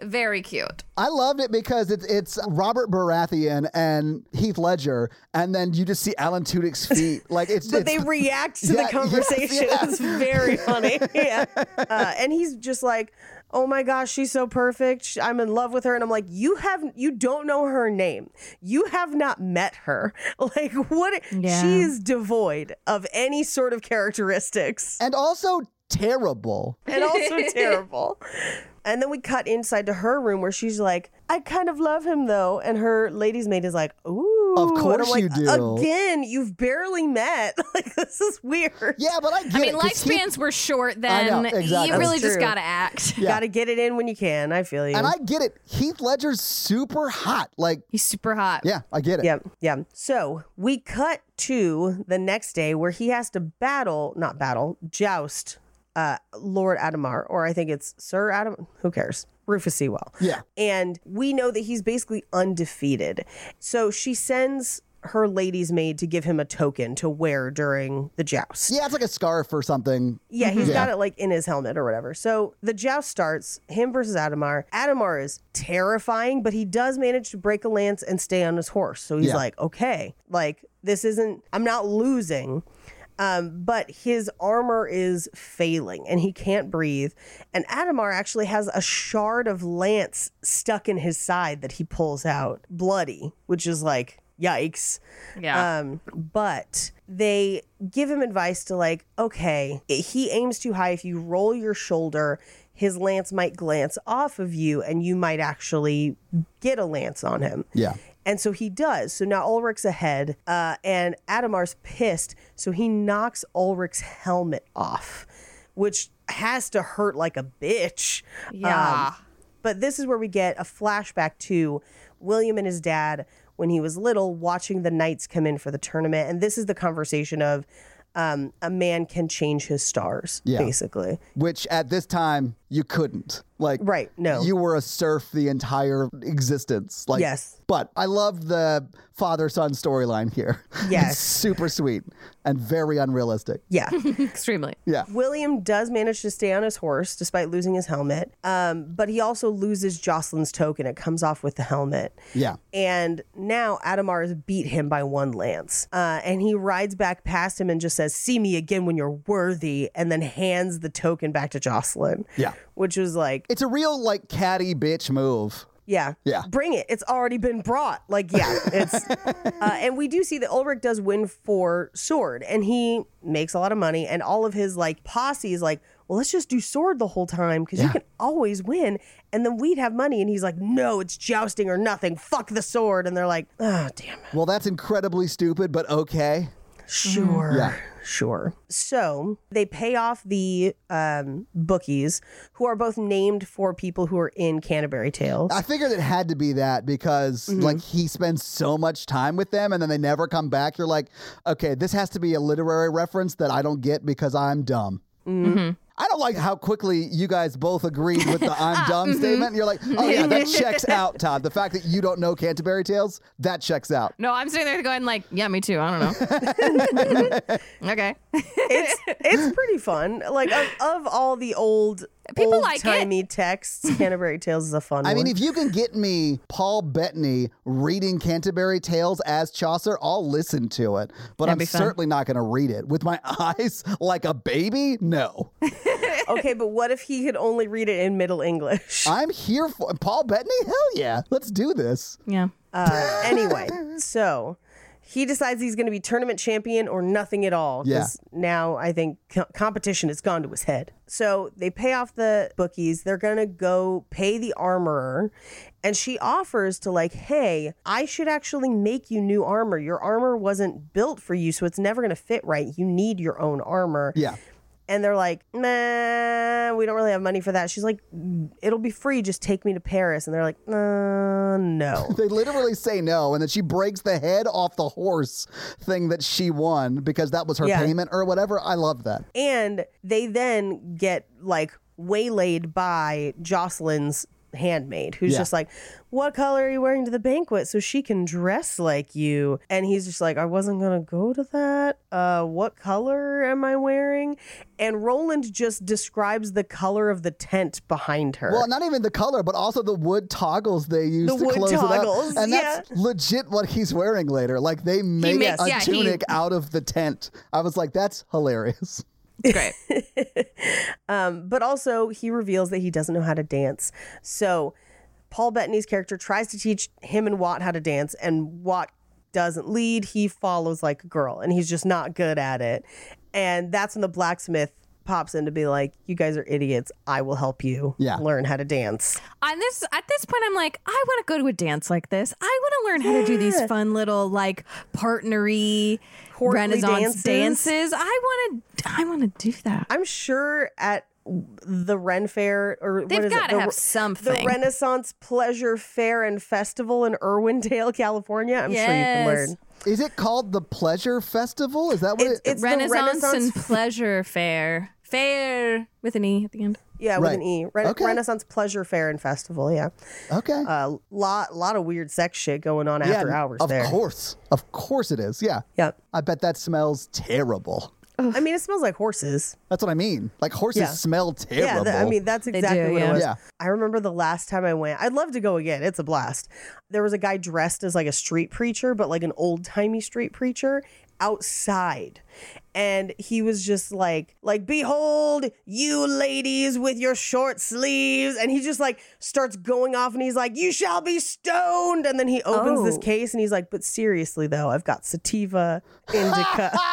[SPEAKER 6] Very cute.
[SPEAKER 5] I loved it because it's it's Robert Baratheon and Heath Ledger, and then you just see Alan Tudyk's feet. Like it's
[SPEAKER 4] [LAUGHS] But
[SPEAKER 5] it's [LAUGHS]
[SPEAKER 4] they react to
[SPEAKER 5] Yeah,
[SPEAKER 4] the
[SPEAKER 5] yes,
[SPEAKER 4] conversation.
[SPEAKER 5] yeah.
[SPEAKER 4] It's very
[SPEAKER 5] [LAUGHS]
[SPEAKER 4] funny. yeah. Uh, and he's just like, Oh my gosh, she's so perfect. Sh- I'm in love with her. And I'm like, you have you don't know her name. You have not met her. [LAUGHS] Like what
[SPEAKER 6] Yeah.
[SPEAKER 4] she is devoid of any sort of
[SPEAKER 5] [LAUGHS]
[SPEAKER 4] characteristics.
[SPEAKER 5] and also terrible.
[SPEAKER 4] and also terrible. And then we cut inside to her room where she's like, I kind of love him though. And her lady's maid is like, Ooh.
[SPEAKER 5] Of
[SPEAKER 4] And I'm
[SPEAKER 5] course
[SPEAKER 4] like,
[SPEAKER 5] you do.
[SPEAKER 4] Again, you've barely met. [LAUGHS] Like, this is weird.
[SPEAKER 5] Yeah, but I get
[SPEAKER 6] I mean,
[SPEAKER 5] it 'cause he-
[SPEAKER 6] lifespans were short
[SPEAKER 5] I know,
[SPEAKER 6] then.
[SPEAKER 5] exactly.
[SPEAKER 6] You really
[SPEAKER 4] That's
[SPEAKER 6] just
[SPEAKER 4] true.
[SPEAKER 6] gotta act.
[SPEAKER 5] Yeah.
[SPEAKER 4] Gotta get it in when you can. I feel you.
[SPEAKER 5] And I get it. Heath Ledger's super hot. Like,
[SPEAKER 6] [LAUGHS] He's super hot.
[SPEAKER 5] yeah, I get it.
[SPEAKER 4] yeah, yeah. So we cut to the next day where he has to battle, not battle, joust uh, Lord Adamar, or I think it's Sir Adam. Who cares? Rufus Sewell.
[SPEAKER 5] Yeah.
[SPEAKER 4] And we know that he's basically undefeated. So she sends her lady's maid to give him a token to wear during the joust.
[SPEAKER 5] Yeah, it's like a scarf or something.
[SPEAKER 4] Yeah, he's got it like in his helmet or whatever. So the joust starts, him versus Adamar. Adamar is terrifying, but he does manage to break a lance and stay on his horse. So he's
[SPEAKER 8] Yeah.
[SPEAKER 4] like, okay, like this isn't, I'm not losing. Um, but his armor is failing and he can't breathe. And Adamar actually has a shard of lance stuck in his side that he pulls out, bloody, which is like, yikes.
[SPEAKER 9] Yeah.
[SPEAKER 4] Um, but they give him advice to like, okay, he aims too high. If you roll your shoulder, his lance might glance off of you, and you might actually get a lance on him.
[SPEAKER 5] Yeah.
[SPEAKER 4] And so he does. So now Ulrich's ahead, uh, and Adamar's pissed. So he knocks Ulrich's helmet off, which has to hurt like a bitch. Um,
[SPEAKER 9] Yeah.
[SPEAKER 4] but this is where we get a flashback to William and his dad when he was little, watching the knights come in for the tournament. And this is the conversation of um, a man can change his stars,
[SPEAKER 5] Yeah.
[SPEAKER 4] basically.
[SPEAKER 5] Which at this time you couldn't. Like
[SPEAKER 4] Right, no.
[SPEAKER 5] You were a serf the entire existence. Like
[SPEAKER 4] Yes.
[SPEAKER 5] But I love the father son storyline here. [LAUGHS] It's
[SPEAKER 4] Yes.
[SPEAKER 5] super sweet and very unrealistic.
[SPEAKER 4] Yeah.
[SPEAKER 6] [LAUGHS] Extremely.
[SPEAKER 5] Yeah.
[SPEAKER 4] William does manage to stay on his horse despite losing his helmet, um, but he also loses Jocelyn's token. It comes off with the helmet.
[SPEAKER 5] Yeah.
[SPEAKER 4] And now Adamar has beat him by one lance. Uh, and he rides back past him and just says, See me again when you're worthy, and then hands the token back to Jocelyn.
[SPEAKER 5] Yeah.
[SPEAKER 4] Which was like,
[SPEAKER 5] It's a real like catty bitch move.
[SPEAKER 4] yeah.
[SPEAKER 5] Yeah.
[SPEAKER 4] Bring it. It's already been brought. Like, yeah,
[SPEAKER 5] [LAUGHS]
[SPEAKER 4] it's. uh, and we do see that Ulrich does win for sword, and he makes a lot of money, and all of his like posse is like, well, let's just do sword the whole time because you can always win, and then we'd have money. And he's like, no, it's jousting or nothing. Fuck the sword. And they're like, oh, damn it.
[SPEAKER 5] Well, that's incredibly stupid, but okay.
[SPEAKER 4] Sure.
[SPEAKER 5] Mm-hmm. Yeah.
[SPEAKER 4] Sure. So they pay off the um, bookies, who are both named for people who are in Canterbury Tales.
[SPEAKER 5] I figured it had to be that because like he spends so much time with them and then they never come back. You're like, okay, this has to be a literary reference that I don't get because I'm dumb.
[SPEAKER 4] Mm-hmm.
[SPEAKER 5] I don't like how quickly you guys both agreed with
[SPEAKER 4] [LAUGHS]
[SPEAKER 5] the
[SPEAKER 4] Ah.
[SPEAKER 5] I'm dumb
[SPEAKER 4] Mm-hmm.
[SPEAKER 5] statement. You're like, oh yeah, that checks out, Todd. The fact that you don't know Canterbury Tales, that checks out.
[SPEAKER 6] No, I'm sitting there going like, yeah, me too. I don't know. okay. [LAUGHS]
[SPEAKER 4] it's it's pretty fun. Like of, of all the old
[SPEAKER 6] People
[SPEAKER 4] old
[SPEAKER 6] like it.
[SPEAKER 4] timey texts, Canterbury Tales is a fun
[SPEAKER 5] I
[SPEAKER 4] one.
[SPEAKER 5] mean, if you can get me Paul Bettany reading Canterbury Tales as Chaucer, I'll listen to it. But
[SPEAKER 4] That'd
[SPEAKER 5] I'm
[SPEAKER 4] be fun.
[SPEAKER 5] certainly not going to read it with my [LAUGHS] eyes like a baby. No.
[SPEAKER 6] [LAUGHS]
[SPEAKER 4] okay, but what if he could only read it in Middle English?
[SPEAKER 5] [LAUGHS] I'm here for Paul Bettany. Hell yeah, let's do this.
[SPEAKER 6] Yeah.
[SPEAKER 4] Uh, anyway, so he decides he's going to be tournament champion or nothing at all. 'cause Now I think co- competition has gone to his head. So they pay off the bookies. They're going to go pay the armorer. And she offers to, like, hey, I should actually make you new armor. Your armor wasn't built for you, so it's never going to fit right. You need your own armor.
[SPEAKER 5] Yeah.
[SPEAKER 4] And they're like, nah, we don't really have money for that. She's like, "Mm, it'll be free. Just take me to Paris. And they're like, uh, no.
[SPEAKER 5] They literally say no, and then she breaks the head off the horse thing that she won because that was her
[SPEAKER 4] Yeah.
[SPEAKER 5] payment or whatever. I love that.
[SPEAKER 4] And they then get like waylaid by Jocelyn's handmaid, who's
[SPEAKER 5] Yeah.
[SPEAKER 4] just like, What color are you wearing to the banquet so she can dress like you? And he's just like, I wasn't going to go to that. Uh, what color am I wearing? And Roland just describes the color of the tent behind her.
[SPEAKER 5] Well, not even the color, but also the wood toggles they use
[SPEAKER 4] The
[SPEAKER 5] to
[SPEAKER 4] wood
[SPEAKER 5] close
[SPEAKER 4] toggles,
[SPEAKER 5] it up. And that's legit what he's wearing later. Like they make
[SPEAKER 4] makes-
[SPEAKER 5] a
[SPEAKER 4] yeah, he-
[SPEAKER 5] tunic out of the tent. I was like, that's hilarious.
[SPEAKER 6] Great.
[SPEAKER 4] Um, but also, he reveals that he doesn't know how to dance. So, Paul Bettany's character tries to teach him and Watt how to dance, and Watt doesn't lead. He follows like a girl, and he's just not good at it. And that's when the blacksmith pops in to be like, You guys are idiots. I will help you
[SPEAKER 6] Yeah.
[SPEAKER 4] learn how to dance.
[SPEAKER 6] On this, at this point, I'm like, I want to go to a dance like this. I want to learn how to do these
[SPEAKER 4] Yeah.
[SPEAKER 6] fun little like partnery
[SPEAKER 4] courtly dances.
[SPEAKER 6] Renaissance dances. I want to. I want to do that.
[SPEAKER 4] I'm sure at the Ren Fair or
[SPEAKER 6] They've
[SPEAKER 4] what is it?
[SPEAKER 6] gotta
[SPEAKER 4] The-
[SPEAKER 6] have
[SPEAKER 4] The
[SPEAKER 6] something.
[SPEAKER 4] Renaissance Pleasure Fair and Festival in Irwindale, California. I'm sure you can learn.
[SPEAKER 5] Is it called the Pleasure Festival? Is that what it,
[SPEAKER 6] [LAUGHS] Renaissance, and pleasure fair. Fair with an e at the end.
[SPEAKER 4] Yeah, with
[SPEAKER 10] Right.
[SPEAKER 4] an E. Ren-
[SPEAKER 10] Okay.
[SPEAKER 4] Renaissance Pleasure Fair and Festival. Yeah.
[SPEAKER 5] Okay.
[SPEAKER 4] A lot, lot of weird sex shit going on uh, after hours.
[SPEAKER 5] Of
[SPEAKER 4] there.
[SPEAKER 5] course. Of course it is. Yeah.
[SPEAKER 4] Yep.
[SPEAKER 5] I bet that smells terrible.
[SPEAKER 4] I mean, it smells like horses.
[SPEAKER 5] That's what I mean. Like horses
[SPEAKER 4] Yeah.
[SPEAKER 5] smell
[SPEAKER 4] Yeah,
[SPEAKER 5] terrible.
[SPEAKER 4] th- I mean that's exactly what it was.
[SPEAKER 5] Yeah.
[SPEAKER 4] I remember the last time I went. I'd love to go again. It's a blast. There was a guy dressed as like a street preacher, but like an old timey street preacher outside. And he was just like, like, behold, you ladies with your short sleeves. And he just like starts going off and he's like, you shall be stoned. And then he opens this
[SPEAKER 10] Oh.
[SPEAKER 4] case and he's like, but seriously though, I've got sativa, [LAUGHS] indica.
[SPEAKER 5] [LAUGHS]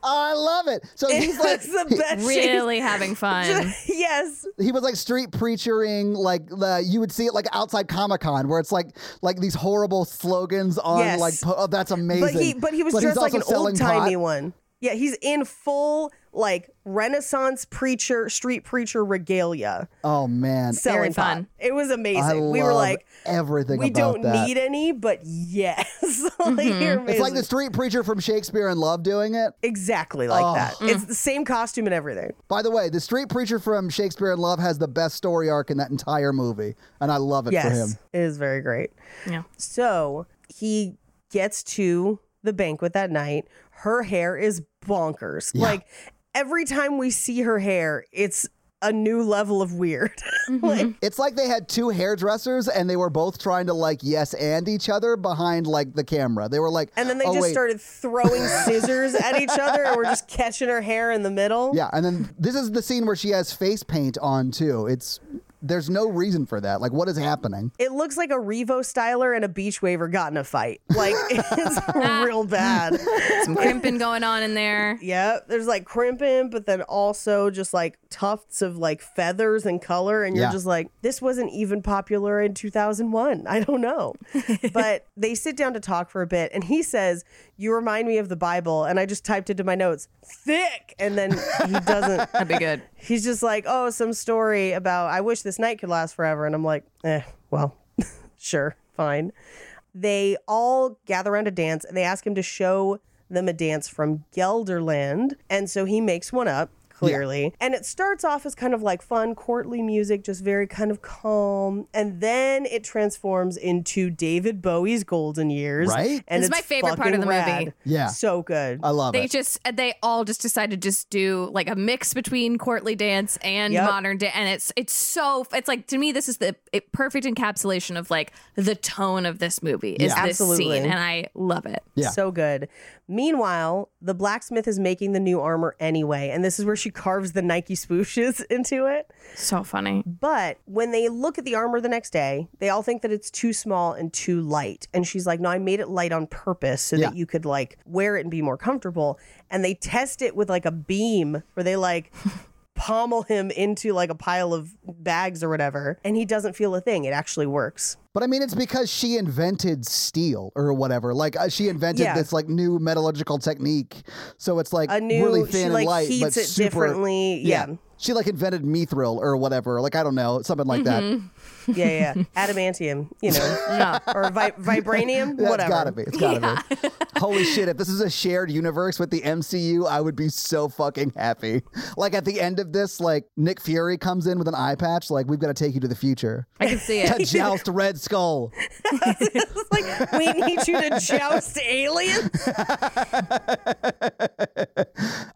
[SPEAKER 5] I love it. So
[SPEAKER 4] It
[SPEAKER 5] he's like
[SPEAKER 4] was the best shit.
[SPEAKER 6] Really [LAUGHS] having fun.
[SPEAKER 4] [LAUGHS] yes.
[SPEAKER 5] He was like street preachering, like uh, you would see it like outside Comic Con, where it's like like these horrible slogans on
[SPEAKER 4] Yes.
[SPEAKER 5] like po- oh, that's amazing.
[SPEAKER 4] But he but he was
[SPEAKER 5] he's
[SPEAKER 4] dressed like
[SPEAKER 5] also
[SPEAKER 4] an
[SPEAKER 5] selling
[SPEAKER 4] old timey
[SPEAKER 5] pot.
[SPEAKER 4] one. Yeah, he's in full like Renaissance preacher, street preacher regalia.
[SPEAKER 5] Oh man,
[SPEAKER 4] Selling pot. It was amazing.
[SPEAKER 5] I
[SPEAKER 4] we were
[SPEAKER 5] love
[SPEAKER 4] like,
[SPEAKER 5] everything.
[SPEAKER 4] we don't
[SPEAKER 5] about that.
[SPEAKER 4] need any, but yes, [LAUGHS] Like, you're
[SPEAKER 5] It's like
[SPEAKER 4] amazing.
[SPEAKER 5] the street preacher from Shakespeare in Love doing it.
[SPEAKER 4] exactly like
[SPEAKER 5] Oh.
[SPEAKER 4] that. It's the same costume and everything.
[SPEAKER 5] By the way, the street preacher from Shakespeare in Love has the best story arc in that entire movie, and I love it
[SPEAKER 4] yes,
[SPEAKER 5] for him.
[SPEAKER 4] it is very great.
[SPEAKER 6] Yeah.
[SPEAKER 4] So he gets to the banquet that night. Her hair is bonkers. Like every time we see her hair, it's a new level of weird. [LAUGHS] like,
[SPEAKER 5] It's like they had two hairdressers and they were both trying to like yes and each other behind like the camera. They were like,
[SPEAKER 4] and then they
[SPEAKER 5] "Oh,
[SPEAKER 4] just
[SPEAKER 5] wait."
[SPEAKER 4] started throwing scissors at
[SPEAKER 5] [LAUGHS]
[SPEAKER 4] each other, and we're just catching her hair in the middle.
[SPEAKER 5] Yeah, and then this is the scene where she has face paint on too. It's there's no reason for that. Like, what is happening?
[SPEAKER 4] It looks like a Revo styler and a beach waver got in a fight. Like [LAUGHS] it's real bad.
[SPEAKER 6] Some crimping going on in there.
[SPEAKER 4] Yep. There's like crimping, but then also just like tufts of like feathers and color. And you're
[SPEAKER 6] Yeah.
[SPEAKER 4] just like, this wasn't even popular in 2001. I don't know. but they sit down to talk for a bit. And he says, You remind me of the Bible. And I just typed into my notes, thick. And then he doesn't.
[SPEAKER 6] [LAUGHS] That'd be good.
[SPEAKER 4] He's just like, Oh, some story about, I wish this night could last forever. And I'm like, Eh, well, [LAUGHS] sure, fine. They all gather around to dance and they ask him to show them a dance from Gelderland. And so he makes one up, clearly. And it starts off as kind of like fun, courtly music, just very kind of calm. And then it transforms into David Bowie's golden years.
[SPEAKER 5] Right?
[SPEAKER 4] And
[SPEAKER 6] This is
[SPEAKER 4] it's
[SPEAKER 6] my favorite part
[SPEAKER 4] fucking
[SPEAKER 6] of the movie.
[SPEAKER 4] rad.
[SPEAKER 5] Yeah.
[SPEAKER 4] So good.
[SPEAKER 5] I love
[SPEAKER 6] they
[SPEAKER 5] it.
[SPEAKER 6] just they all just decided to just do like a mix between courtly dance and
[SPEAKER 4] Yep.
[SPEAKER 6] modern dance and it's it's so it's like to me this is the it, perfect encapsulation of like the tone of this movie is
[SPEAKER 4] Yeah.
[SPEAKER 6] this
[SPEAKER 4] Absolutely.
[SPEAKER 6] scene and i love it
[SPEAKER 4] So good. Meanwhile, the blacksmith is making the new armor anyway, and this is where she carves the Nike swooshes [LAUGHS] into it.
[SPEAKER 6] so funny
[SPEAKER 4] But when they look at the armor the next day, they all think that it's too small and too light. And she's like, No, I made it light on purpose so
[SPEAKER 5] Yeah.
[SPEAKER 4] that you could like wear it and be more comfortable. And they test it with like a beam where they
[SPEAKER 5] [LAUGHS]
[SPEAKER 4] like pommel him into like a pile of bags or whatever. And he doesn't feel a thing. It actually works.
[SPEAKER 5] But I mean, it's because she invented steel or whatever. Like uh, she invented
[SPEAKER 4] Yeah.
[SPEAKER 5] this like new metallurgical technique. So it's like
[SPEAKER 4] A new-
[SPEAKER 5] really
[SPEAKER 4] she,
[SPEAKER 5] thin and
[SPEAKER 4] like,
[SPEAKER 5] light, but
[SPEAKER 4] heats it
[SPEAKER 5] super
[SPEAKER 4] differently. Yeah.
[SPEAKER 5] She like invented mithril or whatever. Like I don't know, something like
[SPEAKER 4] Mm-hmm.
[SPEAKER 5] that.
[SPEAKER 4] Yeah, yeah.
[SPEAKER 5] [LAUGHS]
[SPEAKER 4] yeah. Adamantium, you know, or vi- vibranium,
[SPEAKER 5] That's
[SPEAKER 4] whatever.
[SPEAKER 5] gotta be. It's gotta be.
[SPEAKER 4] [LAUGHS]
[SPEAKER 5] Holy shit! If this is a shared universe with the MCU, I would be so fucking happy. Like at the end of this, like Nick Fury comes in with an eye patch. Like we've got to take you to the
[SPEAKER 4] [LAUGHS]
[SPEAKER 5] future
[SPEAKER 6] i can see
[SPEAKER 5] to
[SPEAKER 6] it
[SPEAKER 5] joust Red Skull.
[SPEAKER 4] we need you to joust aliens.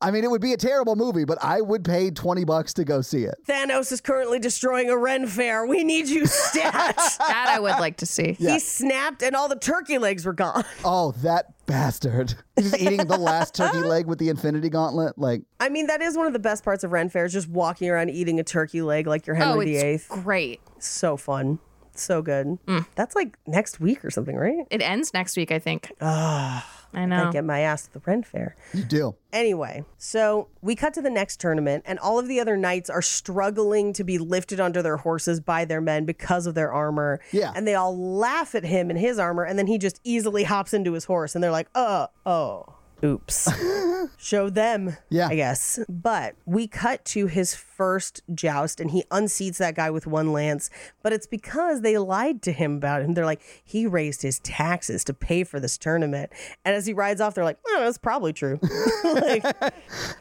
[SPEAKER 5] I mean, it would be a terrible movie, but I would pay twenty bucks to go see it.
[SPEAKER 4] Thanos is currently destroying a Ren fair. We need you stat.
[SPEAKER 6] that i would like to see
[SPEAKER 4] He snapped and all the turkey legs were gone.
[SPEAKER 5] Oh, that bastard! [LAUGHS] He's just eating the
[SPEAKER 4] [LAUGHS]
[SPEAKER 5] last turkey leg with the Infinity Gauntlet. Like,
[SPEAKER 4] I mean, that is one of the best parts of Ren Fair is just walking around eating a turkey leg like you're
[SPEAKER 6] oh
[SPEAKER 4] Henry VIII.
[SPEAKER 6] it's great
[SPEAKER 4] So fun. So good.
[SPEAKER 6] Mm.
[SPEAKER 4] That's like next week or something, right?
[SPEAKER 6] it ends next week i think
[SPEAKER 4] Ah,
[SPEAKER 6] i
[SPEAKER 4] I
[SPEAKER 6] know
[SPEAKER 4] get my ass to the Ren Fair.
[SPEAKER 5] you do.
[SPEAKER 4] Anyway, so we cut to the next tournament, and all of the other knights are struggling to be lifted onto their horses by their men because of their armor.
[SPEAKER 5] Yeah.
[SPEAKER 4] And they all laugh at
[SPEAKER 5] [LAUGHS]
[SPEAKER 4] him in his armor, and then he just easily hops into his horse, and they're like, uh, oh, oops. Show them.
[SPEAKER 5] Yeah.
[SPEAKER 4] I guess. But we cut to his first joust and he unseats that guy with one lance. But it's because they lied to him about him. They're like, he raised his taxes to pay for this tournament. And as he rides off, they're like, oh, that's probably
[SPEAKER 5] [LAUGHS]
[SPEAKER 4] true.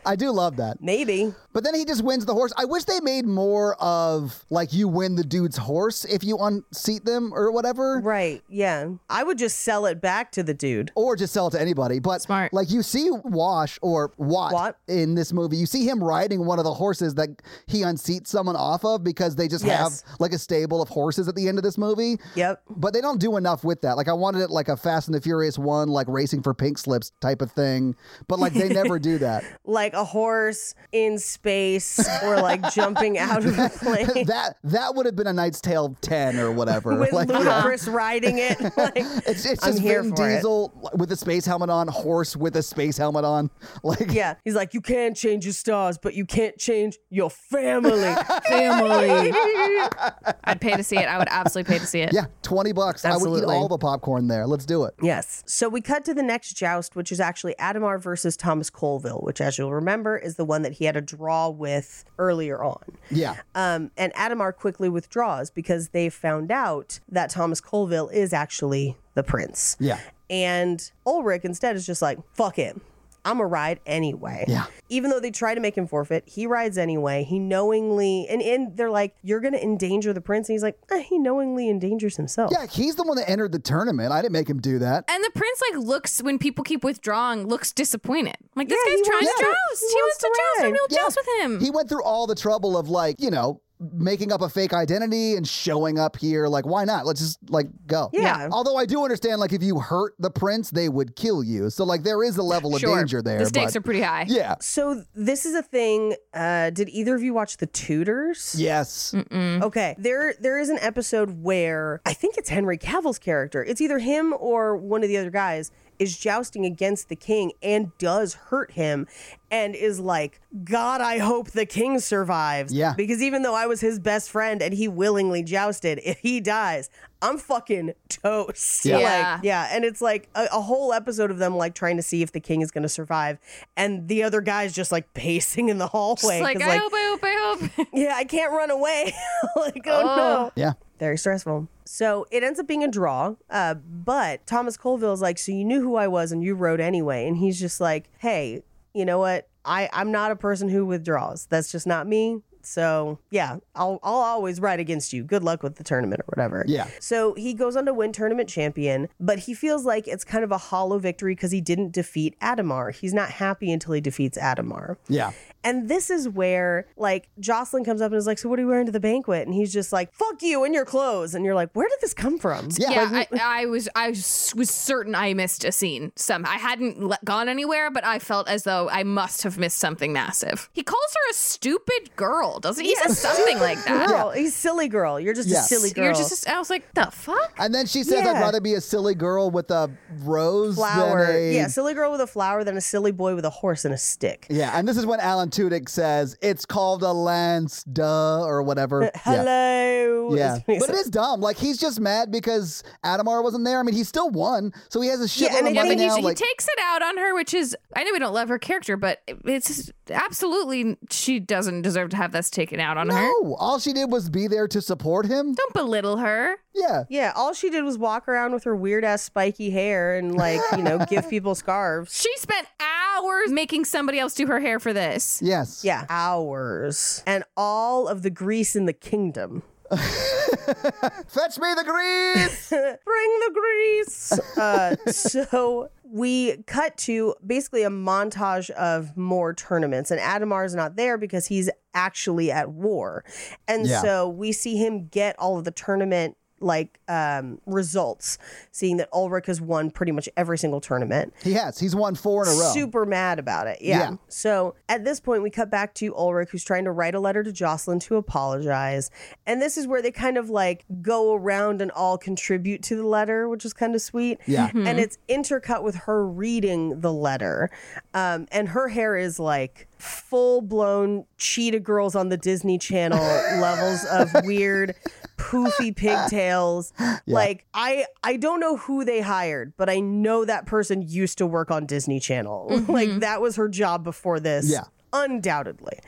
[SPEAKER 5] I do love that.
[SPEAKER 4] Maybe.
[SPEAKER 5] But then he just wins the horse. I wish they made more of like you win the dude's horse if you unseat them or whatever.
[SPEAKER 4] Right. Yeah. I would just sell it back to the dude.
[SPEAKER 5] Or just sell it to anybody. But Smart. like you see Wash or Watt,
[SPEAKER 4] Watt.
[SPEAKER 5] in this movie, you see him riding one of the horses that he unseats someone off of because they just
[SPEAKER 4] Yes.
[SPEAKER 5] have like a stable of horses at the end of this movie.
[SPEAKER 4] Yep.
[SPEAKER 5] But they don't do enough with that. Like I wanted it like a Fast and the Furious one, like racing for pink slips type of thing. But
[SPEAKER 4] [LAUGHS]
[SPEAKER 5] like they never do that.
[SPEAKER 4] Like a horse in space or like jumping out of a plane.
[SPEAKER 5] that that would have been a Knight's Tale ten or whatever.
[SPEAKER 4] With
[SPEAKER 5] [LAUGHS] Like, yeah.
[SPEAKER 4] Ludacris riding it. Like,
[SPEAKER 5] It's, it's
[SPEAKER 4] I'm
[SPEAKER 5] just
[SPEAKER 4] here
[SPEAKER 5] Vin
[SPEAKER 4] for it.
[SPEAKER 5] Diesel with a space helmet on, horse with a space helmet on. [LAUGHS] Like,
[SPEAKER 4] Yeah. He's like, you can change your stars, but you can't change your family.
[SPEAKER 6] Family. [LAUGHS] I'd pay to see it. I would absolutely pay to see it.
[SPEAKER 5] yeah, 20 bucks. I would
[SPEAKER 4] Absolutely.
[SPEAKER 5] eat all the popcorn there. Let's do it.
[SPEAKER 4] yes. So we cut to the next joust, which is actually Adamar versus Thomas Colville, which, as you'll remember, is the one that he had a draw with earlier on.
[SPEAKER 5] Yeah.
[SPEAKER 4] Um, and Adamar quickly withdraws because they found out that Thomas Colville is actually the prince.
[SPEAKER 5] Yeah.
[SPEAKER 4] And Ulrich instead is just like, fuck it. I'm a ride anyway.
[SPEAKER 5] Yeah.
[SPEAKER 4] Even though they try to make him forfeit, he rides anyway. He knowingly, and, and they're like, you're going to endanger the prince. And he's like, eh, he knowingly endangers himself.
[SPEAKER 5] Yeah, he's the one that entered the tournament. I didn't make him do that.
[SPEAKER 6] And the prince like looks when people keep withdrawing, looks disappointed. Like this
[SPEAKER 4] Yeah,
[SPEAKER 6] guy's
[SPEAKER 4] he
[SPEAKER 6] trying
[SPEAKER 4] wants
[SPEAKER 6] to
[SPEAKER 4] to-
[SPEAKER 6] joust.
[SPEAKER 4] he
[SPEAKER 6] He wants
[SPEAKER 4] wants
[SPEAKER 6] to
[SPEAKER 4] to
[SPEAKER 6] joust, and
[SPEAKER 4] ride.
[SPEAKER 6] we'll
[SPEAKER 5] Yeah.
[SPEAKER 6] joust with him.
[SPEAKER 5] He went through all the trouble of, like, you know, making up a fake identity and showing up here. Like, why not? Let's just, like, go.
[SPEAKER 4] Yeah.
[SPEAKER 5] Although I do understand, like, if you hurt the prince, they would kill you. So, like, there is a level of
[SPEAKER 6] sure.
[SPEAKER 5] danger there.
[SPEAKER 6] The stakes
[SPEAKER 5] but-
[SPEAKER 6] are pretty high.
[SPEAKER 5] Yeah.
[SPEAKER 4] So this is a thing. Uh, did either of you watch The Tudors?
[SPEAKER 5] Yes.
[SPEAKER 4] Okay. There there is an episode where I think it's Henry Cavill's character. It's either him or one of the other guys is jousting against the king and does hurt him and is like, God, I hope the king survives.
[SPEAKER 5] Yeah.
[SPEAKER 4] Because even though I was his best friend and he willingly jousted, if he dies, I'm fucking toast.
[SPEAKER 5] Yeah.
[SPEAKER 6] Yeah.
[SPEAKER 4] Like, yeah. And it's like a, a whole episode of them like trying to see if the king is gonna survive. And the other guy's just like pacing in the hallway.
[SPEAKER 6] It's like,
[SPEAKER 4] 'cause,
[SPEAKER 6] I hope, I hope, I
[SPEAKER 4] [LAUGHS]
[SPEAKER 6] hope.
[SPEAKER 4] yeah, I can't run away. [LAUGHS] like, oh, no.
[SPEAKER 5] Yeah.
[SPEAKER 4] Very stressful. So it ends up being a draw. Uh, but Thomas Colville's like, So you knew who I was and you rode anyway. And he's just like, Hey, you know what? I, I'm not a person who withdraws. That's just not me. So yeah, I'll I'll always ride against you. Good luck with the tournament or whatever.
[SPEAKER 5] Yeah.
[SPEAKER 4] So he goes on to win tournament champion, but he feels like it's kind of a hollow victory because he didn't defeat Adamar. He's not happy until he defeats Adamar.
[SPEAKER 5] Yeah.
[SPEAKER 4] And this is where like Jocelyn comes up and is like, "So what are you wearing to the banquet?" And he's just like, "Fuck you and your clothes." And you're like, "Where did this come from?"
[SPEAKER 6] Yeah, I, I was I s- was certain I missed a scene. Some I hadn't le- gone anywhere, but I felt as though I must have missed something massive. He calls her a stupid girl, doesn't he? He says something like that.
[SPEAKER 4] Girl, he's silly girl. You're just
[SPEAKER 5] Yeah.
[SPEAKER 4] a silly girl.
[SPEAKER 6] You're just I was like, the fuck?
[SPEAKER 5] And then she says,
[SPEAKER 4] Yeah.
[SPEAKER 5] I'd rather be a silly girl with a rose
[SPEAKER 4] flower.
[SPEAKER 5] than a.
[SPEAKER 4] Yeah, silly girl with a flower than a silly boy with a horse and a stick.
[SPEAKER 5] Yeah, and this is when Alan Tudyk says, it's called a lance, duh, or
[SPEAKER 4] [LAUGHS]
[SPEAKER 5] whatever. Yeah.
[SPEAKER 4] Hello.
[SPEAKER 5] Yeah.
[SPEAKER 4] is what he
[SPEAKER 5] But it
[SPEAKER 4] says.
[SPEAKER 5] is dumb. Like, he's just mad because Adamar wasn't there. I mean, he still won, so he has a shitload
[SPEAKER 4] Yeah, and I
[SPEAKER 5] of money
[SPEAKER 6] Yeah, but
[SPEAKER 4] think
[SPEAKER 5] now.
[SPEAKER 6] he's,
[SPEAKER 5] like,
[SPEAKER 6] he takes it out on her, which is I know we don't love her character, but it's just- absolutely she doesn't deserve to have this taken out on her.
[SPEAKER 5] no, all she did was be there to support him.
[SPEAKER 6] Don't belittle her.
[SPEAKER 5] Yeah.
[SPEAKER 4] Yeah, all she did was walk around with her weird ass spiky hair and like, you know,
[SPEAKER 5] [LAUGHS]
[SPEAKER 4] give people scarves.
[SPEAKER 6] She spent hours making somebody else do her hair for this.
[SPEAKER 5] Yes.
[SPEAKER 4] Yeah, hours. And all of the grease in the kingdom.
[SPEAKER 5] Fetch me the grease.
[SPEAKER 6] [LAUGHS]
[SPEAKER 4] Bring the grease. Uh, so we cut to basically a montage of more tournaments, and Adamar's not there because he's actually at war, and
[SPEAKER 5] Yeah.
[SPEAKER 4] so we see him get all of the tournament like um results seeing that ulrich has won pretty much every single tournament
[SPEAKER 5] he has. He's won four in a row.
[SPEAKER 4] super mad about it. Yeah.
[SPEAKER 5] Yeah.
[SPEAKER 4] So at this point, we cut back to Ulrich, who's trying to write a letter to Jocelyn to apologize. And this is where they kind of like go around and all contribute to the letter, which is kind of sweet.
[SPEAKER 5] Yeah.
[SPEAKER 4] And it's intercut with her reading the letter. Um, and her hair is like [LAUGHS] full blown cheetah girls on the Disney Channel levels of weird poofy pigtails. Like I I don't know who they hired, but I know that person used to work on Disney Channel. [LAUGHS] like that was her job before this.
[SPEAKER 5] Yeah.
[SPEAKER 4] Undoubtedly.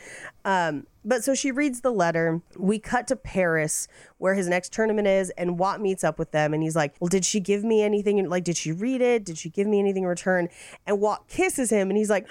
[SPEAKER 4] Um, but so she reads the letter. We cut to Paris, where his next tournament is, and Watt meets up with them. And he's like, Well, did she give me anything? And, Like, did she read it? Did she give me anything in return? And Watt kisses him, and he's like,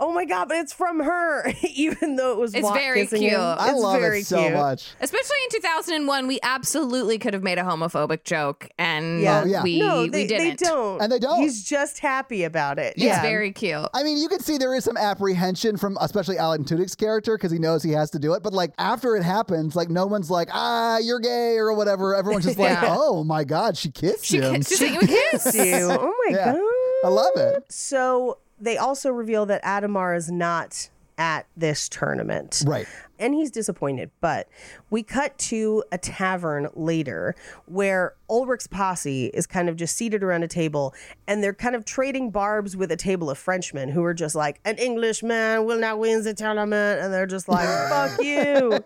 [SPEAKER 4] Oh my God, but it's from her, [LAUGHS] even though it was
[SPEAKER 6] It's
[SPEAKER 4] Watt
[SPEAKER 6] very
[SPEAKER 4] kissing
[SPEAKER 6] cute.
[SPEAKER 4] him.
[SPEAKER 6] I
[SPEAKER 5] I
[SPEAKER 4] It's
[SPEAKER 5] love
[SPEAKER 4] very
[SPEAKER 5] it so
[SPEAKER 4] cute.
[SPEAKER 5] much.
[SPEAKER 6] Especially in 2001, we absolutely could have made a homophobic joke, and
[SPEAKER 4] Yeah.
[SPEAKER 5] Oh, yeah.
[SPEAKER 6] we,
[SPEAKER 4] no, they,
[SPEAKER 6] we didn't.
[SPEAKER 4] they don't.
[SPEAKER 5] And they don't.
[SPEAKER 4] He's just happy about it.
[SPEAKER 6] It's
[SPEAKER 4] yeah.
[SPEAKER 6] very cute.
[SPEAKER 5] I mean, you can see there is some apprehension from especially Alan Tudyk's character because he knows he has to do it. But like after it happens, like no one's like, ah, you're gay or whatever. Everyone's
[SPEAKER 6] [LAUGHS]
[SPEAKER 5] just like,
[SPEAKER 6] Yeah.
[SPEAKER 5] oh my god, she kissed
[SPEAKER 6] She
[SPEAKER 5] him. [LAUGHS]
[SPEAKER 6] kissed, she's like, "You
[SPEAKER 4] [LAUGHS]
[SPEAKER 6] kiss." [LAUGHS]
[SPEAKER 4] Ew. Oh my
[SPEAKER 5] Yeah.
[SPEAKER 4] God.
[SPEAKER 5] I love it.
[SPEAKER 4] So they also reveal that Adamar is not at this tournament.
[SPEAKER 5] Right.
[SPEAKER 4] And he's disappointed, but we cut to a tavern later where Ulrich's posse is kind of just seated around a table and they're kind of trading barbs with a table of Frenchmen who are just like, an Englishman will not win the tournament. And they're just
[SPEAKER 5] [LAUGHS]
[SPEAKER 4] like, fuck you.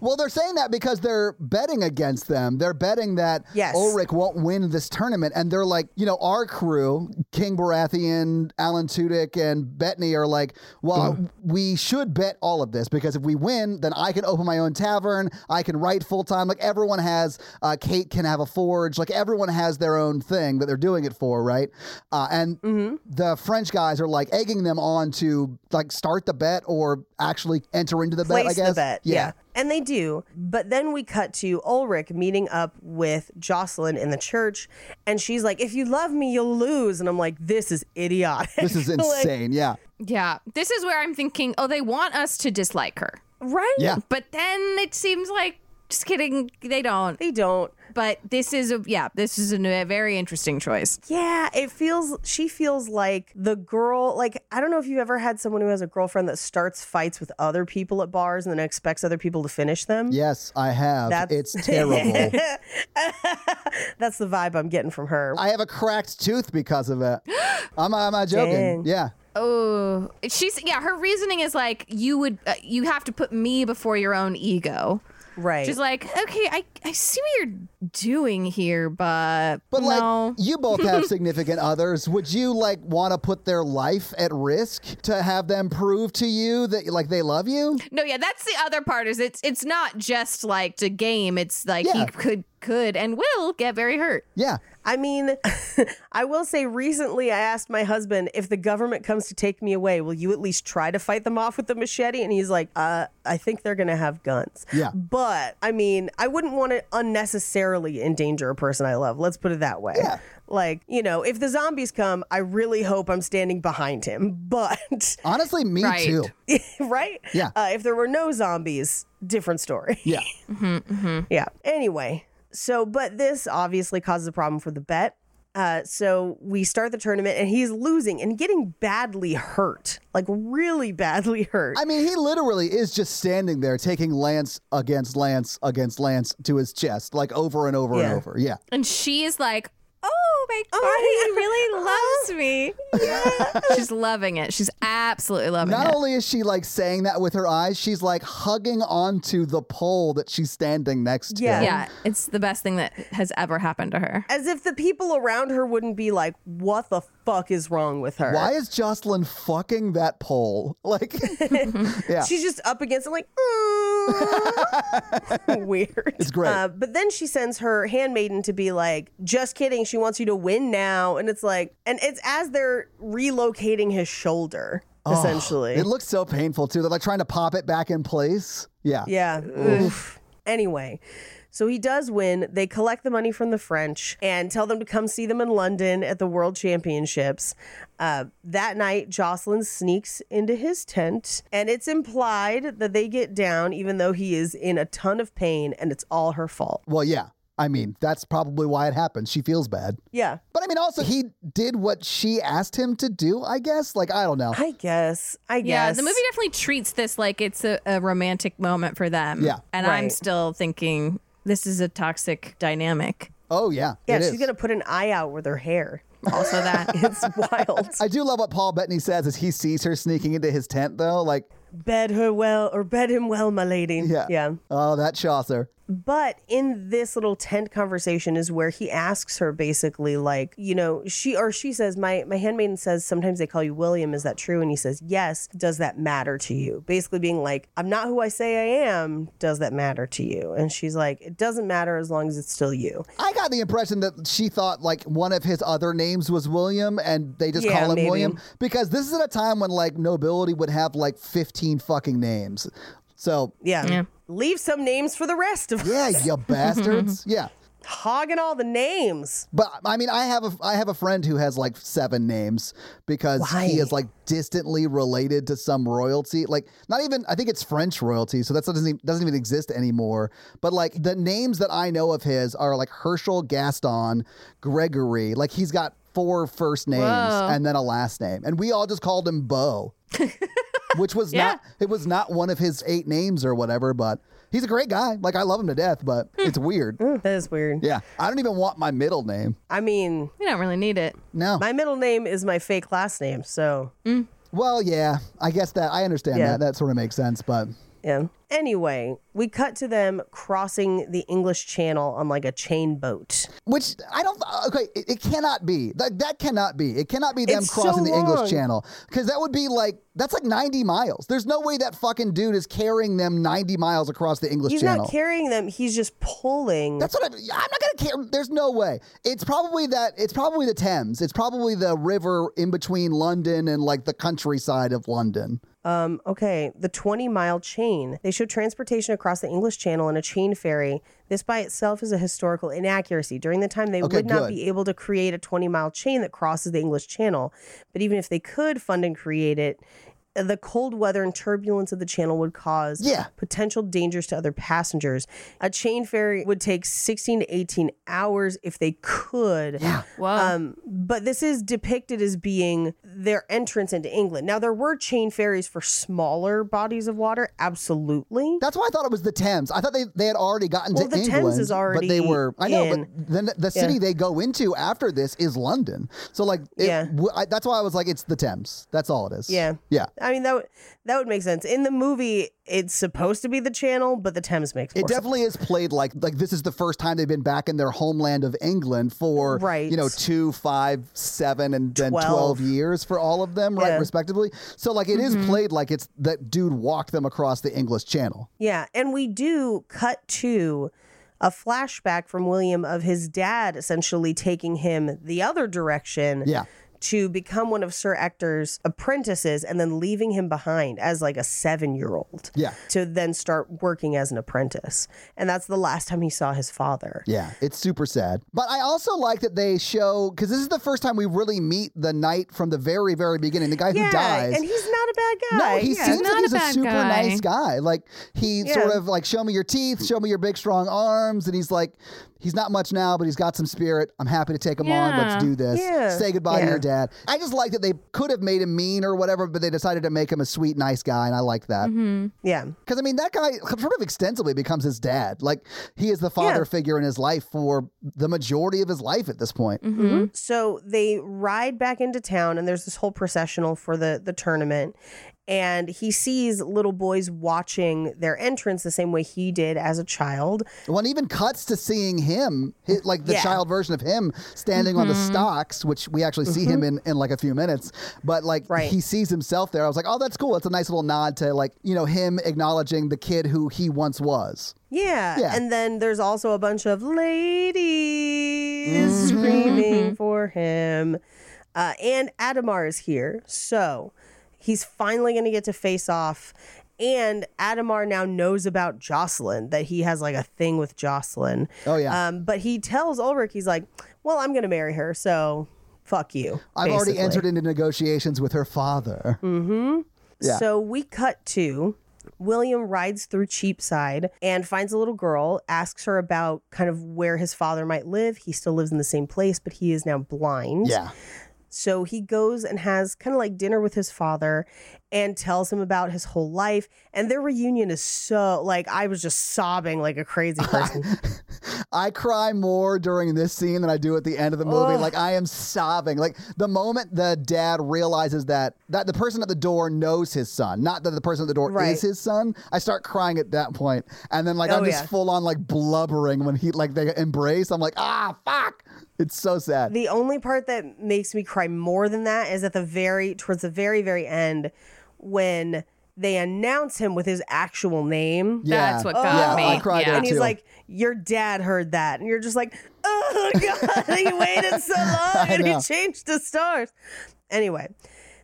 [SPEAKER 5] Well, they're saying that because they're betting against them. They're betting that
[SPEAKER 4] Yes.
[SPEAKER 5] Ulrich won't win this tournament. And they're like, you know, our crew, King Baratheon, Alan Tudyk, and Bettany are like, well, we should bet all of this because if we win, then I can open my own tavern. I can write full time. Like everyone has, uh, Kate can have a forge. Like everyone has their own thing that they're doing it for, right? Uh, and
[SPEAKER 4] Mm-hmm.
[SPEAKER 5] the French guys are like egging them on to like start the bet or actually enter into the bet, I
[SPEAKER 4] place
[SPEAKER 5] guess.
[SPEAKER 4] the bet. Yeah. And they do. But then we cut to Ulrich meeting up with Jocelyn in the church. And she's like, if you love me, you'll lose. And I'm like, this is idiotic. [LAUGHS]
[SPEAKER 5] This is
[SPEAKER 4] Like,
[SPEAKER 5] insane. yeah.
[SPEAKER 6] Yeah. This is where I'm thinking, oh, they want us to dislike her.
[SPEAKER 4] right?
[SPEAKER 5] Yeah.
[SPEAKER 6] But then it seems like, just kidding, they don't.
[SPEAKER 4] They don't.
[SPEAKER 6] But this is a, yeah, this is a n- very interesting choice.
[SPEAKER 4] Yeah, it feels she feels like the girl like I don't know if you've ever had someone who has a girlfriend that starts fights with other people at bars and then expects other people to finish them.
[SPEAKER 5] Yes, I have.
[SPEAKER 4] That's- [LAUGHS]
[SPEAKER 5] It's terrible.
[SPEAKER 4] That's the vibe I'm getting from her.
[SPEAKER 5] I have a cracked tooth because of it. I'm, I'm not joking.
[SPEAKER 4] Dang.
[SPEAKER 5] Yeah.
[SPEAKER 6] Oh, she's, yeah, her reasoning is like, you would, uh, you have to put me before your own ego.
[SPEAKER 4] right.
[SPEAKER 6] She's like, okay, I, I see what you're doing here, but,
[SPEAKER 5] But
[SPEAKER 6] no.
[SPEAKER 5] like you both have significant others. Would you like want to put their life at risk to have them prove to you that like they love you?
[SPEAKER 6] No, yeah, that's the other part is it's it's not just like the game. It's like
[SPEAKER 5] Yeah.
[SPEAKER 6] he could could and will get very hurt.
[SPEAKER 5] Yeah.
[SPEAKER 4] I mean, [LAUGHS] I will say recently I asked my husband if the government comes to take me away, will you at least try to fight them off with the machete? And he's like, uh, I think they're going to have guns.
[SPEAKER 5] Yeah.
[SPEAKER 4] But I mean, I wouldn't want to unnecessarily endanger a person I love. Let's put it that way.
[SPEAKER 5] Yeah.
[SPEAKER 4] Like, you know, if the zombies come, I really hope I'm standing behind him. [LAUGHS] But,
[SPEAKER 5] Honestly, me
[SPEAKER 6] Right.
[SPEAKER 5] too.
[SPEAKER 4] right?
[SPEAKER 5] Yeah.
[SPEAKER 4] Uh, if there were no zombies, different story.
[SPEAKER 5] Yeah.
[SPEAKER 4] Yeah. Anyway, so but this obviously causes a problem for the bet. Uh, so we start the tournament and he's losing and getting badly hurt, like really badly hurt.
[SPEAKER 5] I mean, he literally is just standing there taking lance against lance against lance to his chest, like over and over
[SPEAKER 4] Yeah.
[SPEAKER 5] and over. Yeah.
[SPEAKER 6] And she is like, Oh my god, Oh, he really loves [LAUGHS] me. She's loving it. She's absolutely loving
[SPEAKER 5] Not
[SPEAKER 6] it.
[SPEAKER 5] only is she like saying that with her eyes, she's like hugging onto the pole that she's standing next to.
[SPEAKER 4] Yeah.
[SPEAKER 6] yeah, it's the best thing that has ever happened to her.
[SPEAKER 4] As if the people around her wouldn't be like, what the fuck is wrong with her?
[SPEAKER 5] Why is Jocelyn fucking that pole? [LAUGHS] Like, yeah.
[SPEAKER 4] She's just up against it, like, "Mm." [LAUGHS] weird. It's
[SPEAKER 5] great.
[SPEAKER 4] Uh, but then she sends her handmaiden to be like, just kidding. She wants you to win now. And it's like, and it's as they're relocating his shoulder, essentially.
[SPEAKER 5] Oh, It looks so painful too. They're like trying to pop it back in place. Yeah.
[SPEAKER 4] yeah. Oof. Anyway. So he does win. They collect the money from the French and tell them to come see them in London at the World Championships. Uh, that night, Jocelyn sneaks into his tent, and it's implied that they get down, even though he is in a ton of pain and it's all her fault.
[SPEAKER 5] Well, yeah. I mean, that's probably why it happened. She feels bad.
[SPEAKER 4] Yeah,
[SPEAKER 5] But I mean, also, he did what she asked him to do, I guess. Like, I don't know.
[SPEAKER 4] I guess. I guess.
[SPEAKER 6] Yeah, the movie definitely treats this like it's a, a romantic moment for them.
[SPEAKER 5] Yeah.
[SPEAKER 6] And I'm
[SPEAKER 4] Right.
[SPEAKER 6] still thinking this is a toxic dynamic.
[SPEAKER 5] Oh, yeah.
[SPEAKER 4] Yeah,
[SPEAKER 5] it
[SPEAKER 4] she's
[SPEAKER 5] is.
[SPEAKER 4] going to put an eye out with her hair.
[SPEAKER 6] Also that
[SPEAKER 4] It's [LAUGHS] wild.
[SPEAKER 5] I do love what Paul Bettany says as he sees her sneaking into his tent, though. Like,
[SPEAKER 4] bed her well, or bed him well, my lady.
[SPEAKER 5] yeah.
[SPEAKER 4] Yeah.
[SPEAKER 5] Oh, that Chaucer.
[SPEAKER 4] But in this little tent conversation is where he asks her basically like, you know, she or she says, My my handmaiden says sometimes they call you William, is that true? And he says, Yes, does that matter to you? Basically being like, I'm not who I say I am, does that matter to you? And she's like, It doesn't matter as long as it's still you.
[SPEAKER 5] I got the impression that she thought like one of his other names was William and they just
[SPEAKER 4] Yeah,
[SPEAKER 5] call him
[SPEAKER 4] maybe.
[SPEAKER 5] William because this is at a time when like nobility would have like 15 fucking names. So,
[SPEAKER 4] Yeah. Leave some names for the rest of
[SPEAKER 5] yeah,
[SPEAKER 4] us.
[SPEAKER 5] you bastards. Yeah.
[SPEAKER 4] [LAUGHS] Hogging all the names.
[SPEAKER 5] But I mean, I have a I have a friend who has like seven names because he is like distantly related to some royalty. Like not even I think it's French royalty, so that doesn't even, doesn't even exist anymore. But like the names that I know of his are like Herschel, Gaston, Gregory. Like he's got four first names
[SPEAKER 6] Whoa.
[SPEAKER 5] and then a last name, and we all just called him Bo, which was not it was not one of his eight names or whatever. But he's a great guy. Like I love him to death, but it's weird.
[SPEAKER 4] That is weird.
[SPEAKER 5] Yeah, I don't even want my middle name.
[SPEAKER 4] I mean,
[SPEAKER 6] We don't really need it.
[SPEAKER 5] No.
[SPEAKER 4] my middle name is my fake last name, so
[SPEAKER 5] Well, yeah, I guess that I understand
[SPEAKER 4] Yeah.
[SPEAKER 5] that. That sort of makes sense, but
[SPEAKER 4] Yeah. Anyway, we cut to them crossing the English Channel on like a chain boat.
[SPEAKER 5] which I don't. uh, Okay, it, it cannot be. That that cannot be. It cannot be them
[SPEAKER 4] It's so
[SPEAKER 5] crossing the
[SPEAKER 4] long.
[SPEAKER 5] English Channel because that would be like that's like ninety miles. There's no way that fucking dude is carrying them ninety miles across the English
[SPEAKER 4] He's
[SPEAKER 5] Channel.
[SPEAKER 4] not carrying them, he's just pulling.
[SPEAKER 5] that's what I, I'm not gonna care. There's no way. It's probably that. It's probably the Thames. It's probably the river in between London and like the countryside of London.
[SPEAKER 4] um, okay, the 20 mile chain. They show transportation across the English Channel in a chain ferry. This by itself is a historical inaccuracy. During the time, they
[SPEAKER 5] Okay,
[SPEAKER 4] would not
[SPEAKER 5] good.
[SPEAKER 4] be able to create a 20 mile chain that crosses the English Channel. But even if they could fund and create it, uh, the cold weather and turbulence of the channel would cause
[SPEAKER 5] Yeah.
[SPEAKER 4] potential dangers to other passengers. A chain ferry would take 16 to 18 hours if they could. Yeah.
[SPEAKER 6] Whoa.
[SPEAKER 4] Um, but this is depicted as being their entrance into England. Now, there were chain ferries for smaller bodies of water, absolutely.
[SPEAKER 5] That's why I thought it was the Thames. I thought they, they had already gotten
[SPEAKER 4] Well,
[SPEAKER 5] to
[SPEAKER 4] the Thames
[SPEAKER 5] England.
[SPEAKER 4] is
[SPEAKER 5] but
[SPEAKER 4] already
[SPEAKER 5] they were. I know,
[SPEAKER 4] in.
[SPEAKER 5] but then the city they go into after this is London. So like, it,
[SPEAKER 4] Yeah.
[SPEAKER 5] w I that's why I was like, it's the Thames. That's all it is.
[SPEAKER 4] Yeah.
[SPEAKER 5] yeah.
[SPEAKER 4] I mean, that, would that would make sense. In the movie, it's supposed to be the channel, but the Thames makes
[SPEAKER 5] It
[SPEAKER 4] more sense.
[SPEAKER 5] definitely is played like like this is the first time they've been back in their homeland of England for
[SPEAKER 4] Right.
[SPEAKER 5] you know two, five, seven, and then
[SPEAKER 4] Twelve.
[SPEAKER 5] twelve, years for all of them, right,
[SPEAKER 4] Yeah. Mm-hmm.
[SPEAKER 5] respectively. So like it is played like it's that dude walked them across the English Channel.
[SPEAKER 4] Yeah, and we do cut to a flashback from William of his dad essentially taking him the other direction.
[SPEAKER 5] Yeah.
[SPEAKER 4] To become one of Sir Ector's apprentices and then leaving him behind as like a seven year old.
[SPEAKER 5] Yeah.
[SPEAKER 4] To then start working as an apprentice. And that's the last time he saw his father.
[SPEAKER 5] Yeah, it's super sad. But I also like that they show because this is the first time we really meet the knight from the very, very beginning, the guy
[SPEAKER 4] Yeah,
[SPEAKER 5] who dies.
[SPEAKER 4] And he's not a bad guy.
[SPEAKER 5] no, he
[SPEAKER 4] Yeah.
[SPEAKER 5] seems
[SPEAKER 6] not
[SPEAKER 5] like
[SPEAKER 6] a
[SPEAKER 5] he's a,
[SPEAKER 6] bad
[SPEAKER 5] super
[SPEAKER 6] guy.
[SPEAKER 5] nice guy. Like he
[SPEAKER 4] Yeah.
[SPEAKER 5] sort of like, show me your teeth, show me your big strong arms, and he's like, he's not much now, but he's got some spirit. I'm happy to take him on.
[SPEAKER 6] Yeah.
[SPEAKER 5] Let's do this.
[SPEAKER 4] Yeah.
[SPEAKER 5] Say goodbye
[SPEAKER 4] Yeah.
[SPEAKER 5] to your dad. I just like that they could have made him mean or whatever, but they decided to make him a sweet, nice guy, and I like that.
[SPEAKER 4] yeah.
[SPEAKER 5] Because I mean, that guy sort of extensively becomes his dad. Like he is the father
[SPEAKER 4] Yeah.
[SPEAKER 5] figure in his life for the majority of his life at this point.
[SPEAKER 4] Mm-hmm.
[SPEAKER 5] Mm-hmm.
[SPEAKER 4] So they ride back into town, and there's this whole processional for the the tournament. And he sees little boys watching their entrance the same way he did as a child.
[SPEAKER 5] Well, and even cuts to seeing him, hi- like the
[SPEAKER 4] Yeah. Mm-hmm.
[SPEAKER 5] child version of him, standing on the stocks, which we actually see him in in like a few minutes. But like
[SPEAKER 4] Right.
[SPEAKER 5] he sees himself there. I was like, oh, that's cool. That's a nice little nod to like you know him acknowledging the kid who he once was.
[SPEAKER 4] Yeah.
[SPEAKER 5] Yeah.
[SPEAKER 4] And then there's also a bunch of
[SPEAKER 5] Mm-hmm.
[SPEAKER 4] ladies screaming for him. Uh, and Adamar is here. So he's finally going to get to face off. And Adamar now knows about Jocelyn, that he has like a thing with Jocelyn.
[SPEAKER 5] Oh, yeah.
[SPEAKER 4] Um, but he tells Ulrich, he's like, well, I'm going to marry her. So fuck you.
[SPEAKER 5] I've
[SPEAKER 4] basically.
[SPEAKER 5] already
[SPEAKER 4] Mm-hmm.
[SPEAKER 5] entered into negotiations with her father. Yeah.
[SPEAKER 4] So we cut to William rides through Cheapside and finds a little girl, asks her about kind of where his father might live. He still lives in the same place, but he is now blind.
[SPEAKER 5] Yeah,
[SPEAKER 4] So he goes and has kind of like dinner with his father and tells him about his whole life. And their reunion is so like I was just sobbing like a
[SPEAKER 5] [LAUGHS]
[SPEAKER 4] crazy person.
[SPEAKER 5] I cry more during this scene than I do at the end of the movie. Like I am sobbing. Like the moment the dad realizes that that the person at the door knows his son, not that the person at the door
[SPEAKER 4] Right.
[SPEAKER 5] is his son. I start crying at that point, and then like
[SPEAKER 4] Oh,
[SPEAKER 5] I'm just
[SPEAKER 4] yeah.
[SPEAKER 5] full on like blubbering when he like they embrace. I'm like ah fuck. It's so sad.
[SPEAKER 4] The only part that makes me cry more than that is at the very towards the very very end when they announce him with his actual name.
[SPEAKER 5] Yeah.
[SPEAKER 6] That's what
[SPEAKER 5] Oh,
[SPEAKER 6] got
[SPEAKER 5] yeah, I
[SPEAKER 6] me.
[SPEAKER 5] cried
[SPEAKER 6] Yeah.
[SPEAKER 5] there
[SPEAKER 4] and he's
[SPEAKER 5] too.
[SPEAKER 4] like, "Your dad heard that," and you're just like, "Oh [LAUGHS] God, he waited
[SPEAKER 5] [LAUGHS]
[SPEAKER 4] so long and he
[SPEAKER 5] know.
[SPEAKER 4] changed the stars." Anyway,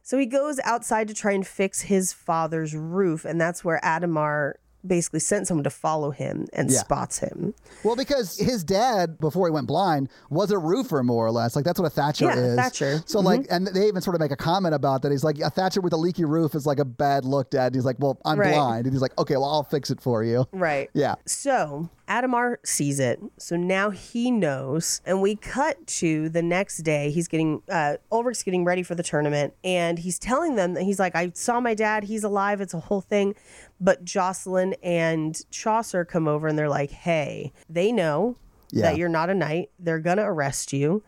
[SPEAKER 4] so he goes outside to try and fix his father's roof, and that's where Adamar basically sent someone to follow him and
[SPEAKER 5] Yeah.
[SPEAKER 4] spots him.
[SPEAKER 5] Well, because his dad, before he went blind, was a roofer more or less. Like that's what a Thatcher
[SPEAKER 4] Yeah,
[SPEAKER 5] is.
[SPEAKER 4] Thatcher. Mm-hmm.
[SPEAKER 5] So like, and they even sort of make a comment about that. He's like, a Thatcher with a leaky roof is like a bad look, Dad. And he's like, well, I'm
[SPEAKER 4] Right.
[SPEAKER 5] blind, and he's like, okay, well, I'll fix it for you.
[SPEAKER 4] Right.
[SPEAKER 5] Yeah.
[SPEAKER 4] So Adamar sees it. So now he knows. And we cut to the next day. He's getting, uh, Ulrich's getting ready for the tournament. And he's telling them that he's like, I saw my dad. He's alive. It's a whole thing. But Jocelyn and Chaucer come over and they're like, hey, they know
[SPEAKER 5] Yeah.
[SPEAKER 4] that you're not a knight. They're going to arrest you.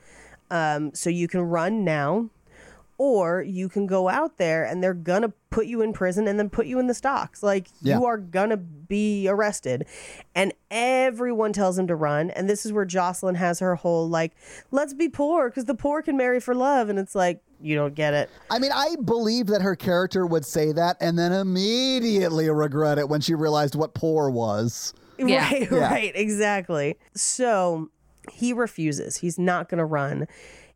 [SPEAKER 4] Um, so you can run now. Or you can go out there and they're gonna put you in prison and then put you in the stocks. Like
[SPEAKER 5] Yeah.
[SPEAKER 4] you are gonna be arrested. And everyone tells him to run. And this is where Jocelyn has her whole like, let's be poor because the poor can marry for love. And it's like, you don't get it.
[SPEAKER 5] I mean, I believed that her character would say that and then immediately regret it when she realized what poor was.
[SPEAKER 4] [LAUGHS]
[SPEAKER 6] Yeah.
[SPEAKER 4] Right, right, exactly. So he refuses. He's not going to run.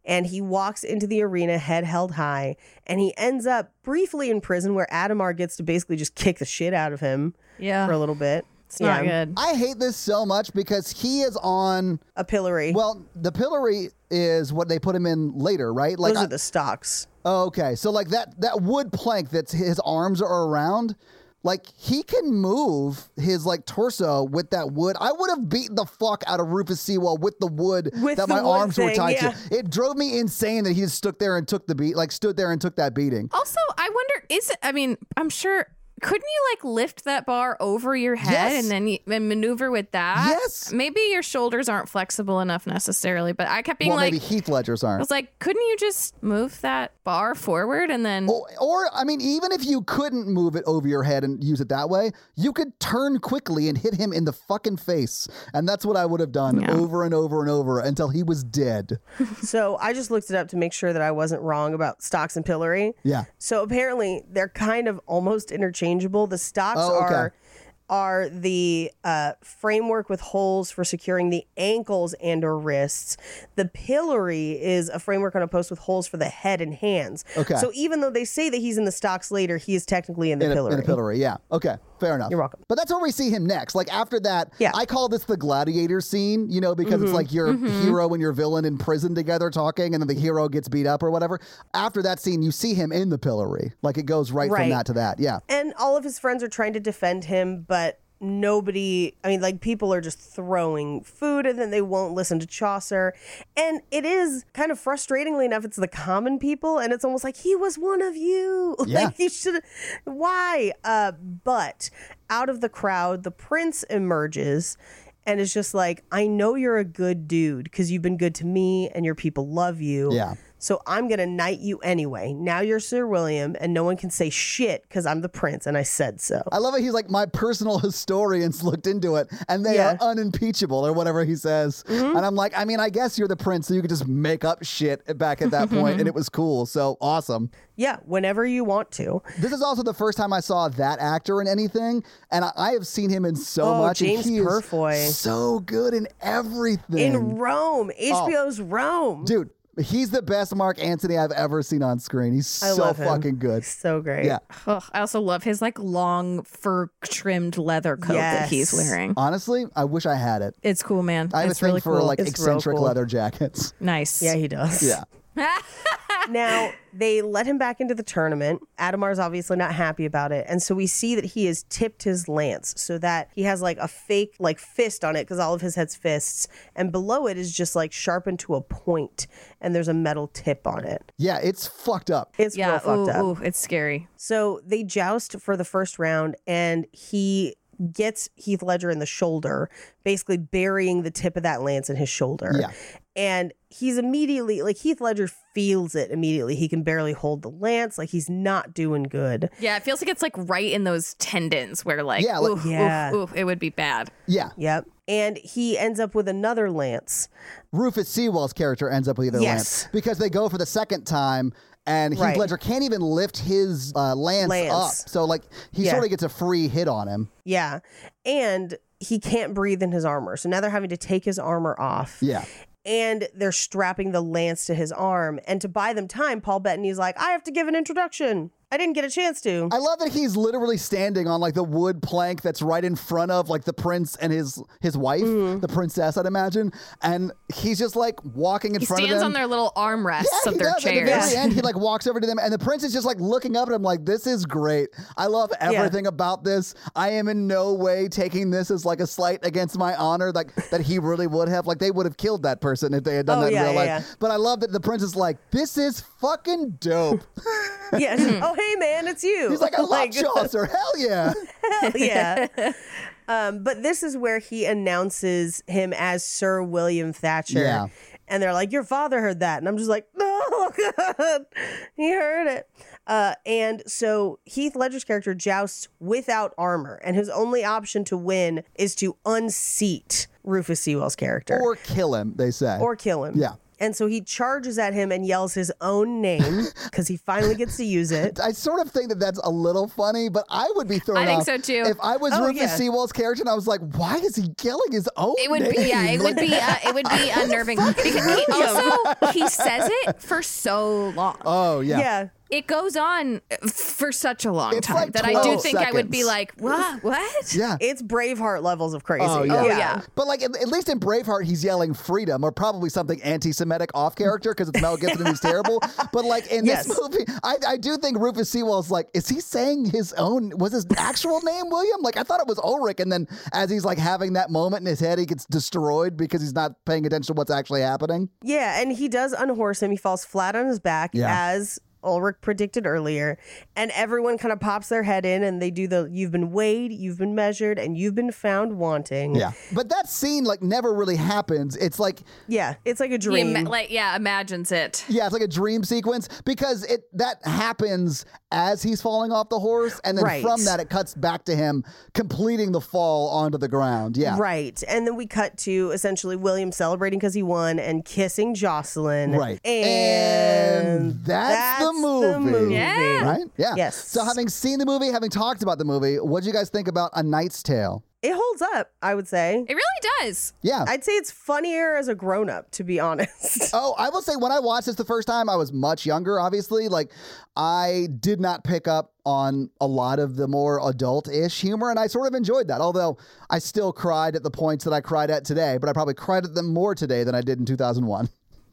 [SPEAKER 4] And he walks into the arena, head held high, and he ends up briefly in prison where Adamar gets to basically just kick the shit out of him
[SPEAKER 6] Yeah.
[SPEAKER 4] for a little bit.
[SPEAKER 6] It's not
[SPEAKER 4] Yeah.
[SPEAKER 6] good.
[SPEAKER 5] I hate this so much because he is on.
[SPEAKER 4] A pillory. Well,
[SPEAKER 5] Well, the pillory is what they put him in later, right? Like
[SPEAKER 4] Those are the stocks.
[SPEAKER 5] Oh, Okay, so like that that wood plank that his arms are around, like he can move his like torso with that wood. I would have beaten the fuck out of Rufus Sewell with the wood
[SPEAKER 4] With
[SPEAKER 5] that
[SPEAKER 4] the
[SPEAKER 5] my
[SPEAKER 4] wood
[SPEAKER 5] arms were
[SPEAKER 4] thing,
[SPEAKER 5] tied
[SPEAKER 4] yeah.
[SPEAKER 5] to. It drove me insane that he just stood there and took the beat, like stood there and took that beating.
[SPEAKER 6] Also, I wonder is it, I mean, I'm sure couldn't you like lift that bar over your head
[SPEAKER 5] Yes.
[SPEAKER 6] and then you, and maneuver with that?
[SPEAKER 5] Yes.
[SPEAKER 6] Maybe your shoulders aren't flexible enough necessarily, but I kept being
[SPEAKER 5] well,
[SPEAKER 6] like
[SPEAKER 5] maybe Heath Ledger's
[SPEAKER 4] [LAUGHS]
[SPEAKER 6] I
[SPEAKER 5] arms.
[SPEAKER 6] was like, couldn't you just move that bar forward and then
[SPEAKER 5] Or, or, I mean, even if you couldn't move it over your head and use it that way, you could turn quickly and hit him in the fucking face. And that's what I would have done over and over and over until he was dead.
[SPEAKER 4] so I just looked it up to make sure that I wasn't wrong about stocks and pillory.
[SPEAKER 5] Yeah.
[SPEAKER 4] So apparently they're kind of almost interchangeable. The stocks
[SPEAKER 5] Oh, okay.
[SPEAKER 4] are are the uh, framework with holes for securing the ankles and or wrists. The pillory is a framework on a post with holes for the head and hands.
[SPEAKER 5] Okay.
[SPEAKER 4] So even though they say that he's in the stocks later, he is technically in the
[SPEAKER 5] in a,
[SPEAKER 4] pillory.
[SPEAKER 5] in a pillory. Yeah. Okay. Fair enough.
[SPEAKER 4] You're welcome.
[SPEAKER 5] But that's where we see him next. Like after that,
[SPEAKER 4] Yeah. Mm-hmm.
[SPEAKER 5] I call this the gladiator scene, you know, because it's like your hero and your villain in prison together talking, and then the hero gets beat up or whatever. After that scene, you see him in the pillory. Like it goes right,
[SPEAKER 4] Right.
[SPEAKER 5] from that to that. Yeah.
[SPEAKER 4] And all of his friends are trying to defend him, but nobody, I mean, like people are just throwing food and then they won't listen to Chaucer. And it is kind of frustratingly enough, it's the common people. And it's almost like he was one of you. [LAUGHS]
[SPEAKER 5] Yeah.
[SPEAKER 4] Like you should, why? Uh, but out of the crowd, the prince emerges. And is just like, I know you're a good dude because you've been good to me and your people love you.
[SPEAKER 5] Yeah.
[SPEAKER 4] So I'm going to knight you anyway. Now you're Sir William, and no one can say shit because I'm the prince and I said so.
[SPEAKER 5] I love it. He's like, my personal [LAUGHS] historians looked into it and they
[SPEAKER 4] Yeah. Mm-hmm.
[SPEAKER 5] are unimpeachable or whatever he says. And I'm like, I mean, I guess you're the prince, so you could just make up shit back at that
[SPEAKER 4] Mm-hmm.
[SPEAKER 5] point, and it was cool. So awesome.
[SPEAKER 4] Yeah, whenever you want to.
[SPEAKER 5] This is also the first time I saw that actor in anything, and I, I have seen him in so
[SPEAKER 4] Oh,
[SPEAKER 5] much. and
[SPEAKER 4] James
[SPEAKER 5] he is
[SPEAKER 4] Purfoy.
[SPEAKER 5] so good in everything.
[SPEAKER 4] In Rome,
[SPEAKER 5] Oh.
[SPEAKER 4] HBO's Rome.
[SPEAKER 5] Dude, he's the best Mark Antony I've ever seen on screen. He's
[SPEAKER 4] I
[SPEAKER 5] so
[SPEAKER 4] love him.
[SPEAKER 5] fucking good.
[SPEAKER 4] So great.
[SPEAKER 5] Yeah.
[SPEAKER 6] Ugh, I also love his like long fur trimmed leather coat that he's
[SPEAKER 4] Yes.
[SPEAKER 6] wearing.
[SPEAKER 5] Honestly, I wish I had it.
[SPEAKER 6] It's cool, man.
[SPEAKER 5] I have
[SPEAKER 6] it's
[SPEAKER 5] a thing
[SPEAKER 6] really
[SPEAKER 5] for
[SPEAKER 6] cool.
[SPEAKER 5] like
[SPEAKER 4] It's real
[SPEAKER 5] eccentric
[SPEAKER 4] cool.
[SPEAKER 5] leather jackets. [LAUGHS]
[SPEAKER 6] nice.
[SPEAKER 4] Yeah, he does.
[SPEAKER 5] Yeah.
[SPEAKER 4] [LAUGHS] now they let him back into the tournament. Adamar's obviously not happy about it, and so we see that he has tipped his lance so that he has like a fake like fist on it because all of his head's fists, and below it is just like sharpened to a point, and there's a metal tip on it.
[SPEAKER 5] Yeah, it's fucked up.
[SPEAKER 4] It's real fucked
[SPEAKER 6] ooh,
[SPEAKER 4] up.
[SPEAKER 6] ooh, it's scary.
[SPEAKER 4] So they joust for the first round, and he gets Heath Ledger in the shoulder, basically burying the tip of that lance in his shoulder.
[SPEAKER 5] Yeah.
[SPEAKER 4] And he's immediately like Heath Ledger feels it immediately. He can barely hold the lance. Like he's not doing good.
[SPEAKER 6] Yeah, it feels like it's like right in those tendons where like,
[SPEAKER 5] Yeah,
[SPEAKER 6] yeah,
[SPEAKER 5] like-
[SPEAKER 6] oof,
[SPEAKER 4] Yeah.
[SPEAKER 6] oof, oof, it would be bad.
[SPEAKER 5] Yeah,
[SPEAKER 4] Yep. And he ends up with another lance.
[SPEAKER 5] Rufus Sewell's character ends up with either
[SPEAKER 4] Yes.
[SPEAKER 5] lance because they go for the second time, and Heath
[SPEAKER 4] Right.
[SPEAKER 5] Ledger can't even lift his uh, lance,
[SPEAKER 4] Lance.
[SPEAKER 5] up. So like he
[SPEAKER 4] Yeah.
[SPEAKER 5] sort of gets a free hit on him.
[SPEAKER 4] Yeah. And he can't breathe in his armor. So now they're having to take his armor off.
[SPEAKER 5] Yeah,
[SPEAKER 4] and they're strapping the lance to his arm. And to buy them time, Paul Bettany's like, I have to give an introduction. I didn't get a chance to.
[SPEAKER 5] I love that he's literally standing on like the wood plank that's right in front of like the prince and his his wife,
[SPEAKER 6] Mm.
[SPEAKER 5] the princess, I'd imagine, and he's just like walking in
[SPEAKER 6] He
[SPEAKER 5] front of
[SPEAKER 6] stands
[SPEAKER 5] them.
[SPEAKER 6] on their little armrests
[SPEAKER 5] Yeah,
[SPEAKER 6] of
[SPEAKER 5] he
[SPEAKER 6] their
[SPEAKER 5] does. At the
[SPEAKER 6] chairs.
[SPEAKER 5] very
[SPEAKER 6] [LAUGHS]
[SPEAKER 5] end, he like walks over to them, and the prince is just like looking up at him, like, "This is great. I love everything about this. I am in no way taking this as like a slight against my honor, like that he really would have. Like they would have killed that person if they had done
[SPEAKER 4] Oh,
[SPEAKER 5] that
[SPEAKER 4] yeah,
[SPEAKER 5] in real
[SPEAKER 4] yeah,
[SPEAKER 5] life.
[SPEAKER 4] yeah.
[SPEAKER 5] But I love that the prince is like, "This is fucking
[SPEAKER 6] [LAUGHS]
[SPEAKER 5] dope."
[SPEAKER 4] yeah. oh, hey, man, it's you.
[SPEAKER 5] hmm.
[SPEAKER 4] [LAUGHS]
[SPEAKER 5] He's like, "I love Chaucer. Hell yeah."
[SPEAKER 4] yeah.
[SPEAKER 5] [LAUGHS]
[SPEAKER 4] Um, but this is where he announces him as Sir William Thatcher.
[SPEAKER 5] Yeah.
[SPEAKER 4] And they're like, Your father heard that. And I'm just like, [LAUGHS] No, God, he heard it. Uh, and so Heath Ledger's character jousts without armor, and his only option to win is to unseat Rufus Sewell's character
[SPEAKER 5] Or kill him, they say.
[SPEAKER 4] or kill him.
[SPEAKER 5] Yeah.
[SPEAKER 4] And so he charges at him and yells his own
[SPEAKER 5] [LAUGHS]
[SPEAKER 4] name because he finally gets to use it.
[SPEAKER 5] I sort of think that that's a little funny, but I would be thrown
[SPEAKER 6] I think
[SPEAKER 5] off
[SPEAKER 6] so, too.
[SPEAKER 5] If I was
[SPEAKER 4] Oh,
[SPEAKER 5] Rufus
[SPEAKER 4] yeah.
[SPEAKER 5] Sewell's character, and I was like, "Why is he yelling his own?"
[SPEAKER 6] It would be [LAUGHS] yeah, it
[SPEAKER 5] name?"
[SPEAKER 6] would be uh,
[SPEAKER 5] [LAUGHS]
[SPEAKER 6] it would be unnerving. Because he also he says it for so long.
[SPEAKER 5] Oh [LAUGHS] yeah.
[SPEAKER 4] Yeah.
[SPEAKER 6] it goes on uh, for such a long
[SPEAKER 5] It's
[SPEAKER 6] time
[SPEAKER 5] like
[SPEAKER 6] that I do
[SPEAKER 5] 12
[SPEAKER 6] think I would be
[SPEAKER 5] seconds.
[SPEAKER 6] like, what? What?
[SPEAKER 5] Yeah.
[SPEAKER 4] It's Braveheart levels of crazy.
[SPEAKER 6] Oh, yeah.
[SPEAKER 5] But like at, at least in Braveheart, he's yelling freedom or probably something anti-Semitic off character because it's Mel Gibson and he's terrible. But like in
[SPEAKER 4] Yes.
[SPEAKER 5] this movie, I, I do think Rufus Sewell's like, is he saying his own? Was his actual name William? Like I thought it was Ulrich, and then as he's like having that moment in his head, he gets destroyed because he's not paying attention to what's actually happening.
[SPEAKER 4] Yeah, and he does unhorse him. He falls flat on his back
[SPEAKER 5] Yeah.
[SPEAKER 4] as Ulrich predicted earlier. And everyone kind of pops their head in and they do the you've been weighed, you've been measured, and you've been found wanting.
[SPEAKER 5] Yeah. But that scene like never really happens. It's like
[SPEAKER 4] Yeah. It's like a
[SPEAKER 6] He
[SPEAKER 4] dream.
[SPEAKER 6] ima- like yeah, imagines it.
[SPEAKER 5] Yeah, it's like a dream sequence because it that happens as he's falling off the horse, and then
[SPEAKER 4] Right.
[SPEAKER 5] from that it cuts back to him completing the fall onto the ground. Yeah,
[SPEAKER 4] Right. And then we cut to essentially William celebrating because he won and kissing Jocelyn.
[SPEAKER 5] Right.
[SPEAKER 4] And,
[SPEAKER 5] And that's the movie.
[SPEAKER 6] Yeah.
[SPEAKER 5] Right? Yeah.
[SPEAKER 4] Yes.
[SPEAKER 5] So having seen the movie, having talked about the movie, what do you guys think about A Knight's Tale?
[SPEAKER 4] It holds up, I would say.
[SPEAKER 6] It really does.
[SPEAKER 5] Yeah.
[SPEAKER 4] I'd say it's funnier as a grown up, to be honest. [LAUGHS]
[SPEAKER 5] [LAUGHS] Oh, I will say when I watched this the first time, I was much younger, obviously. Like, I did not pick up on a lot of the more adult ish humor, and I sort of enjoyed that. Although I still cried at the points that I cried at today, but I probably cried at them more today than I did in 2001.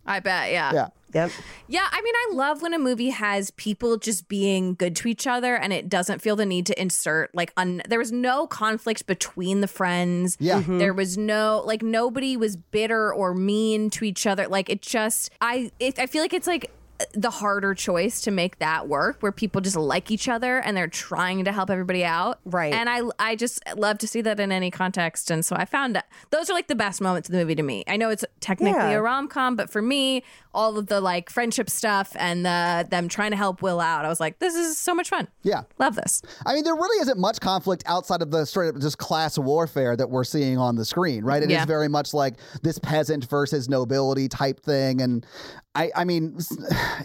[SPEAKER 6] I bet, yeah.
[SPEAKER 5] Yeah.
[SPEAKER 4] Yep.
[SPEAKER 6] Yeah, I mean, I love when a movie has people just being good to each other and it doesn't feel the need to insert like un- there was no conflict between the friends.
[SPEAKER 5] Yeah.
[SPEAKER 6] There was no like nobody was bitter or mean to each other. Like it just I it, I feel like it's like the harder choice to make that work where people just like each other and they're trying to help everybody out.
[SPEAKER 4] Right.
[SPEAKER 6] And I I just love to see that in any context and so I found that those are like the best moments of the movie to me. I know it's technically
[SPEAKER 4] Yeah.
[SPEAKER 6] a rom com, but for me, all of the like friendship stuff and the them trying to help Will out, I was like, this is so much fun.
[SPEAKER 5] Yeah.
[SPEAKER 6] Love this.
[SPEAKER 5] I mean, there really isn't much conflict outside of the straight up just class warfare that we're seeing on the screen, right? It is
[SPEAKER 6] Yeah.
[SPEAKER 5] very much like this peasant versus nobility type thing. And I, I mean, [SIGHS]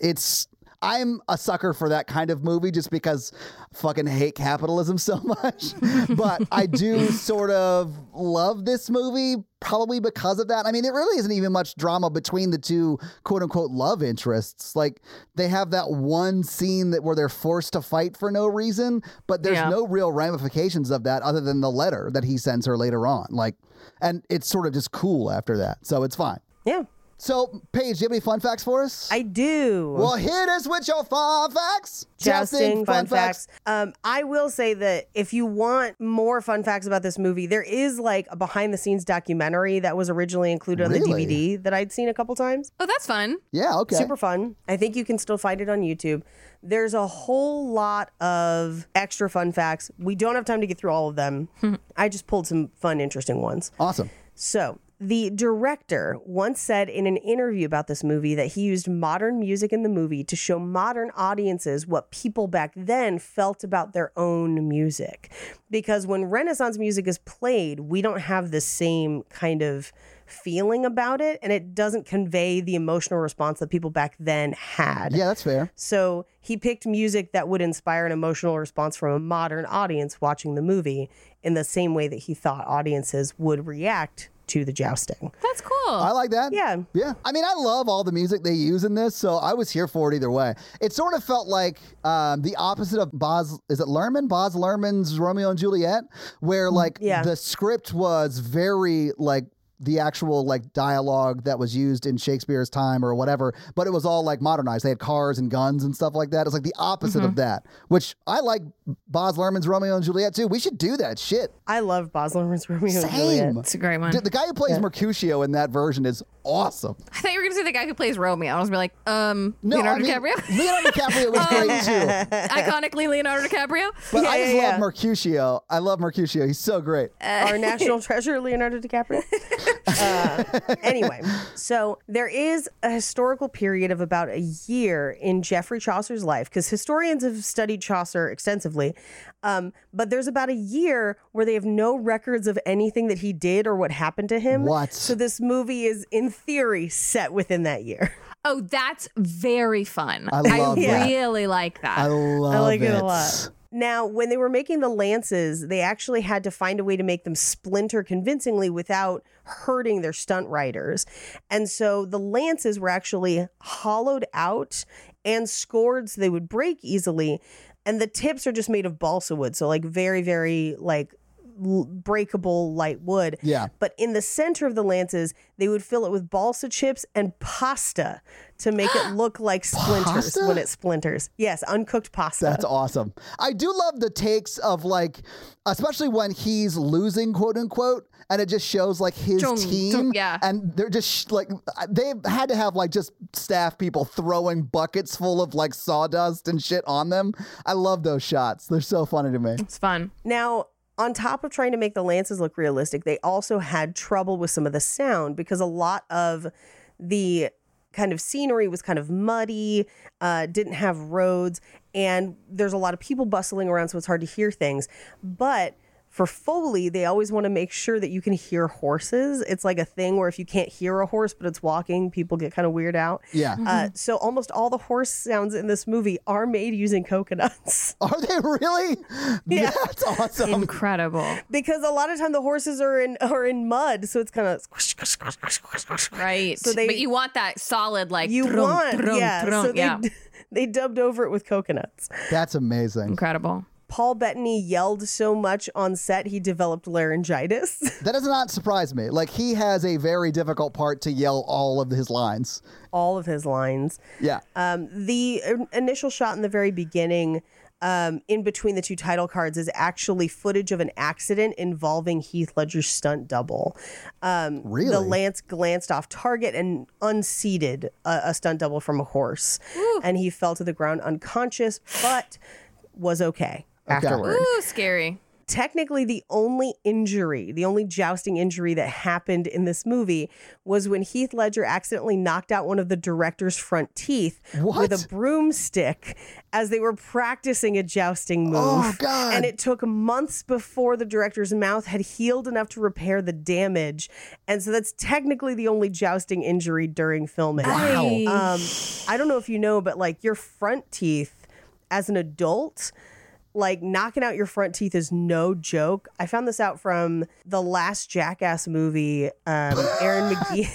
[SPEAKER 5] it's. I'm a sucker for that kind of movie just because I fucking hate capitalism [LAUGHS] so much. but I do sort of love this movie probably because of that. I mean, it really isn't even much drama between the two quote unquote love interests. Like they have that one scene that where they're forced to fight for no reason, but there's
[SPEAKER 6] Yeah.
[SPEAKER 5] no real ramifications of that other than the letter that he sends her later on. Like, and it's sort of just cool after that. So it's fine.
[SPEAKER 4] Yeah.
[SPEAKER 5] So, Paige, do you have any fun facts for us?
[SPEAKER 4] I do.
[SPEAKER 5] Well, hit us with your fun facts.
[SPEAKER 4] Jousting, fun, facts. Um, I will say that if you want more fun facts about this movie, there is like a behind the scenes documentary that was originally included on
[SPEAKER 5] Really?
[SPEAKER 4] the DVD that I'd seen a couple times.
[SPEAKER 6] Oh, that's fun.
[SPEAKER 5] Yeah, okay.
[SPEAKER 4] Super fun. I think you can still find it on YouTube. There's a whole lot of extra fun facts. We don't have time to get through all of them. I just pulled some fun, interesting ones.
[SPEAKER 5] Awesome.
[SPEAKER 4] So, the director once said in an interview about this movie that he used modern music in the movie to show modern audiences what people back then felt about their own music. Because when Renaissance music is played, we don't have the same kind of feeling about it, and it doesn't convey the emotional response that people back then had.
[SPEAKER 5] Yeah, that's fair.
[SPEAKER 4] So he picked music that would inspire an emotional response from a modern audience watching the movie in the same way that he thought audiences would react to the jousting.
[SPEAKER 6] That's cool.
[SPEAKER 5] I like that.
[SPEAKER 4] Oh, Yeah.
[SPEAKER 5] Yeah. I mean, I love all the music they use in this, so I was here for it either way. It sort of felt like um, the opposite of Boz, is it Lerman? Boz Lerman's Romeo and Juliet, where like
[SPEAKER 4] Mm-hmm. Yeah.
[SPEAKER 5] the script was very like, the actual like dialogue that was used in Shakespeare's time or whatever, but it was all like modernized. They had cars and guns and stuff like that. It's like the opposite
[SPEAKER 4] Mm-hmm.
[SPEAKER 5] of that, which I like Boz Lerman's Romeo and Juliet too. We should do that shit.
[SPEAKER 4] I love Baz Luhrmann's [LAUGHS] Romeo and Juliet.
[SPEAKER 5] Same.
[SPEAKER 6] It's a great one.
[SPEAKER 5] Dude, the guy who plays Mercutio in that version is awesome.
[SPEAKER 6] I thought you were gonna say the guy who plays Romeo. I was gonna be like, um,
[SPEAKER 5] No,
[SPEAKER 6] Leonardo
[SPEAKER 5] I mean, [LAUGHS]
[SPEAKER 6] DiCaprio. [LAUGHS]
[SPEAKER 5] Leonardo DiCaprio was
[SPEAKER 4] [LAUGHS]
[SPEAKER 5] great too.
[SPEAKER 6] Iconically, Leonardo DiCaprio.
[SPEAKER 5] But I
[SPEAKER 4] yeah,
[SPEAKER 5] just love
[SPEAKER 4] yeah. Uh,
[SPEAKER 5] Mercutio. I love Mercutio. He's so great.
[SPEAKER 4] our national treasure, Leonardo DiCaprio. uh, anyway, so there is a historical period of about a year in Geoffrey Chaucer's life because historians have studied Chaucer extensively. Um, but there's about a year where they have no records of anything that he did or what happened to him.
[SPEAKER 5] What?
[SPEAKER 4] So this movie is, in theory, set within that year.
[SPEAKER 6] Oh, that's very fun.
[SPEAKER 5] I love that.
[SPEAKER 6] really like that.
[SPEAKER 5] I love
[SPEAKER 4] I like it. a lot. Now, when they were making the lances, they actually had to find a way to make them splinter convincingly without hurting their stunt riders. And so the lances were actually hollowed out and scored so they would break easily. And the tips are just made of balsa wood. So, like, very, very, like, l- breakable light wood.
[SPEAKER 5] Yeah.
[SPEAKER 4] But in the center of the lances, they would fill it with balsa chips and pasta to make
[SPEAKER 5] [GASPS]
[SPEAKER 4] it look like splinters
[SPEAKER 5] Pasta?
[SPEAKER 4] when it splinters. Yes, uncooked pasta.
[SPEAKER 5] That's awesome. I do love the takes of like, especially when he's losing, quote unquote, and it just shows like his
[SPEAKER 6] Chung,
[SPEAKER 5] team.
[SPEAKER 6] chung, yeah.
[SPEAKER 5] And they're just sh- like, they had to have like just staff people throwing buckets full of like sawdust and shit on them. I love those shots. They're so funny to me.
[SPEAKER 6] It's fun.
[SPEAKER 4] Now, on top of trying to make the lances look realistic, they also had trouble with some of the sound because a lot of the kind of scenery was kind of muddy, uh, didn't have roads, and there's a lot of people bustling around, so it's hard to hear things. But for Foley, they always want to make sure that you can hear horses. It's like a thing where if you can't hear a horse but it's walking, people get kind of weird out.
[SPEAKER 5] Yeah.
[SPEAKER 4] Uh, so almost all the horse sounds in this movie are made using coconuts.
[SPEAKER 5] Are they really?
[SPEAKER 4] [LAUGHS] Yeah.
[SPEAKER 5] That's awesome.
[SPEAKER 6] Incredible.
[SPEAKER 4] because a lot of time the horses are in [LAUGHS] are in mud, so it's kind of squish, squish, squish, squish, squish, squish.
[SPEAKER 6] Right.
[SPEAKER 4] So they
[SPEAKER 6] but you want that solid, like,
[SPEAKER 4] you
[SPEAKER 6] trum,
[SPEAKER 4] want
[SPEAKER 6] trum,
[SPEAKER 4] yeah.
[SPEAKER 6] trum.
[SPEAKER 4] so they
[SPEAKER 6] yeah.
[SPEAKER 4] [LAUGHS] they dubbed over it with coconuts.
[SPEAKER 5] That's amazing.
[SPEAKER 6] Incredible.
[SPEAKER 4] Paul Bettany yelled so much on set he developed laryngitis. [LAUGHS]
[SPEAKER 5] That does not surprise me. Like he has a very difficult part to yell all of his lines.
[SPEAKER 4] All of his lines.
[SPEAKER 5] Yeah.
[SPEAKER 6] Uh,
[SPEAKER 4] Um, the in- initial shot in the very beginning, um, in between the two title cards, is actually footage of an accident involving Heath Ledger's stunt double. Um,
[SPEAKER 5] Really?
[SPEAKER 4] The lance glanced off target and unseated a, a stunt double from a horse, and he fell to the ground unconscious, but was okay. Afterward,
[SPEAKER 6] Ooh, scary.
[SPEAKER 4] technically the only injury, the only jousting injury that happened in this movie was when Heath Ledger accidentally knocked out one of the director's front teeth
[SPEAKER 5] What?
[SPEAKER 4] with a broomstick as they were practicing a jousting move.
[SPEAKER 5] Oh, God.
[SPEAKER 4] And it took months before the director's mouth had healed enough to repair the damage. And so that's technically the only jousting injury during filming.
[SPEAKER 6] Hey.
[SPEAKER 4] Um, I don't know if you know, but like your front teeth as an adult, like knocking out your front teeth is no joke. I found this out from the last Jackass movie. Um, Aaron McGee.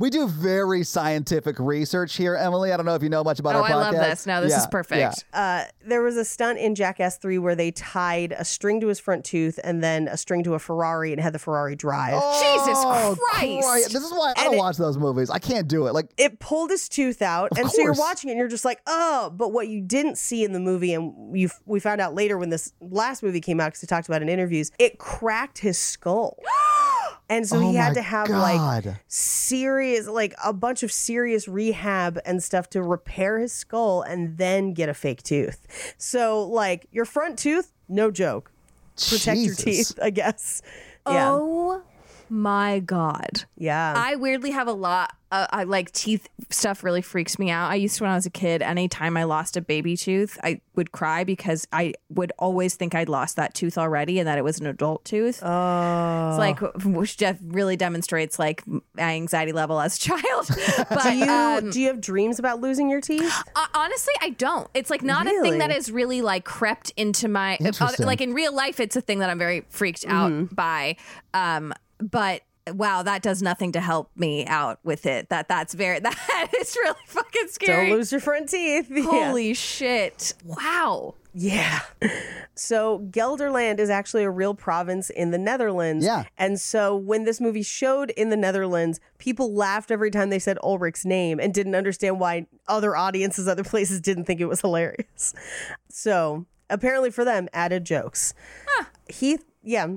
[SPEAKER 5] we do very scientific research here, Emily. I don't know if you know much about
[SPEAKER 6] Oh,
[SPEAKER 5] our podcast.
[SPEAKER 6] I love this. No, this is
[SPEAKER 5] Yeah,
[SPEAKER 6] perfect.
[SPEAKER 5] yeah.
[SPEAKER 4] Uh, there was a stunt in Jackass 3 where they tied a string to his front tooth and then a string to a Ferrari and had the Ferrari drive.
[SPEAKER 6] Jesus
[SPEAKER 5] Oh,
[SPEAKER 6] Christ.
[SPEAKER 5] This is why I don't watch those movies. I can't do it. Like
[SPEAKER 4] It pulled his tooth out.
[SPEAKER 5] Of
[SPEAKER 4] and so you're
[SPEAKER 5] course.
[SPEAKER 4] watching it and you're just like, oh, but what you didn't see in the movie, and you we found out later when this last movie came out, because they talked about it in interviews, it cracked his
[SPEAKER 5] [GASPS]
[SPEAKER 4] skull. And so
[SPEAKER 5] Oh
[SPEAKER 4] he
[SPEAKER 5] my
[SPEAKER 4] had to have like
[SPEAKER 5] God.
[SPEAKER 4] serious, like a bunch of serious rehab and stuff to repair his skull and then get a fake tooth. So, like, your front tooth, no joke. Protect
[SPEAKER 5] Jesus.
[SPEAKER 4] your teeth, I guess. Yeah.
[SPEAKER 6] Oh my God.
[SPEAKER 4] yeah.
[SPEAKER 6] I weirdly have a lot. Uh, I like teeth stuff really freaks me out. I used to when I was a kid. Anytime I lost a baby tooth, I would cry because I would always think I'd lost that tooth already and that it was an adult tooth.
[SPEAKER 4] oh.
[SPEAKER 6] It's like which def- really demonstrates like my anxiety level as a [LAUGHS] child. But
[SPEAKER 4] do you
[SPEAKER 6] um,
[SPEAKER 4] do you have dreams about losing your teeth?
[SPEAKER 6] Uh, honestly, I don't. It's like not a thing that
[SPEAKER 4] Really?
[SPEAKER 6] has really like crept into my uh,
[SPEAKER 5] Interesting.
[SPEAKER 6] like in real life. It's a thing that I'm very freaked out
[SPEAKER 4] Mm-hmm.
[SPEAKER 6] by. Um, but wow, that does nothing to help me out with it. That that's very [LAUGHS] that is really fucking scary.
[SPEAKER 4] Don't lose your front teeth. [LAUGHS] Yeah.
[SPEAKER 6] Holy shit! Wow.
[SPEAKER 4] Yeah. So Gelderland is actually a real province in the Netherlands.
[SPEAKER 5] Yeah.
[SPEAKER 4] And so when this movie showed in the Netherlands, people laughed every time they said Ulrich's name and didn't understand why other audiences, other places didn't think it was hilarious. So apparently for them, added jokes. Heath, yeah.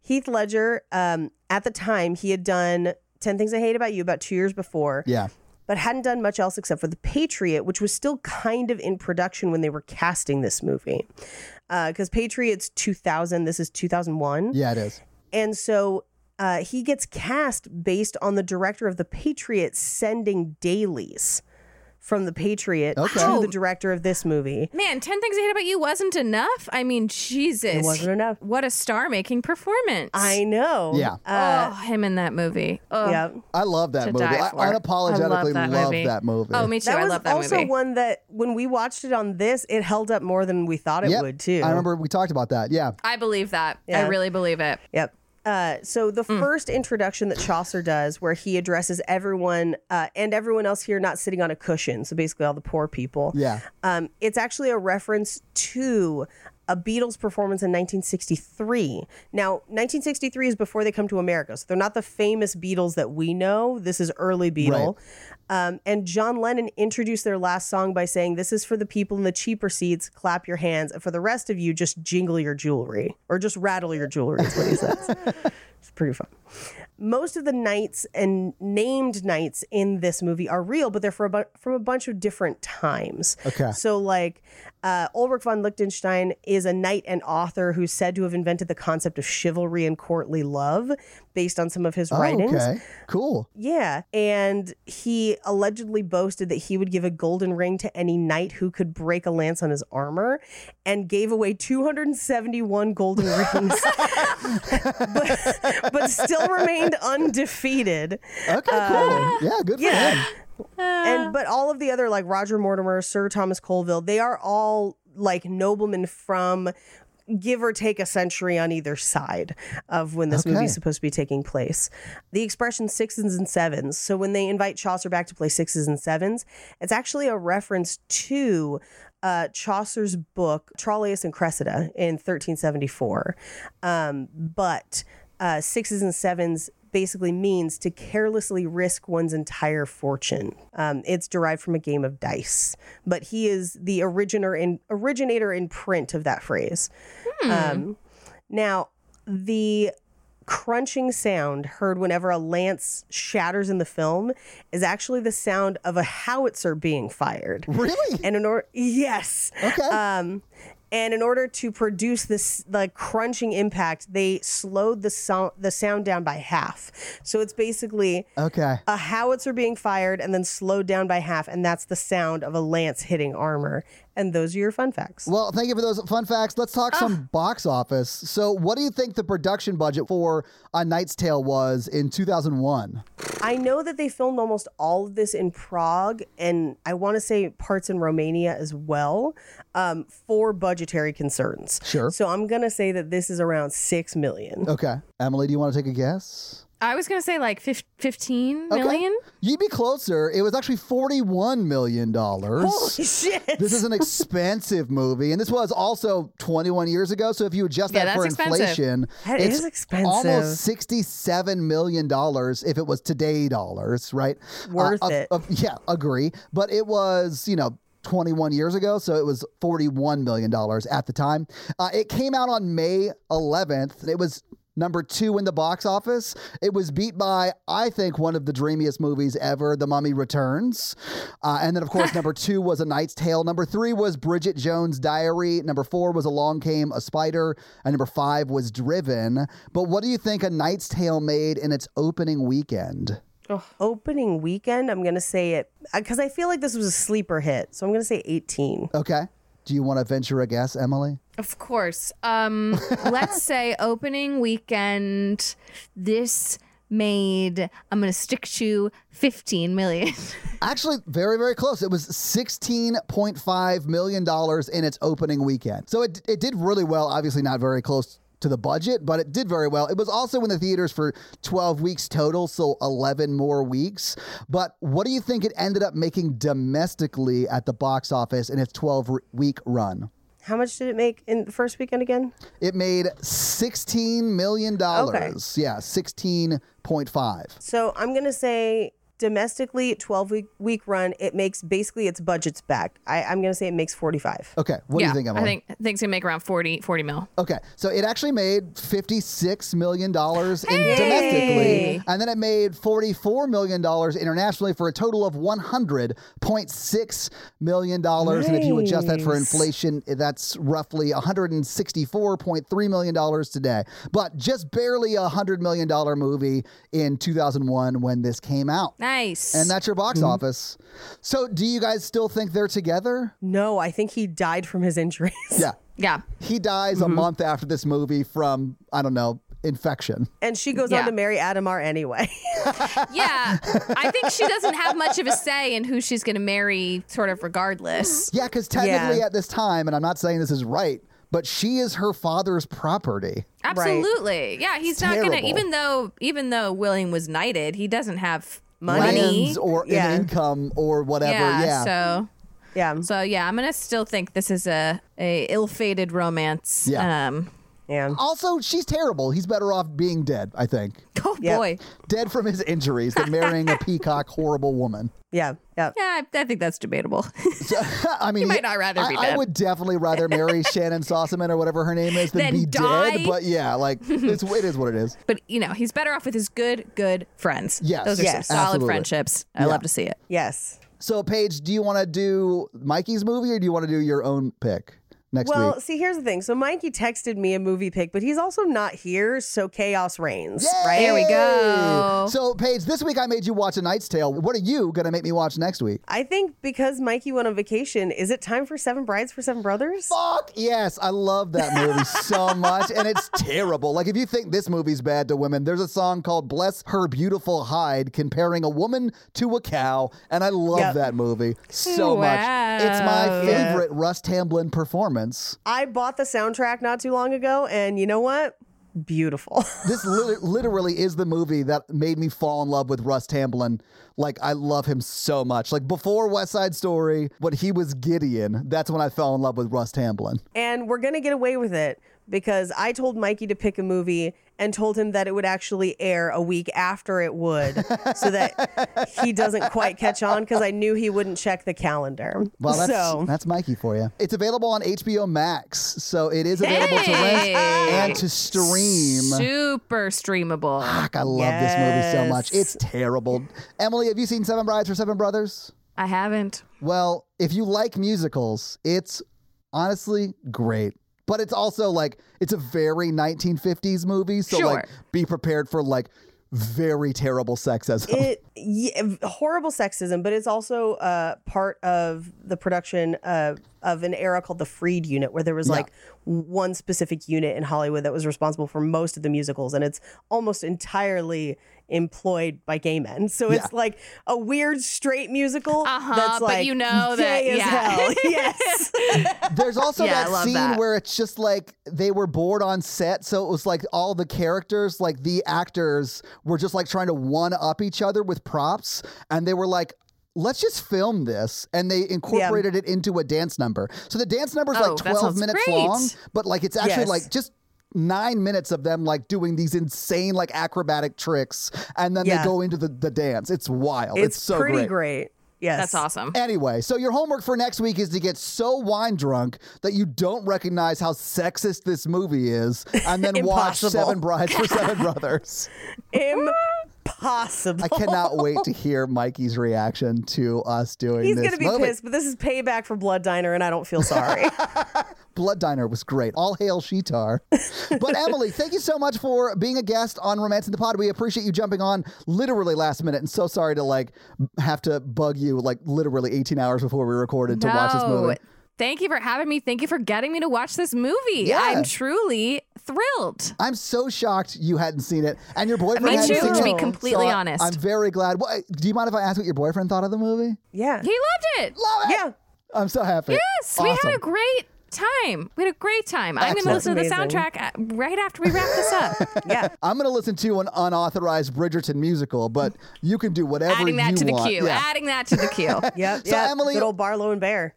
[SPEAKER 4] Heath Ledger, um, at the time, he had done 10 Things I Hate About You about two years before
[SPEAKER 5] Yeah.
[SPEAKER 4] but hadn't done much else except for The Patriot, which was still kind of in production when they were casting this movie. Because Patriot's 2000, this is 2001.
[SPEAKER 5] Yeah, it
[SPEAKER 6] [LAUGHS]
[SPEAKER 5] is.
[SPEAKER 4] And so uh, he gets cast based on the director of The Patriot sending dailies from The Patriot
[SPEAKER 5] Okay.
[SPEAKER 4] to
[SPEAKER 6] Oh.
[SPEAKER 4] the director of this movie.
[SPEAKER 6] Man, ten things I hate about you wasn't enough. I mean, Jesus,
[SPEAKER 4] It wasn't enough.
[SPEAKER 6] What a star-making performance.
[SPEAKER 4] I know.
[SPEAKER 5] Yeah.
[SPEAKER 4] Uh,
[SPEAKER 6] oh, him in that movie. Oh,
[SPEAKER 4] yeah.
[SPEAKER 5] I love that
[SPEAKER 6] to
[SPEAKER 5] movie.
[SPEAKER 6] die
[SPEAKER 5] I
[SPEAKER 6] for.
[SPEAKER 5] unapologetically
[SPEAKER 6] I love that movie.
[SPEAKER 5] movie.
[SPEAKER 6] Oh, me too.
[SPEAKER 4] That
[SPEAKER 6] I
[SPEAKER 4] was
[SPEAKER 6] love that
[SPEAKER 4] also
[SPEAKER 6] movie.
[SPEAKER 4] one that when we watched it on this, it held up more than we thought it
[SPEAKER 5] Yep.
[SPEAKER 4] would too.
[SPEAKER 5] I remember we talked about that. Yeah.
[SPEAKER 6] I believe that. I
[SPEAKER 4] Yeah.
[SPEAKER 6] really believe it.
[SPEAKER 4] Yep. Uh, so the first introduction that Chaucer does, where he addresses everyone uh, and everyone else here not sitting on a cushion, so basically all the poor people.
[SPEAKER 5] Yeah.
[SPEAKER 4] Um, it's actually a reference to a Beatles performance in 1963. Now, 1963 is before they come to America, so they're not the famous Beatles that we know. This is early Beatle. Um, and John Lennon introduced their last song by saying, This is for the people in the cheaper seats, clap your hands. And for the rest of you, just jingle your jewelry or just rattle your jewelry, is what he says. It's pretty fun. Most of the knights and named knights in this movie are real, but they're for a bu- from a bunch of different times.
[SPEAKER 5] Okay.
[SPEAKER 4] So, like, uh, Ulrich von Lichtenstein is a knight and author who's said to have invented the concept of chivalry and courtly love based on some of his writings.
[SPEAKER 5] Oh, okay. Cool.
[SPEAKER 4] Yeah. And he allegedly boasted that he would give a golden ring to any knight who could break a lance on his armor and gave away 271 golden rings, [LAUGHS] but, but still remained undefeated.
[SPEAKER 5] Okay,
[SPEAKER 6] Uh,
[SPEAKER 5] cool. Yeah, good for
[SPEAKER 4] yeah.
[SPEAKER 5] him.
[SPEAKER 6] Ah.
[SPEAKER 4] And but all of the other like Roger Mortimer, Sir Thomas Colville, they are all like noblemen from give or take a century on either side of when this
[SPEAKER 5] Okay.
[SPEAKER 4] movie is supposed to be taking place. The expression sixes and sevens. So when they invite Chaucer back to play sixes and sevens, it's actually a reference to uh, Chaucer's book Troilus and Cressida in 1374. Um, but uh, sixes and sevens basically means to carelessly risk one's entire fortune. Um, it's derived from a game of dice, but he is the originator in originator in print of that phrase. Um, now, the crunching sound heard whenever a lance shatters in the film is actually the sound of a howitzer being fired.
[SPEAKER 5] Really?
[SPEAKER 6] [LAUGHS]
[SPEAKER 4] And in order, yes.
[SPEAKER 5] Okay.
[SPEAKER 4] Um, and in order to produce this the crunching impact, they slowed the sound the sound down by half. So it's basically
[SPEAKER 5] okay.
[SPEAKER 4] a howitzer being fired and then slowed down by half, and that's the sound of a lance hitting armor. And those are your fun facts.
[SPEAKER 5] Well, thank you for those fun facts. Let's
[SPEAKER 6] Ah.
[SPEAKER 5] talk some box office. So, what do you think the production budget for A Knight's Tale was in 2001?
[SPEAKER 4] I know that they filmed almost all of this in Prague, and I want to say parts in Romania as well, um, for budgetary concerns.
[SPEAKER 5] Sure. Oh.
[SPEAKER 4] So I'm gonna say that this is around six million. [LAUGHS]
[SPEAKER 5] Okay. Emily, do you want to take a guess?
[SPEAKER 6] I was gonna say like fif- 15
[SPEAKER 5] Okay.
[SPEAKER 6] million.
[SPEAKER 5] You'd be closer. It was actually $41 million. Holy
[SPEAKER 4] shit.
[SPEAKER 5] This is an expensive movie. And this was also 21 years ago. So if you adjust
[SPEAKER 6] Yeah,
[SPEAKER 5] that for
[SPEAKER 6] that's expensive.
[SPEAKER 5] inflation,
[SPEAKER 4] That
[SPEAKER 5] it's
[SPEAKER 4] is expensive.
[SPEAKER 5] Almost $67 million if it was today dollars, right? Uh,
[SPEAKER 4] Worth
[SPEAKER 5] of-
[SPEAKER 4] it.
[SPEAKER 5] of- yeah, agree. But it was, you know, 21 years ago, so it was 41 million dollars at the time. Uh, it came out on May 11th. and It was number two in the box office. It was beat by, I think, one of the dreamiest movies ever, The Mummy Returns. Uh, and then, of course, number two was A Knight's Tale. Number three was Bridget Jones' Diary. Number four was Along Came a Spider, and number five was Driven. But what do you think A Knight's Tale made in its opening weekend?
[SPEAKER 4] Opening weekend, I'm going to say it because I feel like this was a sleeper hit. So I'm going to say 18.
[SPEAKER 5] Okay. Do you want to venture a guess, Emily?
[SPEAKER 6] Of course.
[SPEAKER 5] [LAUGHS]
[SPEAKER 6] Um, let's say opening weekend, this made, I'm going to stick to 15 million.
[SPEAKER 5] Actually, very, very close. It was $16.5 million in its opening weekend. So it, it did really well. Obviously, not very close to the budget, but it did very well. It was also in the theaters for 12 weeks total, so 11 more weeks. But what do you think it ended up making domestically at the box office in its 12 r- week run?
[SPEAKER 4] How much did it make in the first weekend again?
[SPEAKER 5] It made $16 million. Yeah, 16.5.
[SPEAKER 4] So I'm going to say domestically, 12 week, week run, it makes basically its budgets back. I, I'm going to say it makes 45.
[SPEAKER 5] Okay, what do you think, Emily?
[SPEAKER 6] I think, I think it's going to make around 40, 40 mil.
[SPEAKER 5] Okay, so it actually made fifty-six million dollars
[SPEAKER 6] Hey!
[SPEAKER 5] domestically, and then it made forty-four million dollars internationally for a total of one hundred point six million dollars. And if you adjust that for
[SPEAKER 4] Nice.
[SPEAKER 5] inflation, that's roughly one hundred and sixty-four point three million dollars today. But just barely a hundred million dollar movie in two thousand one when this came out,
[SPEAKER 6] Nice. Mm-hmm.
[SPEAKER 5] and that's your box office. So, do you guys still think they're together?
[SPEAKER 4] No, I think he died from his injuries.
[SPEAKER 5] Yeah, [LAUGHS]
[SPEAKER 6] yeah.
[SPEAKER 5] he dies
[SPEAKER 6] Mm-hmm.
[SPEAKER 5] a month after this movie from I don't know infection.
[SPEAKER 4] And she goes
[SPEAKER 6] Yeah.
[SPEAKER 4] on to marry Adamar anyway. [LAUGHS]
[SPEAKER 6] Yeah. I think she doesn't have much of a say in who she's going to marry, sort of regardless.
[SPEAKER 5] Yeah, because technically
[SPEAKER 4] Yeah.
[SPEAKER 5] at this time, and I'm not saying this is right, but she is her father's property.
[SPEAKER 6] Absolutely. Yeah, he's not going to
[SPEAKER 5] terrible.
[SPEAKER 6] even though even though Willing was knighted, he doesn't have
[SPEAKER 4] Money.
[SPEAKER 6] money.
[SPEAKER 5] Lands or an
[SPEAKER 4] Yeah.
[SPEAKER 5] income or whatever. Yeah.
[SPEAKER 6] So
[SPEAKER 4] yeah.
[SPEAKER 6] so yeah, I'm going to still think this is a a ill-fated romance.
[SPEAKER 5] Yeah.
[SPEAKER 6] Um [LAUGHS]
[SPEAKER 4] Yeah.
[SPEAKER 5] also, she's terrible. He's better off being dead, I think.
[SPEAKER 6] Oh
[SPEAKER 4] Yep.
[SPEAKER 6] boy.
[SPEAKER 5] Dead from his injuries than marrying
[SPEAKER 6] [LAUGHS]
[SPEAKER 5] a peacock, horrible woman. [LAUGHS]
[SPEAKER 4] Yeah. Yeah.
[SPEAKER 6] Yeah, I, I think that's debatable. [LAUGHS]
[SPEAKER 5] So, I mean,
[SPEAKER 6] might not rather
[SPEAKER 5] I,
[SPEAKER 6] be
[SPEAKER 5] I
[SPEAKER 6] dead.
[SPEAKER 5] would definitely rather
[SPEAKER 6] [LAUGHS]
[SPEAKER 5] marry Shannon Sossaman or whatever her name is than
[SPEAKER 6] Than
[SPEAKER 5] be
[SPEAKER 6] die.
[SPEAKER 5] dead. But yeah, like
[SPEAKER 6] [LAUGHS]
[SPEAKER 5] it's, it is what it is.
[SPEAKER 6] but you know, he's better off with his good good friends.
[SPEAKER 5] Yes.
[SPEAKER 6] Those are
[SPEAKER 5] Yes.
[SPEAKER 6] solid
[SPEAKER 5] Absolutely.
[SPEAKER 6] friendships. I love to see it.
[SPEAKER 4] Yes.
[SPEAKER 5] So, Paige, do you want to do Mikey's movie or do you want to do your own pick next
[SPEAKER 4] Well,
[SPEAKER 5] week?
[SPEAKER 4] see, here's the thing. So Mikey texted me a movie pick, but he's also not here, so chaos reigns. Right?
[SPEAKER 6] There we go.
[SPEAKER 5] So, Paige, this week I made you watch A Knight's Tale. What are you going to make me watch next week?
[SPEAKER 4] I think because Mikey went on vacation, is it time for Seven Brides for Seven Brothers?
[SPEAKER 5] Fuck yes, I love that movie [LAUGHS] so much, and it's terrible. Like if you think this movie's bad to women, there's a song called "Bless Her Beautiful Hide" comparing a woman to a cow, and I love
[SPEAKER 4] Yep.
[SPEAKER 5] that movie so much. It's my
[SPEAKER 6] Wow.
[SPEAKER 5] favorite Russ Tamblyn performance.
[SPEAKER 4] I bought the soundtrack not too long ago, and you know what? Beautiful. [LAUGHS]
[SPEAKER 5] This lit literally is the movie that made me fall in love with Russ Tamblyn. Like I love him so much. Like before West Side Story, when he was Gideon, that's when I fell in love with Russ Tamblyn.
[SPEAKER 4] and we're going to get away with it because I told Mikey to pick a movie and told him that it would actually air a week after it would so that he doesn't quite catch on because I knew he wouldn't check the calendar.
[SPEAKER 5] Well, that's
[SPEAKER 4] so,
[SPEAKER 5] that's Mikey for you. It's available on HBO Max, so it is available to
[SPEAKER 6] Hey!
[SPEAKER 5] rent and to stream. Ah.
[SPEAKER 6] Super streamable.
[SPEAKER 5] Fuck, I love this movie so much. It's terrible. Emily, have you seen Seven Brides for Seven Brothers?
[SPEAKER 6] I haven't.
[SPEAKER 5] Well, if you like musicals, it's honestly great. But it's also like it's a very 1950s movie, so like
[SPEAKER 6] Sure.
[SPEAKER 5] be prepared for like very terrible sexism.
[SPEAKER 4] it yeah, horrible sexism, but it's also uh, part of the production uh, of an era called the Freed Unit, where there was like one specific unit in Hollywood that was responsible for most of the musicals, and it's almost entirely employed by gay men. So
[SPEAKER 5] Yeah.
[SPEAKER 4] it's like a weird straight musical
[SPEAKER 6] Uh-huh,
[SPEAKER 4] that's
[SPEAKER 6] but
[SPEAKER 4] like
[SPEAKER 6] you know that- [LAUGHS]
[SPEAKER 4] gay as
[SPEAKER 6] yeah.
[SPEAKER 4] hell. yes.
[SPEAKER 5] There's also
[SPEAKER 6] Yeah, I
[SPEAKER 5] that
[SPEAKER 6] love
[SPEAKER 5] scene
[SPEAKER 6] that.
[SPEAKER 5] where it's just like they were bored on set, so it was like all the characters, like the actors, were just like trying to one up each other with props, and they were like. Let's just film this, and they incorporated it into a dance number. So the dance number is
[SPEAKER 6] Oh,
[SPEAKER 5] like
[SPEAKER 6] that
[SPEAKER 5] twelve
[SPEAKER 6] sounds
[SPEAKER 5] minutes
[SPEAKER 6] great.
[SPEAKER 5] long, but like it's actually
[SPEAKER 4] Yes.
[SPEAKER 5] like just nine minutes of them like doing these insane like acrobatic tricks, and then
[SPEAKER 4] Yeah.
[SPEAKER 5] they go into the, the dance. It's wild. It's, so
[SPEAKER 4] pretty
[SPEAKER 5] great.
[SPEAKER 4] great. Yes.
[SPEAKER 6] That's awesome.
[SPEAKER 5] Anyway, so your homework for next week is to get so wine drunk that you don't recognize how sexist this movie is, and then watch
[SPEAKER 4] Impossible.
[SPEAKER 5] Seven Brides
[SPEAKER 4] [LAUGHS]
[SPEAKER 5] for Seven Brothers.
[SPEAKER 4] Impossible.
[SPEAKER 5] I cannot wait to hear Mikey's reaction to us
[SPEAKER 4] [LAUGHS]
[SPEAKER 5] doing
[SPEAKER 4] He's
[SPEAKER 5] this.
[SPEAKER 4] gonna be
[SPEAKER 5] By the way,
[SPEAKER 4] pissed, but this is payback for Blood Diner, and I don't feel
[SPEAKER 5] [LAUGHS]
[SPEAKER 4] sorry.
[SPEAKER 5] Blood Diner was great. All hail Sheetar.
[SPEAKER 4] [LAUGHS]
[SPEAKER 5] but Emily, thank you so much for being a guest on Romance in the Pod. We appreciate you jumping on literally last minute, and so sorry to like have to bug you like literally 18 hours before we recorded to watch this movie.
[SPEAKER 6] Thank you for having me. Thank you for getting me to watch this movie.
[SPEAKER 5] Yeah.
[SPEAKER 6] I'm truly thrilled.
[SPEAKER 5] I'm so shocked you hadn't seen it, and your boyfriend.
[SPEAKER 6] Me
[SPEAKER 5] hadn't
[SPEAKER 6] too,
[SPEAKER 5] seen
[SPEAKER 6] to
[SPEAKER 5] it.
[SPEAKER 6] be completely
[SPEAKER 5] So I-
[SPEAKER 6] honest.
[SPEAKER 5] I'm very glad. Wha- do you mind if I ask what your boyfriend thought of the movie?
[SPEAKER 4] yeah.
[SPEAKER 6] He loved it.
[SPEAKER 5] Love it.
[SPEAKER 4] Yeah.
[SPEAKER 5] I'm so happy.
[SPEAKER 6] Yes, we
[SPEAKER 5] Awesome.
[SPEAKER 6] had a great time. We had a great time. I'm going to
[SPEAKER 5] Excellent.
[SPEAKER 6] listen to the
[SPEAKER 4] Amazing.
[SPEAKER 6] soundtrack uh, right after we wrap
[SPEAKER 5] [LAUGHS]
[SPEAKER 6] this up.
[SPEAKER 4] Yeah.
[SPEAKER 5] I'm gonna listen to an unauthorized Bridgerton musical, but you can do whatever
[SPEAKER 6] Adding that
[SPEAKER 5] you
[SPEAKER 6] to the
[SPEAKER 5] want.
[SPEAKER 6] queue.
[SPEAKER 5] Yeah.
[SPEAKER 6] Adding that to the queue.
[SPEAKER 5] [LAUGHS]
[SPEAKER 4] Yep.
[SPEAKER 5] So,
[SPEAKER 4] yep.
[SPEAKER 5] Emily-
[SPEAKER 4] good old Barlow and Bear.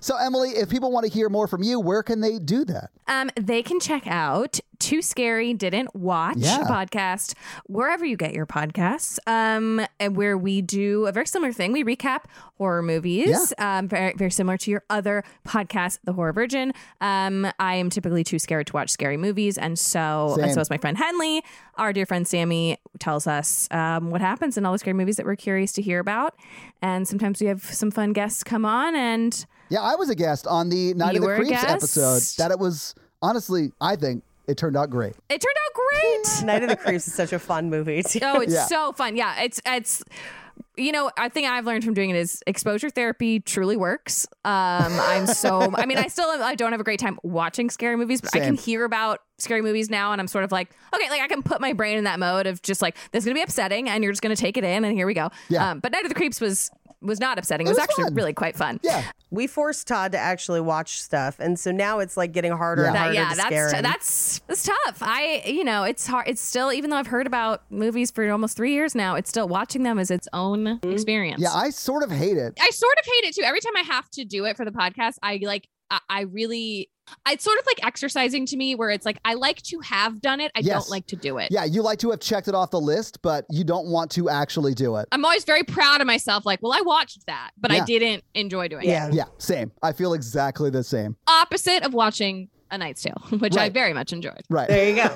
[SPEAKER 5] so Emily, if people want to hear more from you, where can they do that?
[SPEAKER 6] Um, they can check out Too Scary Didn't Watch
[SPEAKER 5] Yeah.
[SPEAKER 6] podcast wherever you get your podcasts. Um, and where we do a very similar thing. We recap horror movies. Um, very very similar to your other podcast, The Horror Virgin. Um, I am typically too scared to watch scary movies, and so and
[SPEAKER 5] Same.
[SPEAKER 6] so is my friend Henley. Our dear friend Sammy tells us um, what happens in all the scary movies that we're curious to hear about, and sometimes we have some fun guests come on and.
[SPEAKER 5] Yeah, I was a guest on the Night
[SPEAKER 6] You
[SPEAKER 5] of the
[SPEAKER 6] were a
[SPEAKER 5] Creeps
[SPEAKER 6] guest?
[SPEAKER 5] episode. That it was honestly, I think it turned out great.
[SPEAKER 6] It turned out great.
[SPEAKER 4] Night of the Creeps is such a fun movie.
[SPEAKER 11] [LAUGHS]
[SPEAKER 4] too.
[SPEAKER 6] Oh,
[SPEAKER 5] [LAUGHS]
[SPEAKER 6] it's
[SPEAKER 5] Yeah.
[SPEAKER 6] so fun. Yeah, it's it's you know, I think I've learned from doing it is exposure therapy truly works. Um, I'm so I
[SPEAKER 5] [LAUGHS]
[SPEAKER 6] mean, I still I don't have a great time watching scary movies, but I can
[SPEAKER 5] Same.
[SPEAKER 6] hear about scary movies now and I'm sort of like, okay, like I can put my brain in that mode of just like this is going to be upsetting and you're just going to take it in and here we go.
[SPEAKER 5] Yeah.
[SPEAKER 6] Um, but Night of the Creeps was was not upsetting. It,
[SPEAKER 5] It
[SPEAKER 6] was,
[SPEAKER 5] was
[SPEAKER 6] actually
[SPEAKER 5] fun.
[SPEAKER 6] really quite fun.
[SPEAKER 5] Yeah.
[SPEAKER 4] We forced Todd to actually watch stuff, and so now it's like getting harder and
[SPEAKER 6] That-
[SPEAKER 4] harder
[SPEAKER 6] yeah,
[SPEAKER 4] to scare
[SPEAKER 6] that's
[SPEAKER 4] him.
[SPEAKER 6] [LAUGHS] that's that's tough. I you know it's hard. It's still even though I've heard about movies for almost three years now, it's still watching them is its own experience.
[SPEAKER 5] Mm-hmm. Yeah, I sort of hate it.
[SPEAKER 8] I sort of hate it too. Every time I have to do it for the podcast, I like I, I really it's sort of like exercising to me where it's like I like to have done it. I
[SPEAKER 5] Yes.
[SPEAKER 8] don't like to do it.
[SPEAKER 5] Yeah, you like to have checked it off the list, but you don't want to actually do it.
[SPEAKER 8] I'm always very proud of myself, like, well, I watched that, but
[SPEAKER 5] Yeah.
[SPEAKER 8] I didn't enjoy doing it.
[SPEAKER 4] yeah.
[SPEAKER 5] Yeah, same. I feel exactly the same.
[SPEAKER 8] Opposite of watching A Knight's Tale, [LAUGHS] which I
[SPEAKER 5] Right.
[SPEAKER 8] very much enjoyed.
[SPEAKER 5] Right.
[SPEAKER 4] There you go.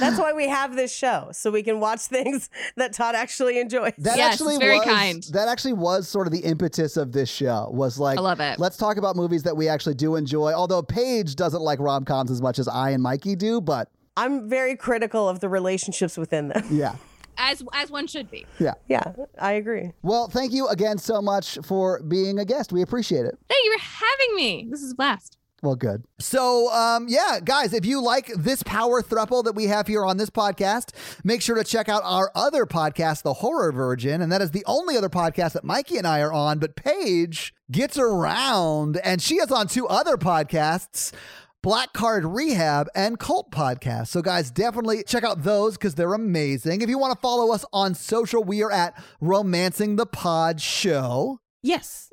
[SPEAKER 4] That's why we have this show, so we can watch things [LAUGHS] that Todd actually enjoys.
[SPEAKER 5] That
[SPEAKER 8] Yes,
[SPEAKER 5] actually
[SPEAKER 8] it's very
[SPEAKER 5] was,
[SPEAKER 8] kind.
[SPEAKER 5] That actually was sort of the impetus of this show. Was like,
[SPEAKER 8] I love it.
[SPEAKER 5] Let's talk about movies that we actually do enjoy. Although Paige doesn't like rom coms as much as I and Mikey do, but
[SPEAKER 4] I'm very critical of the relationships within them. [LAUGHS]
[SPEAKER 5] yeah,
[SPEAKER 8] As as one should be.
[SPEAKER 5] yeah.
[SPEAKER 4] Yeah, I agree.
[SPEAKER 5] Well, thank you again so much for being a guest. We appreciate it.
[SPEAKER 8] Thank you for having me. This is a blast.
[SPEAKER 5] Well, good. So, um, yeah, guys, if you like this power thruple that we have here on this podcast, make sure to check out our other podcast, The Horror Virgin. And that is the only other podcast that Mikey and I are on. But Paige gets around, and she is on two other podcasts. Black Card Rehab and Cult Podcast. So, guys, definitely check out those because they're amazing. If you want to follow us on social, we are at Romancing the Pod Show
[SPEAKER 4] Yes.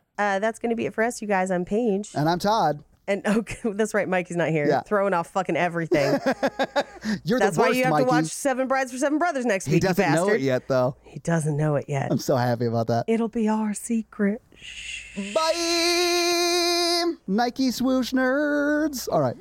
[SPEAKER 4] Uh, that's going to be it for us, you guys. I'm Paige.
[SPEAKER 5] And I'm Todd.
[SPEAKER 4] And [LAUGHS] oh, that's right, Mikey's not here.
[SPEAKER 5] Yeah.
[SPEAKER 4] Throwing off fucking
[SPEAKER 5] [LAUGHS]
[SPEAKER 4] everything.
[SPEAKER 5] You're
[SPEAKER 4] that's
[SPEAKER 5] the
[SPEAKER 4] why
[SPEAKER 5] worst,
[SPEAKER 4] you have
[SPEAKER 5] Mikey.
[SPEAKER 4] to watch Seven Brides for Seven Brothers next
[SPEAKER 5] He
[SPEAKER 4] week. you
[SPEAKER 5] doesn't know
[SPEAKER 4] bastard.
[SPEAKER 5] it yet, though.
[SPEAKER 4] He doesn't know it yet.
[SPEAKER 5] I'm so happy about
[SPEAKER 4] [LAUGHS]
[SPEAKER 5] that.
[SPEAKER 4] It'll be our secret.
[SPEAKER 5] Bye, Nike swoosh nerds. All right.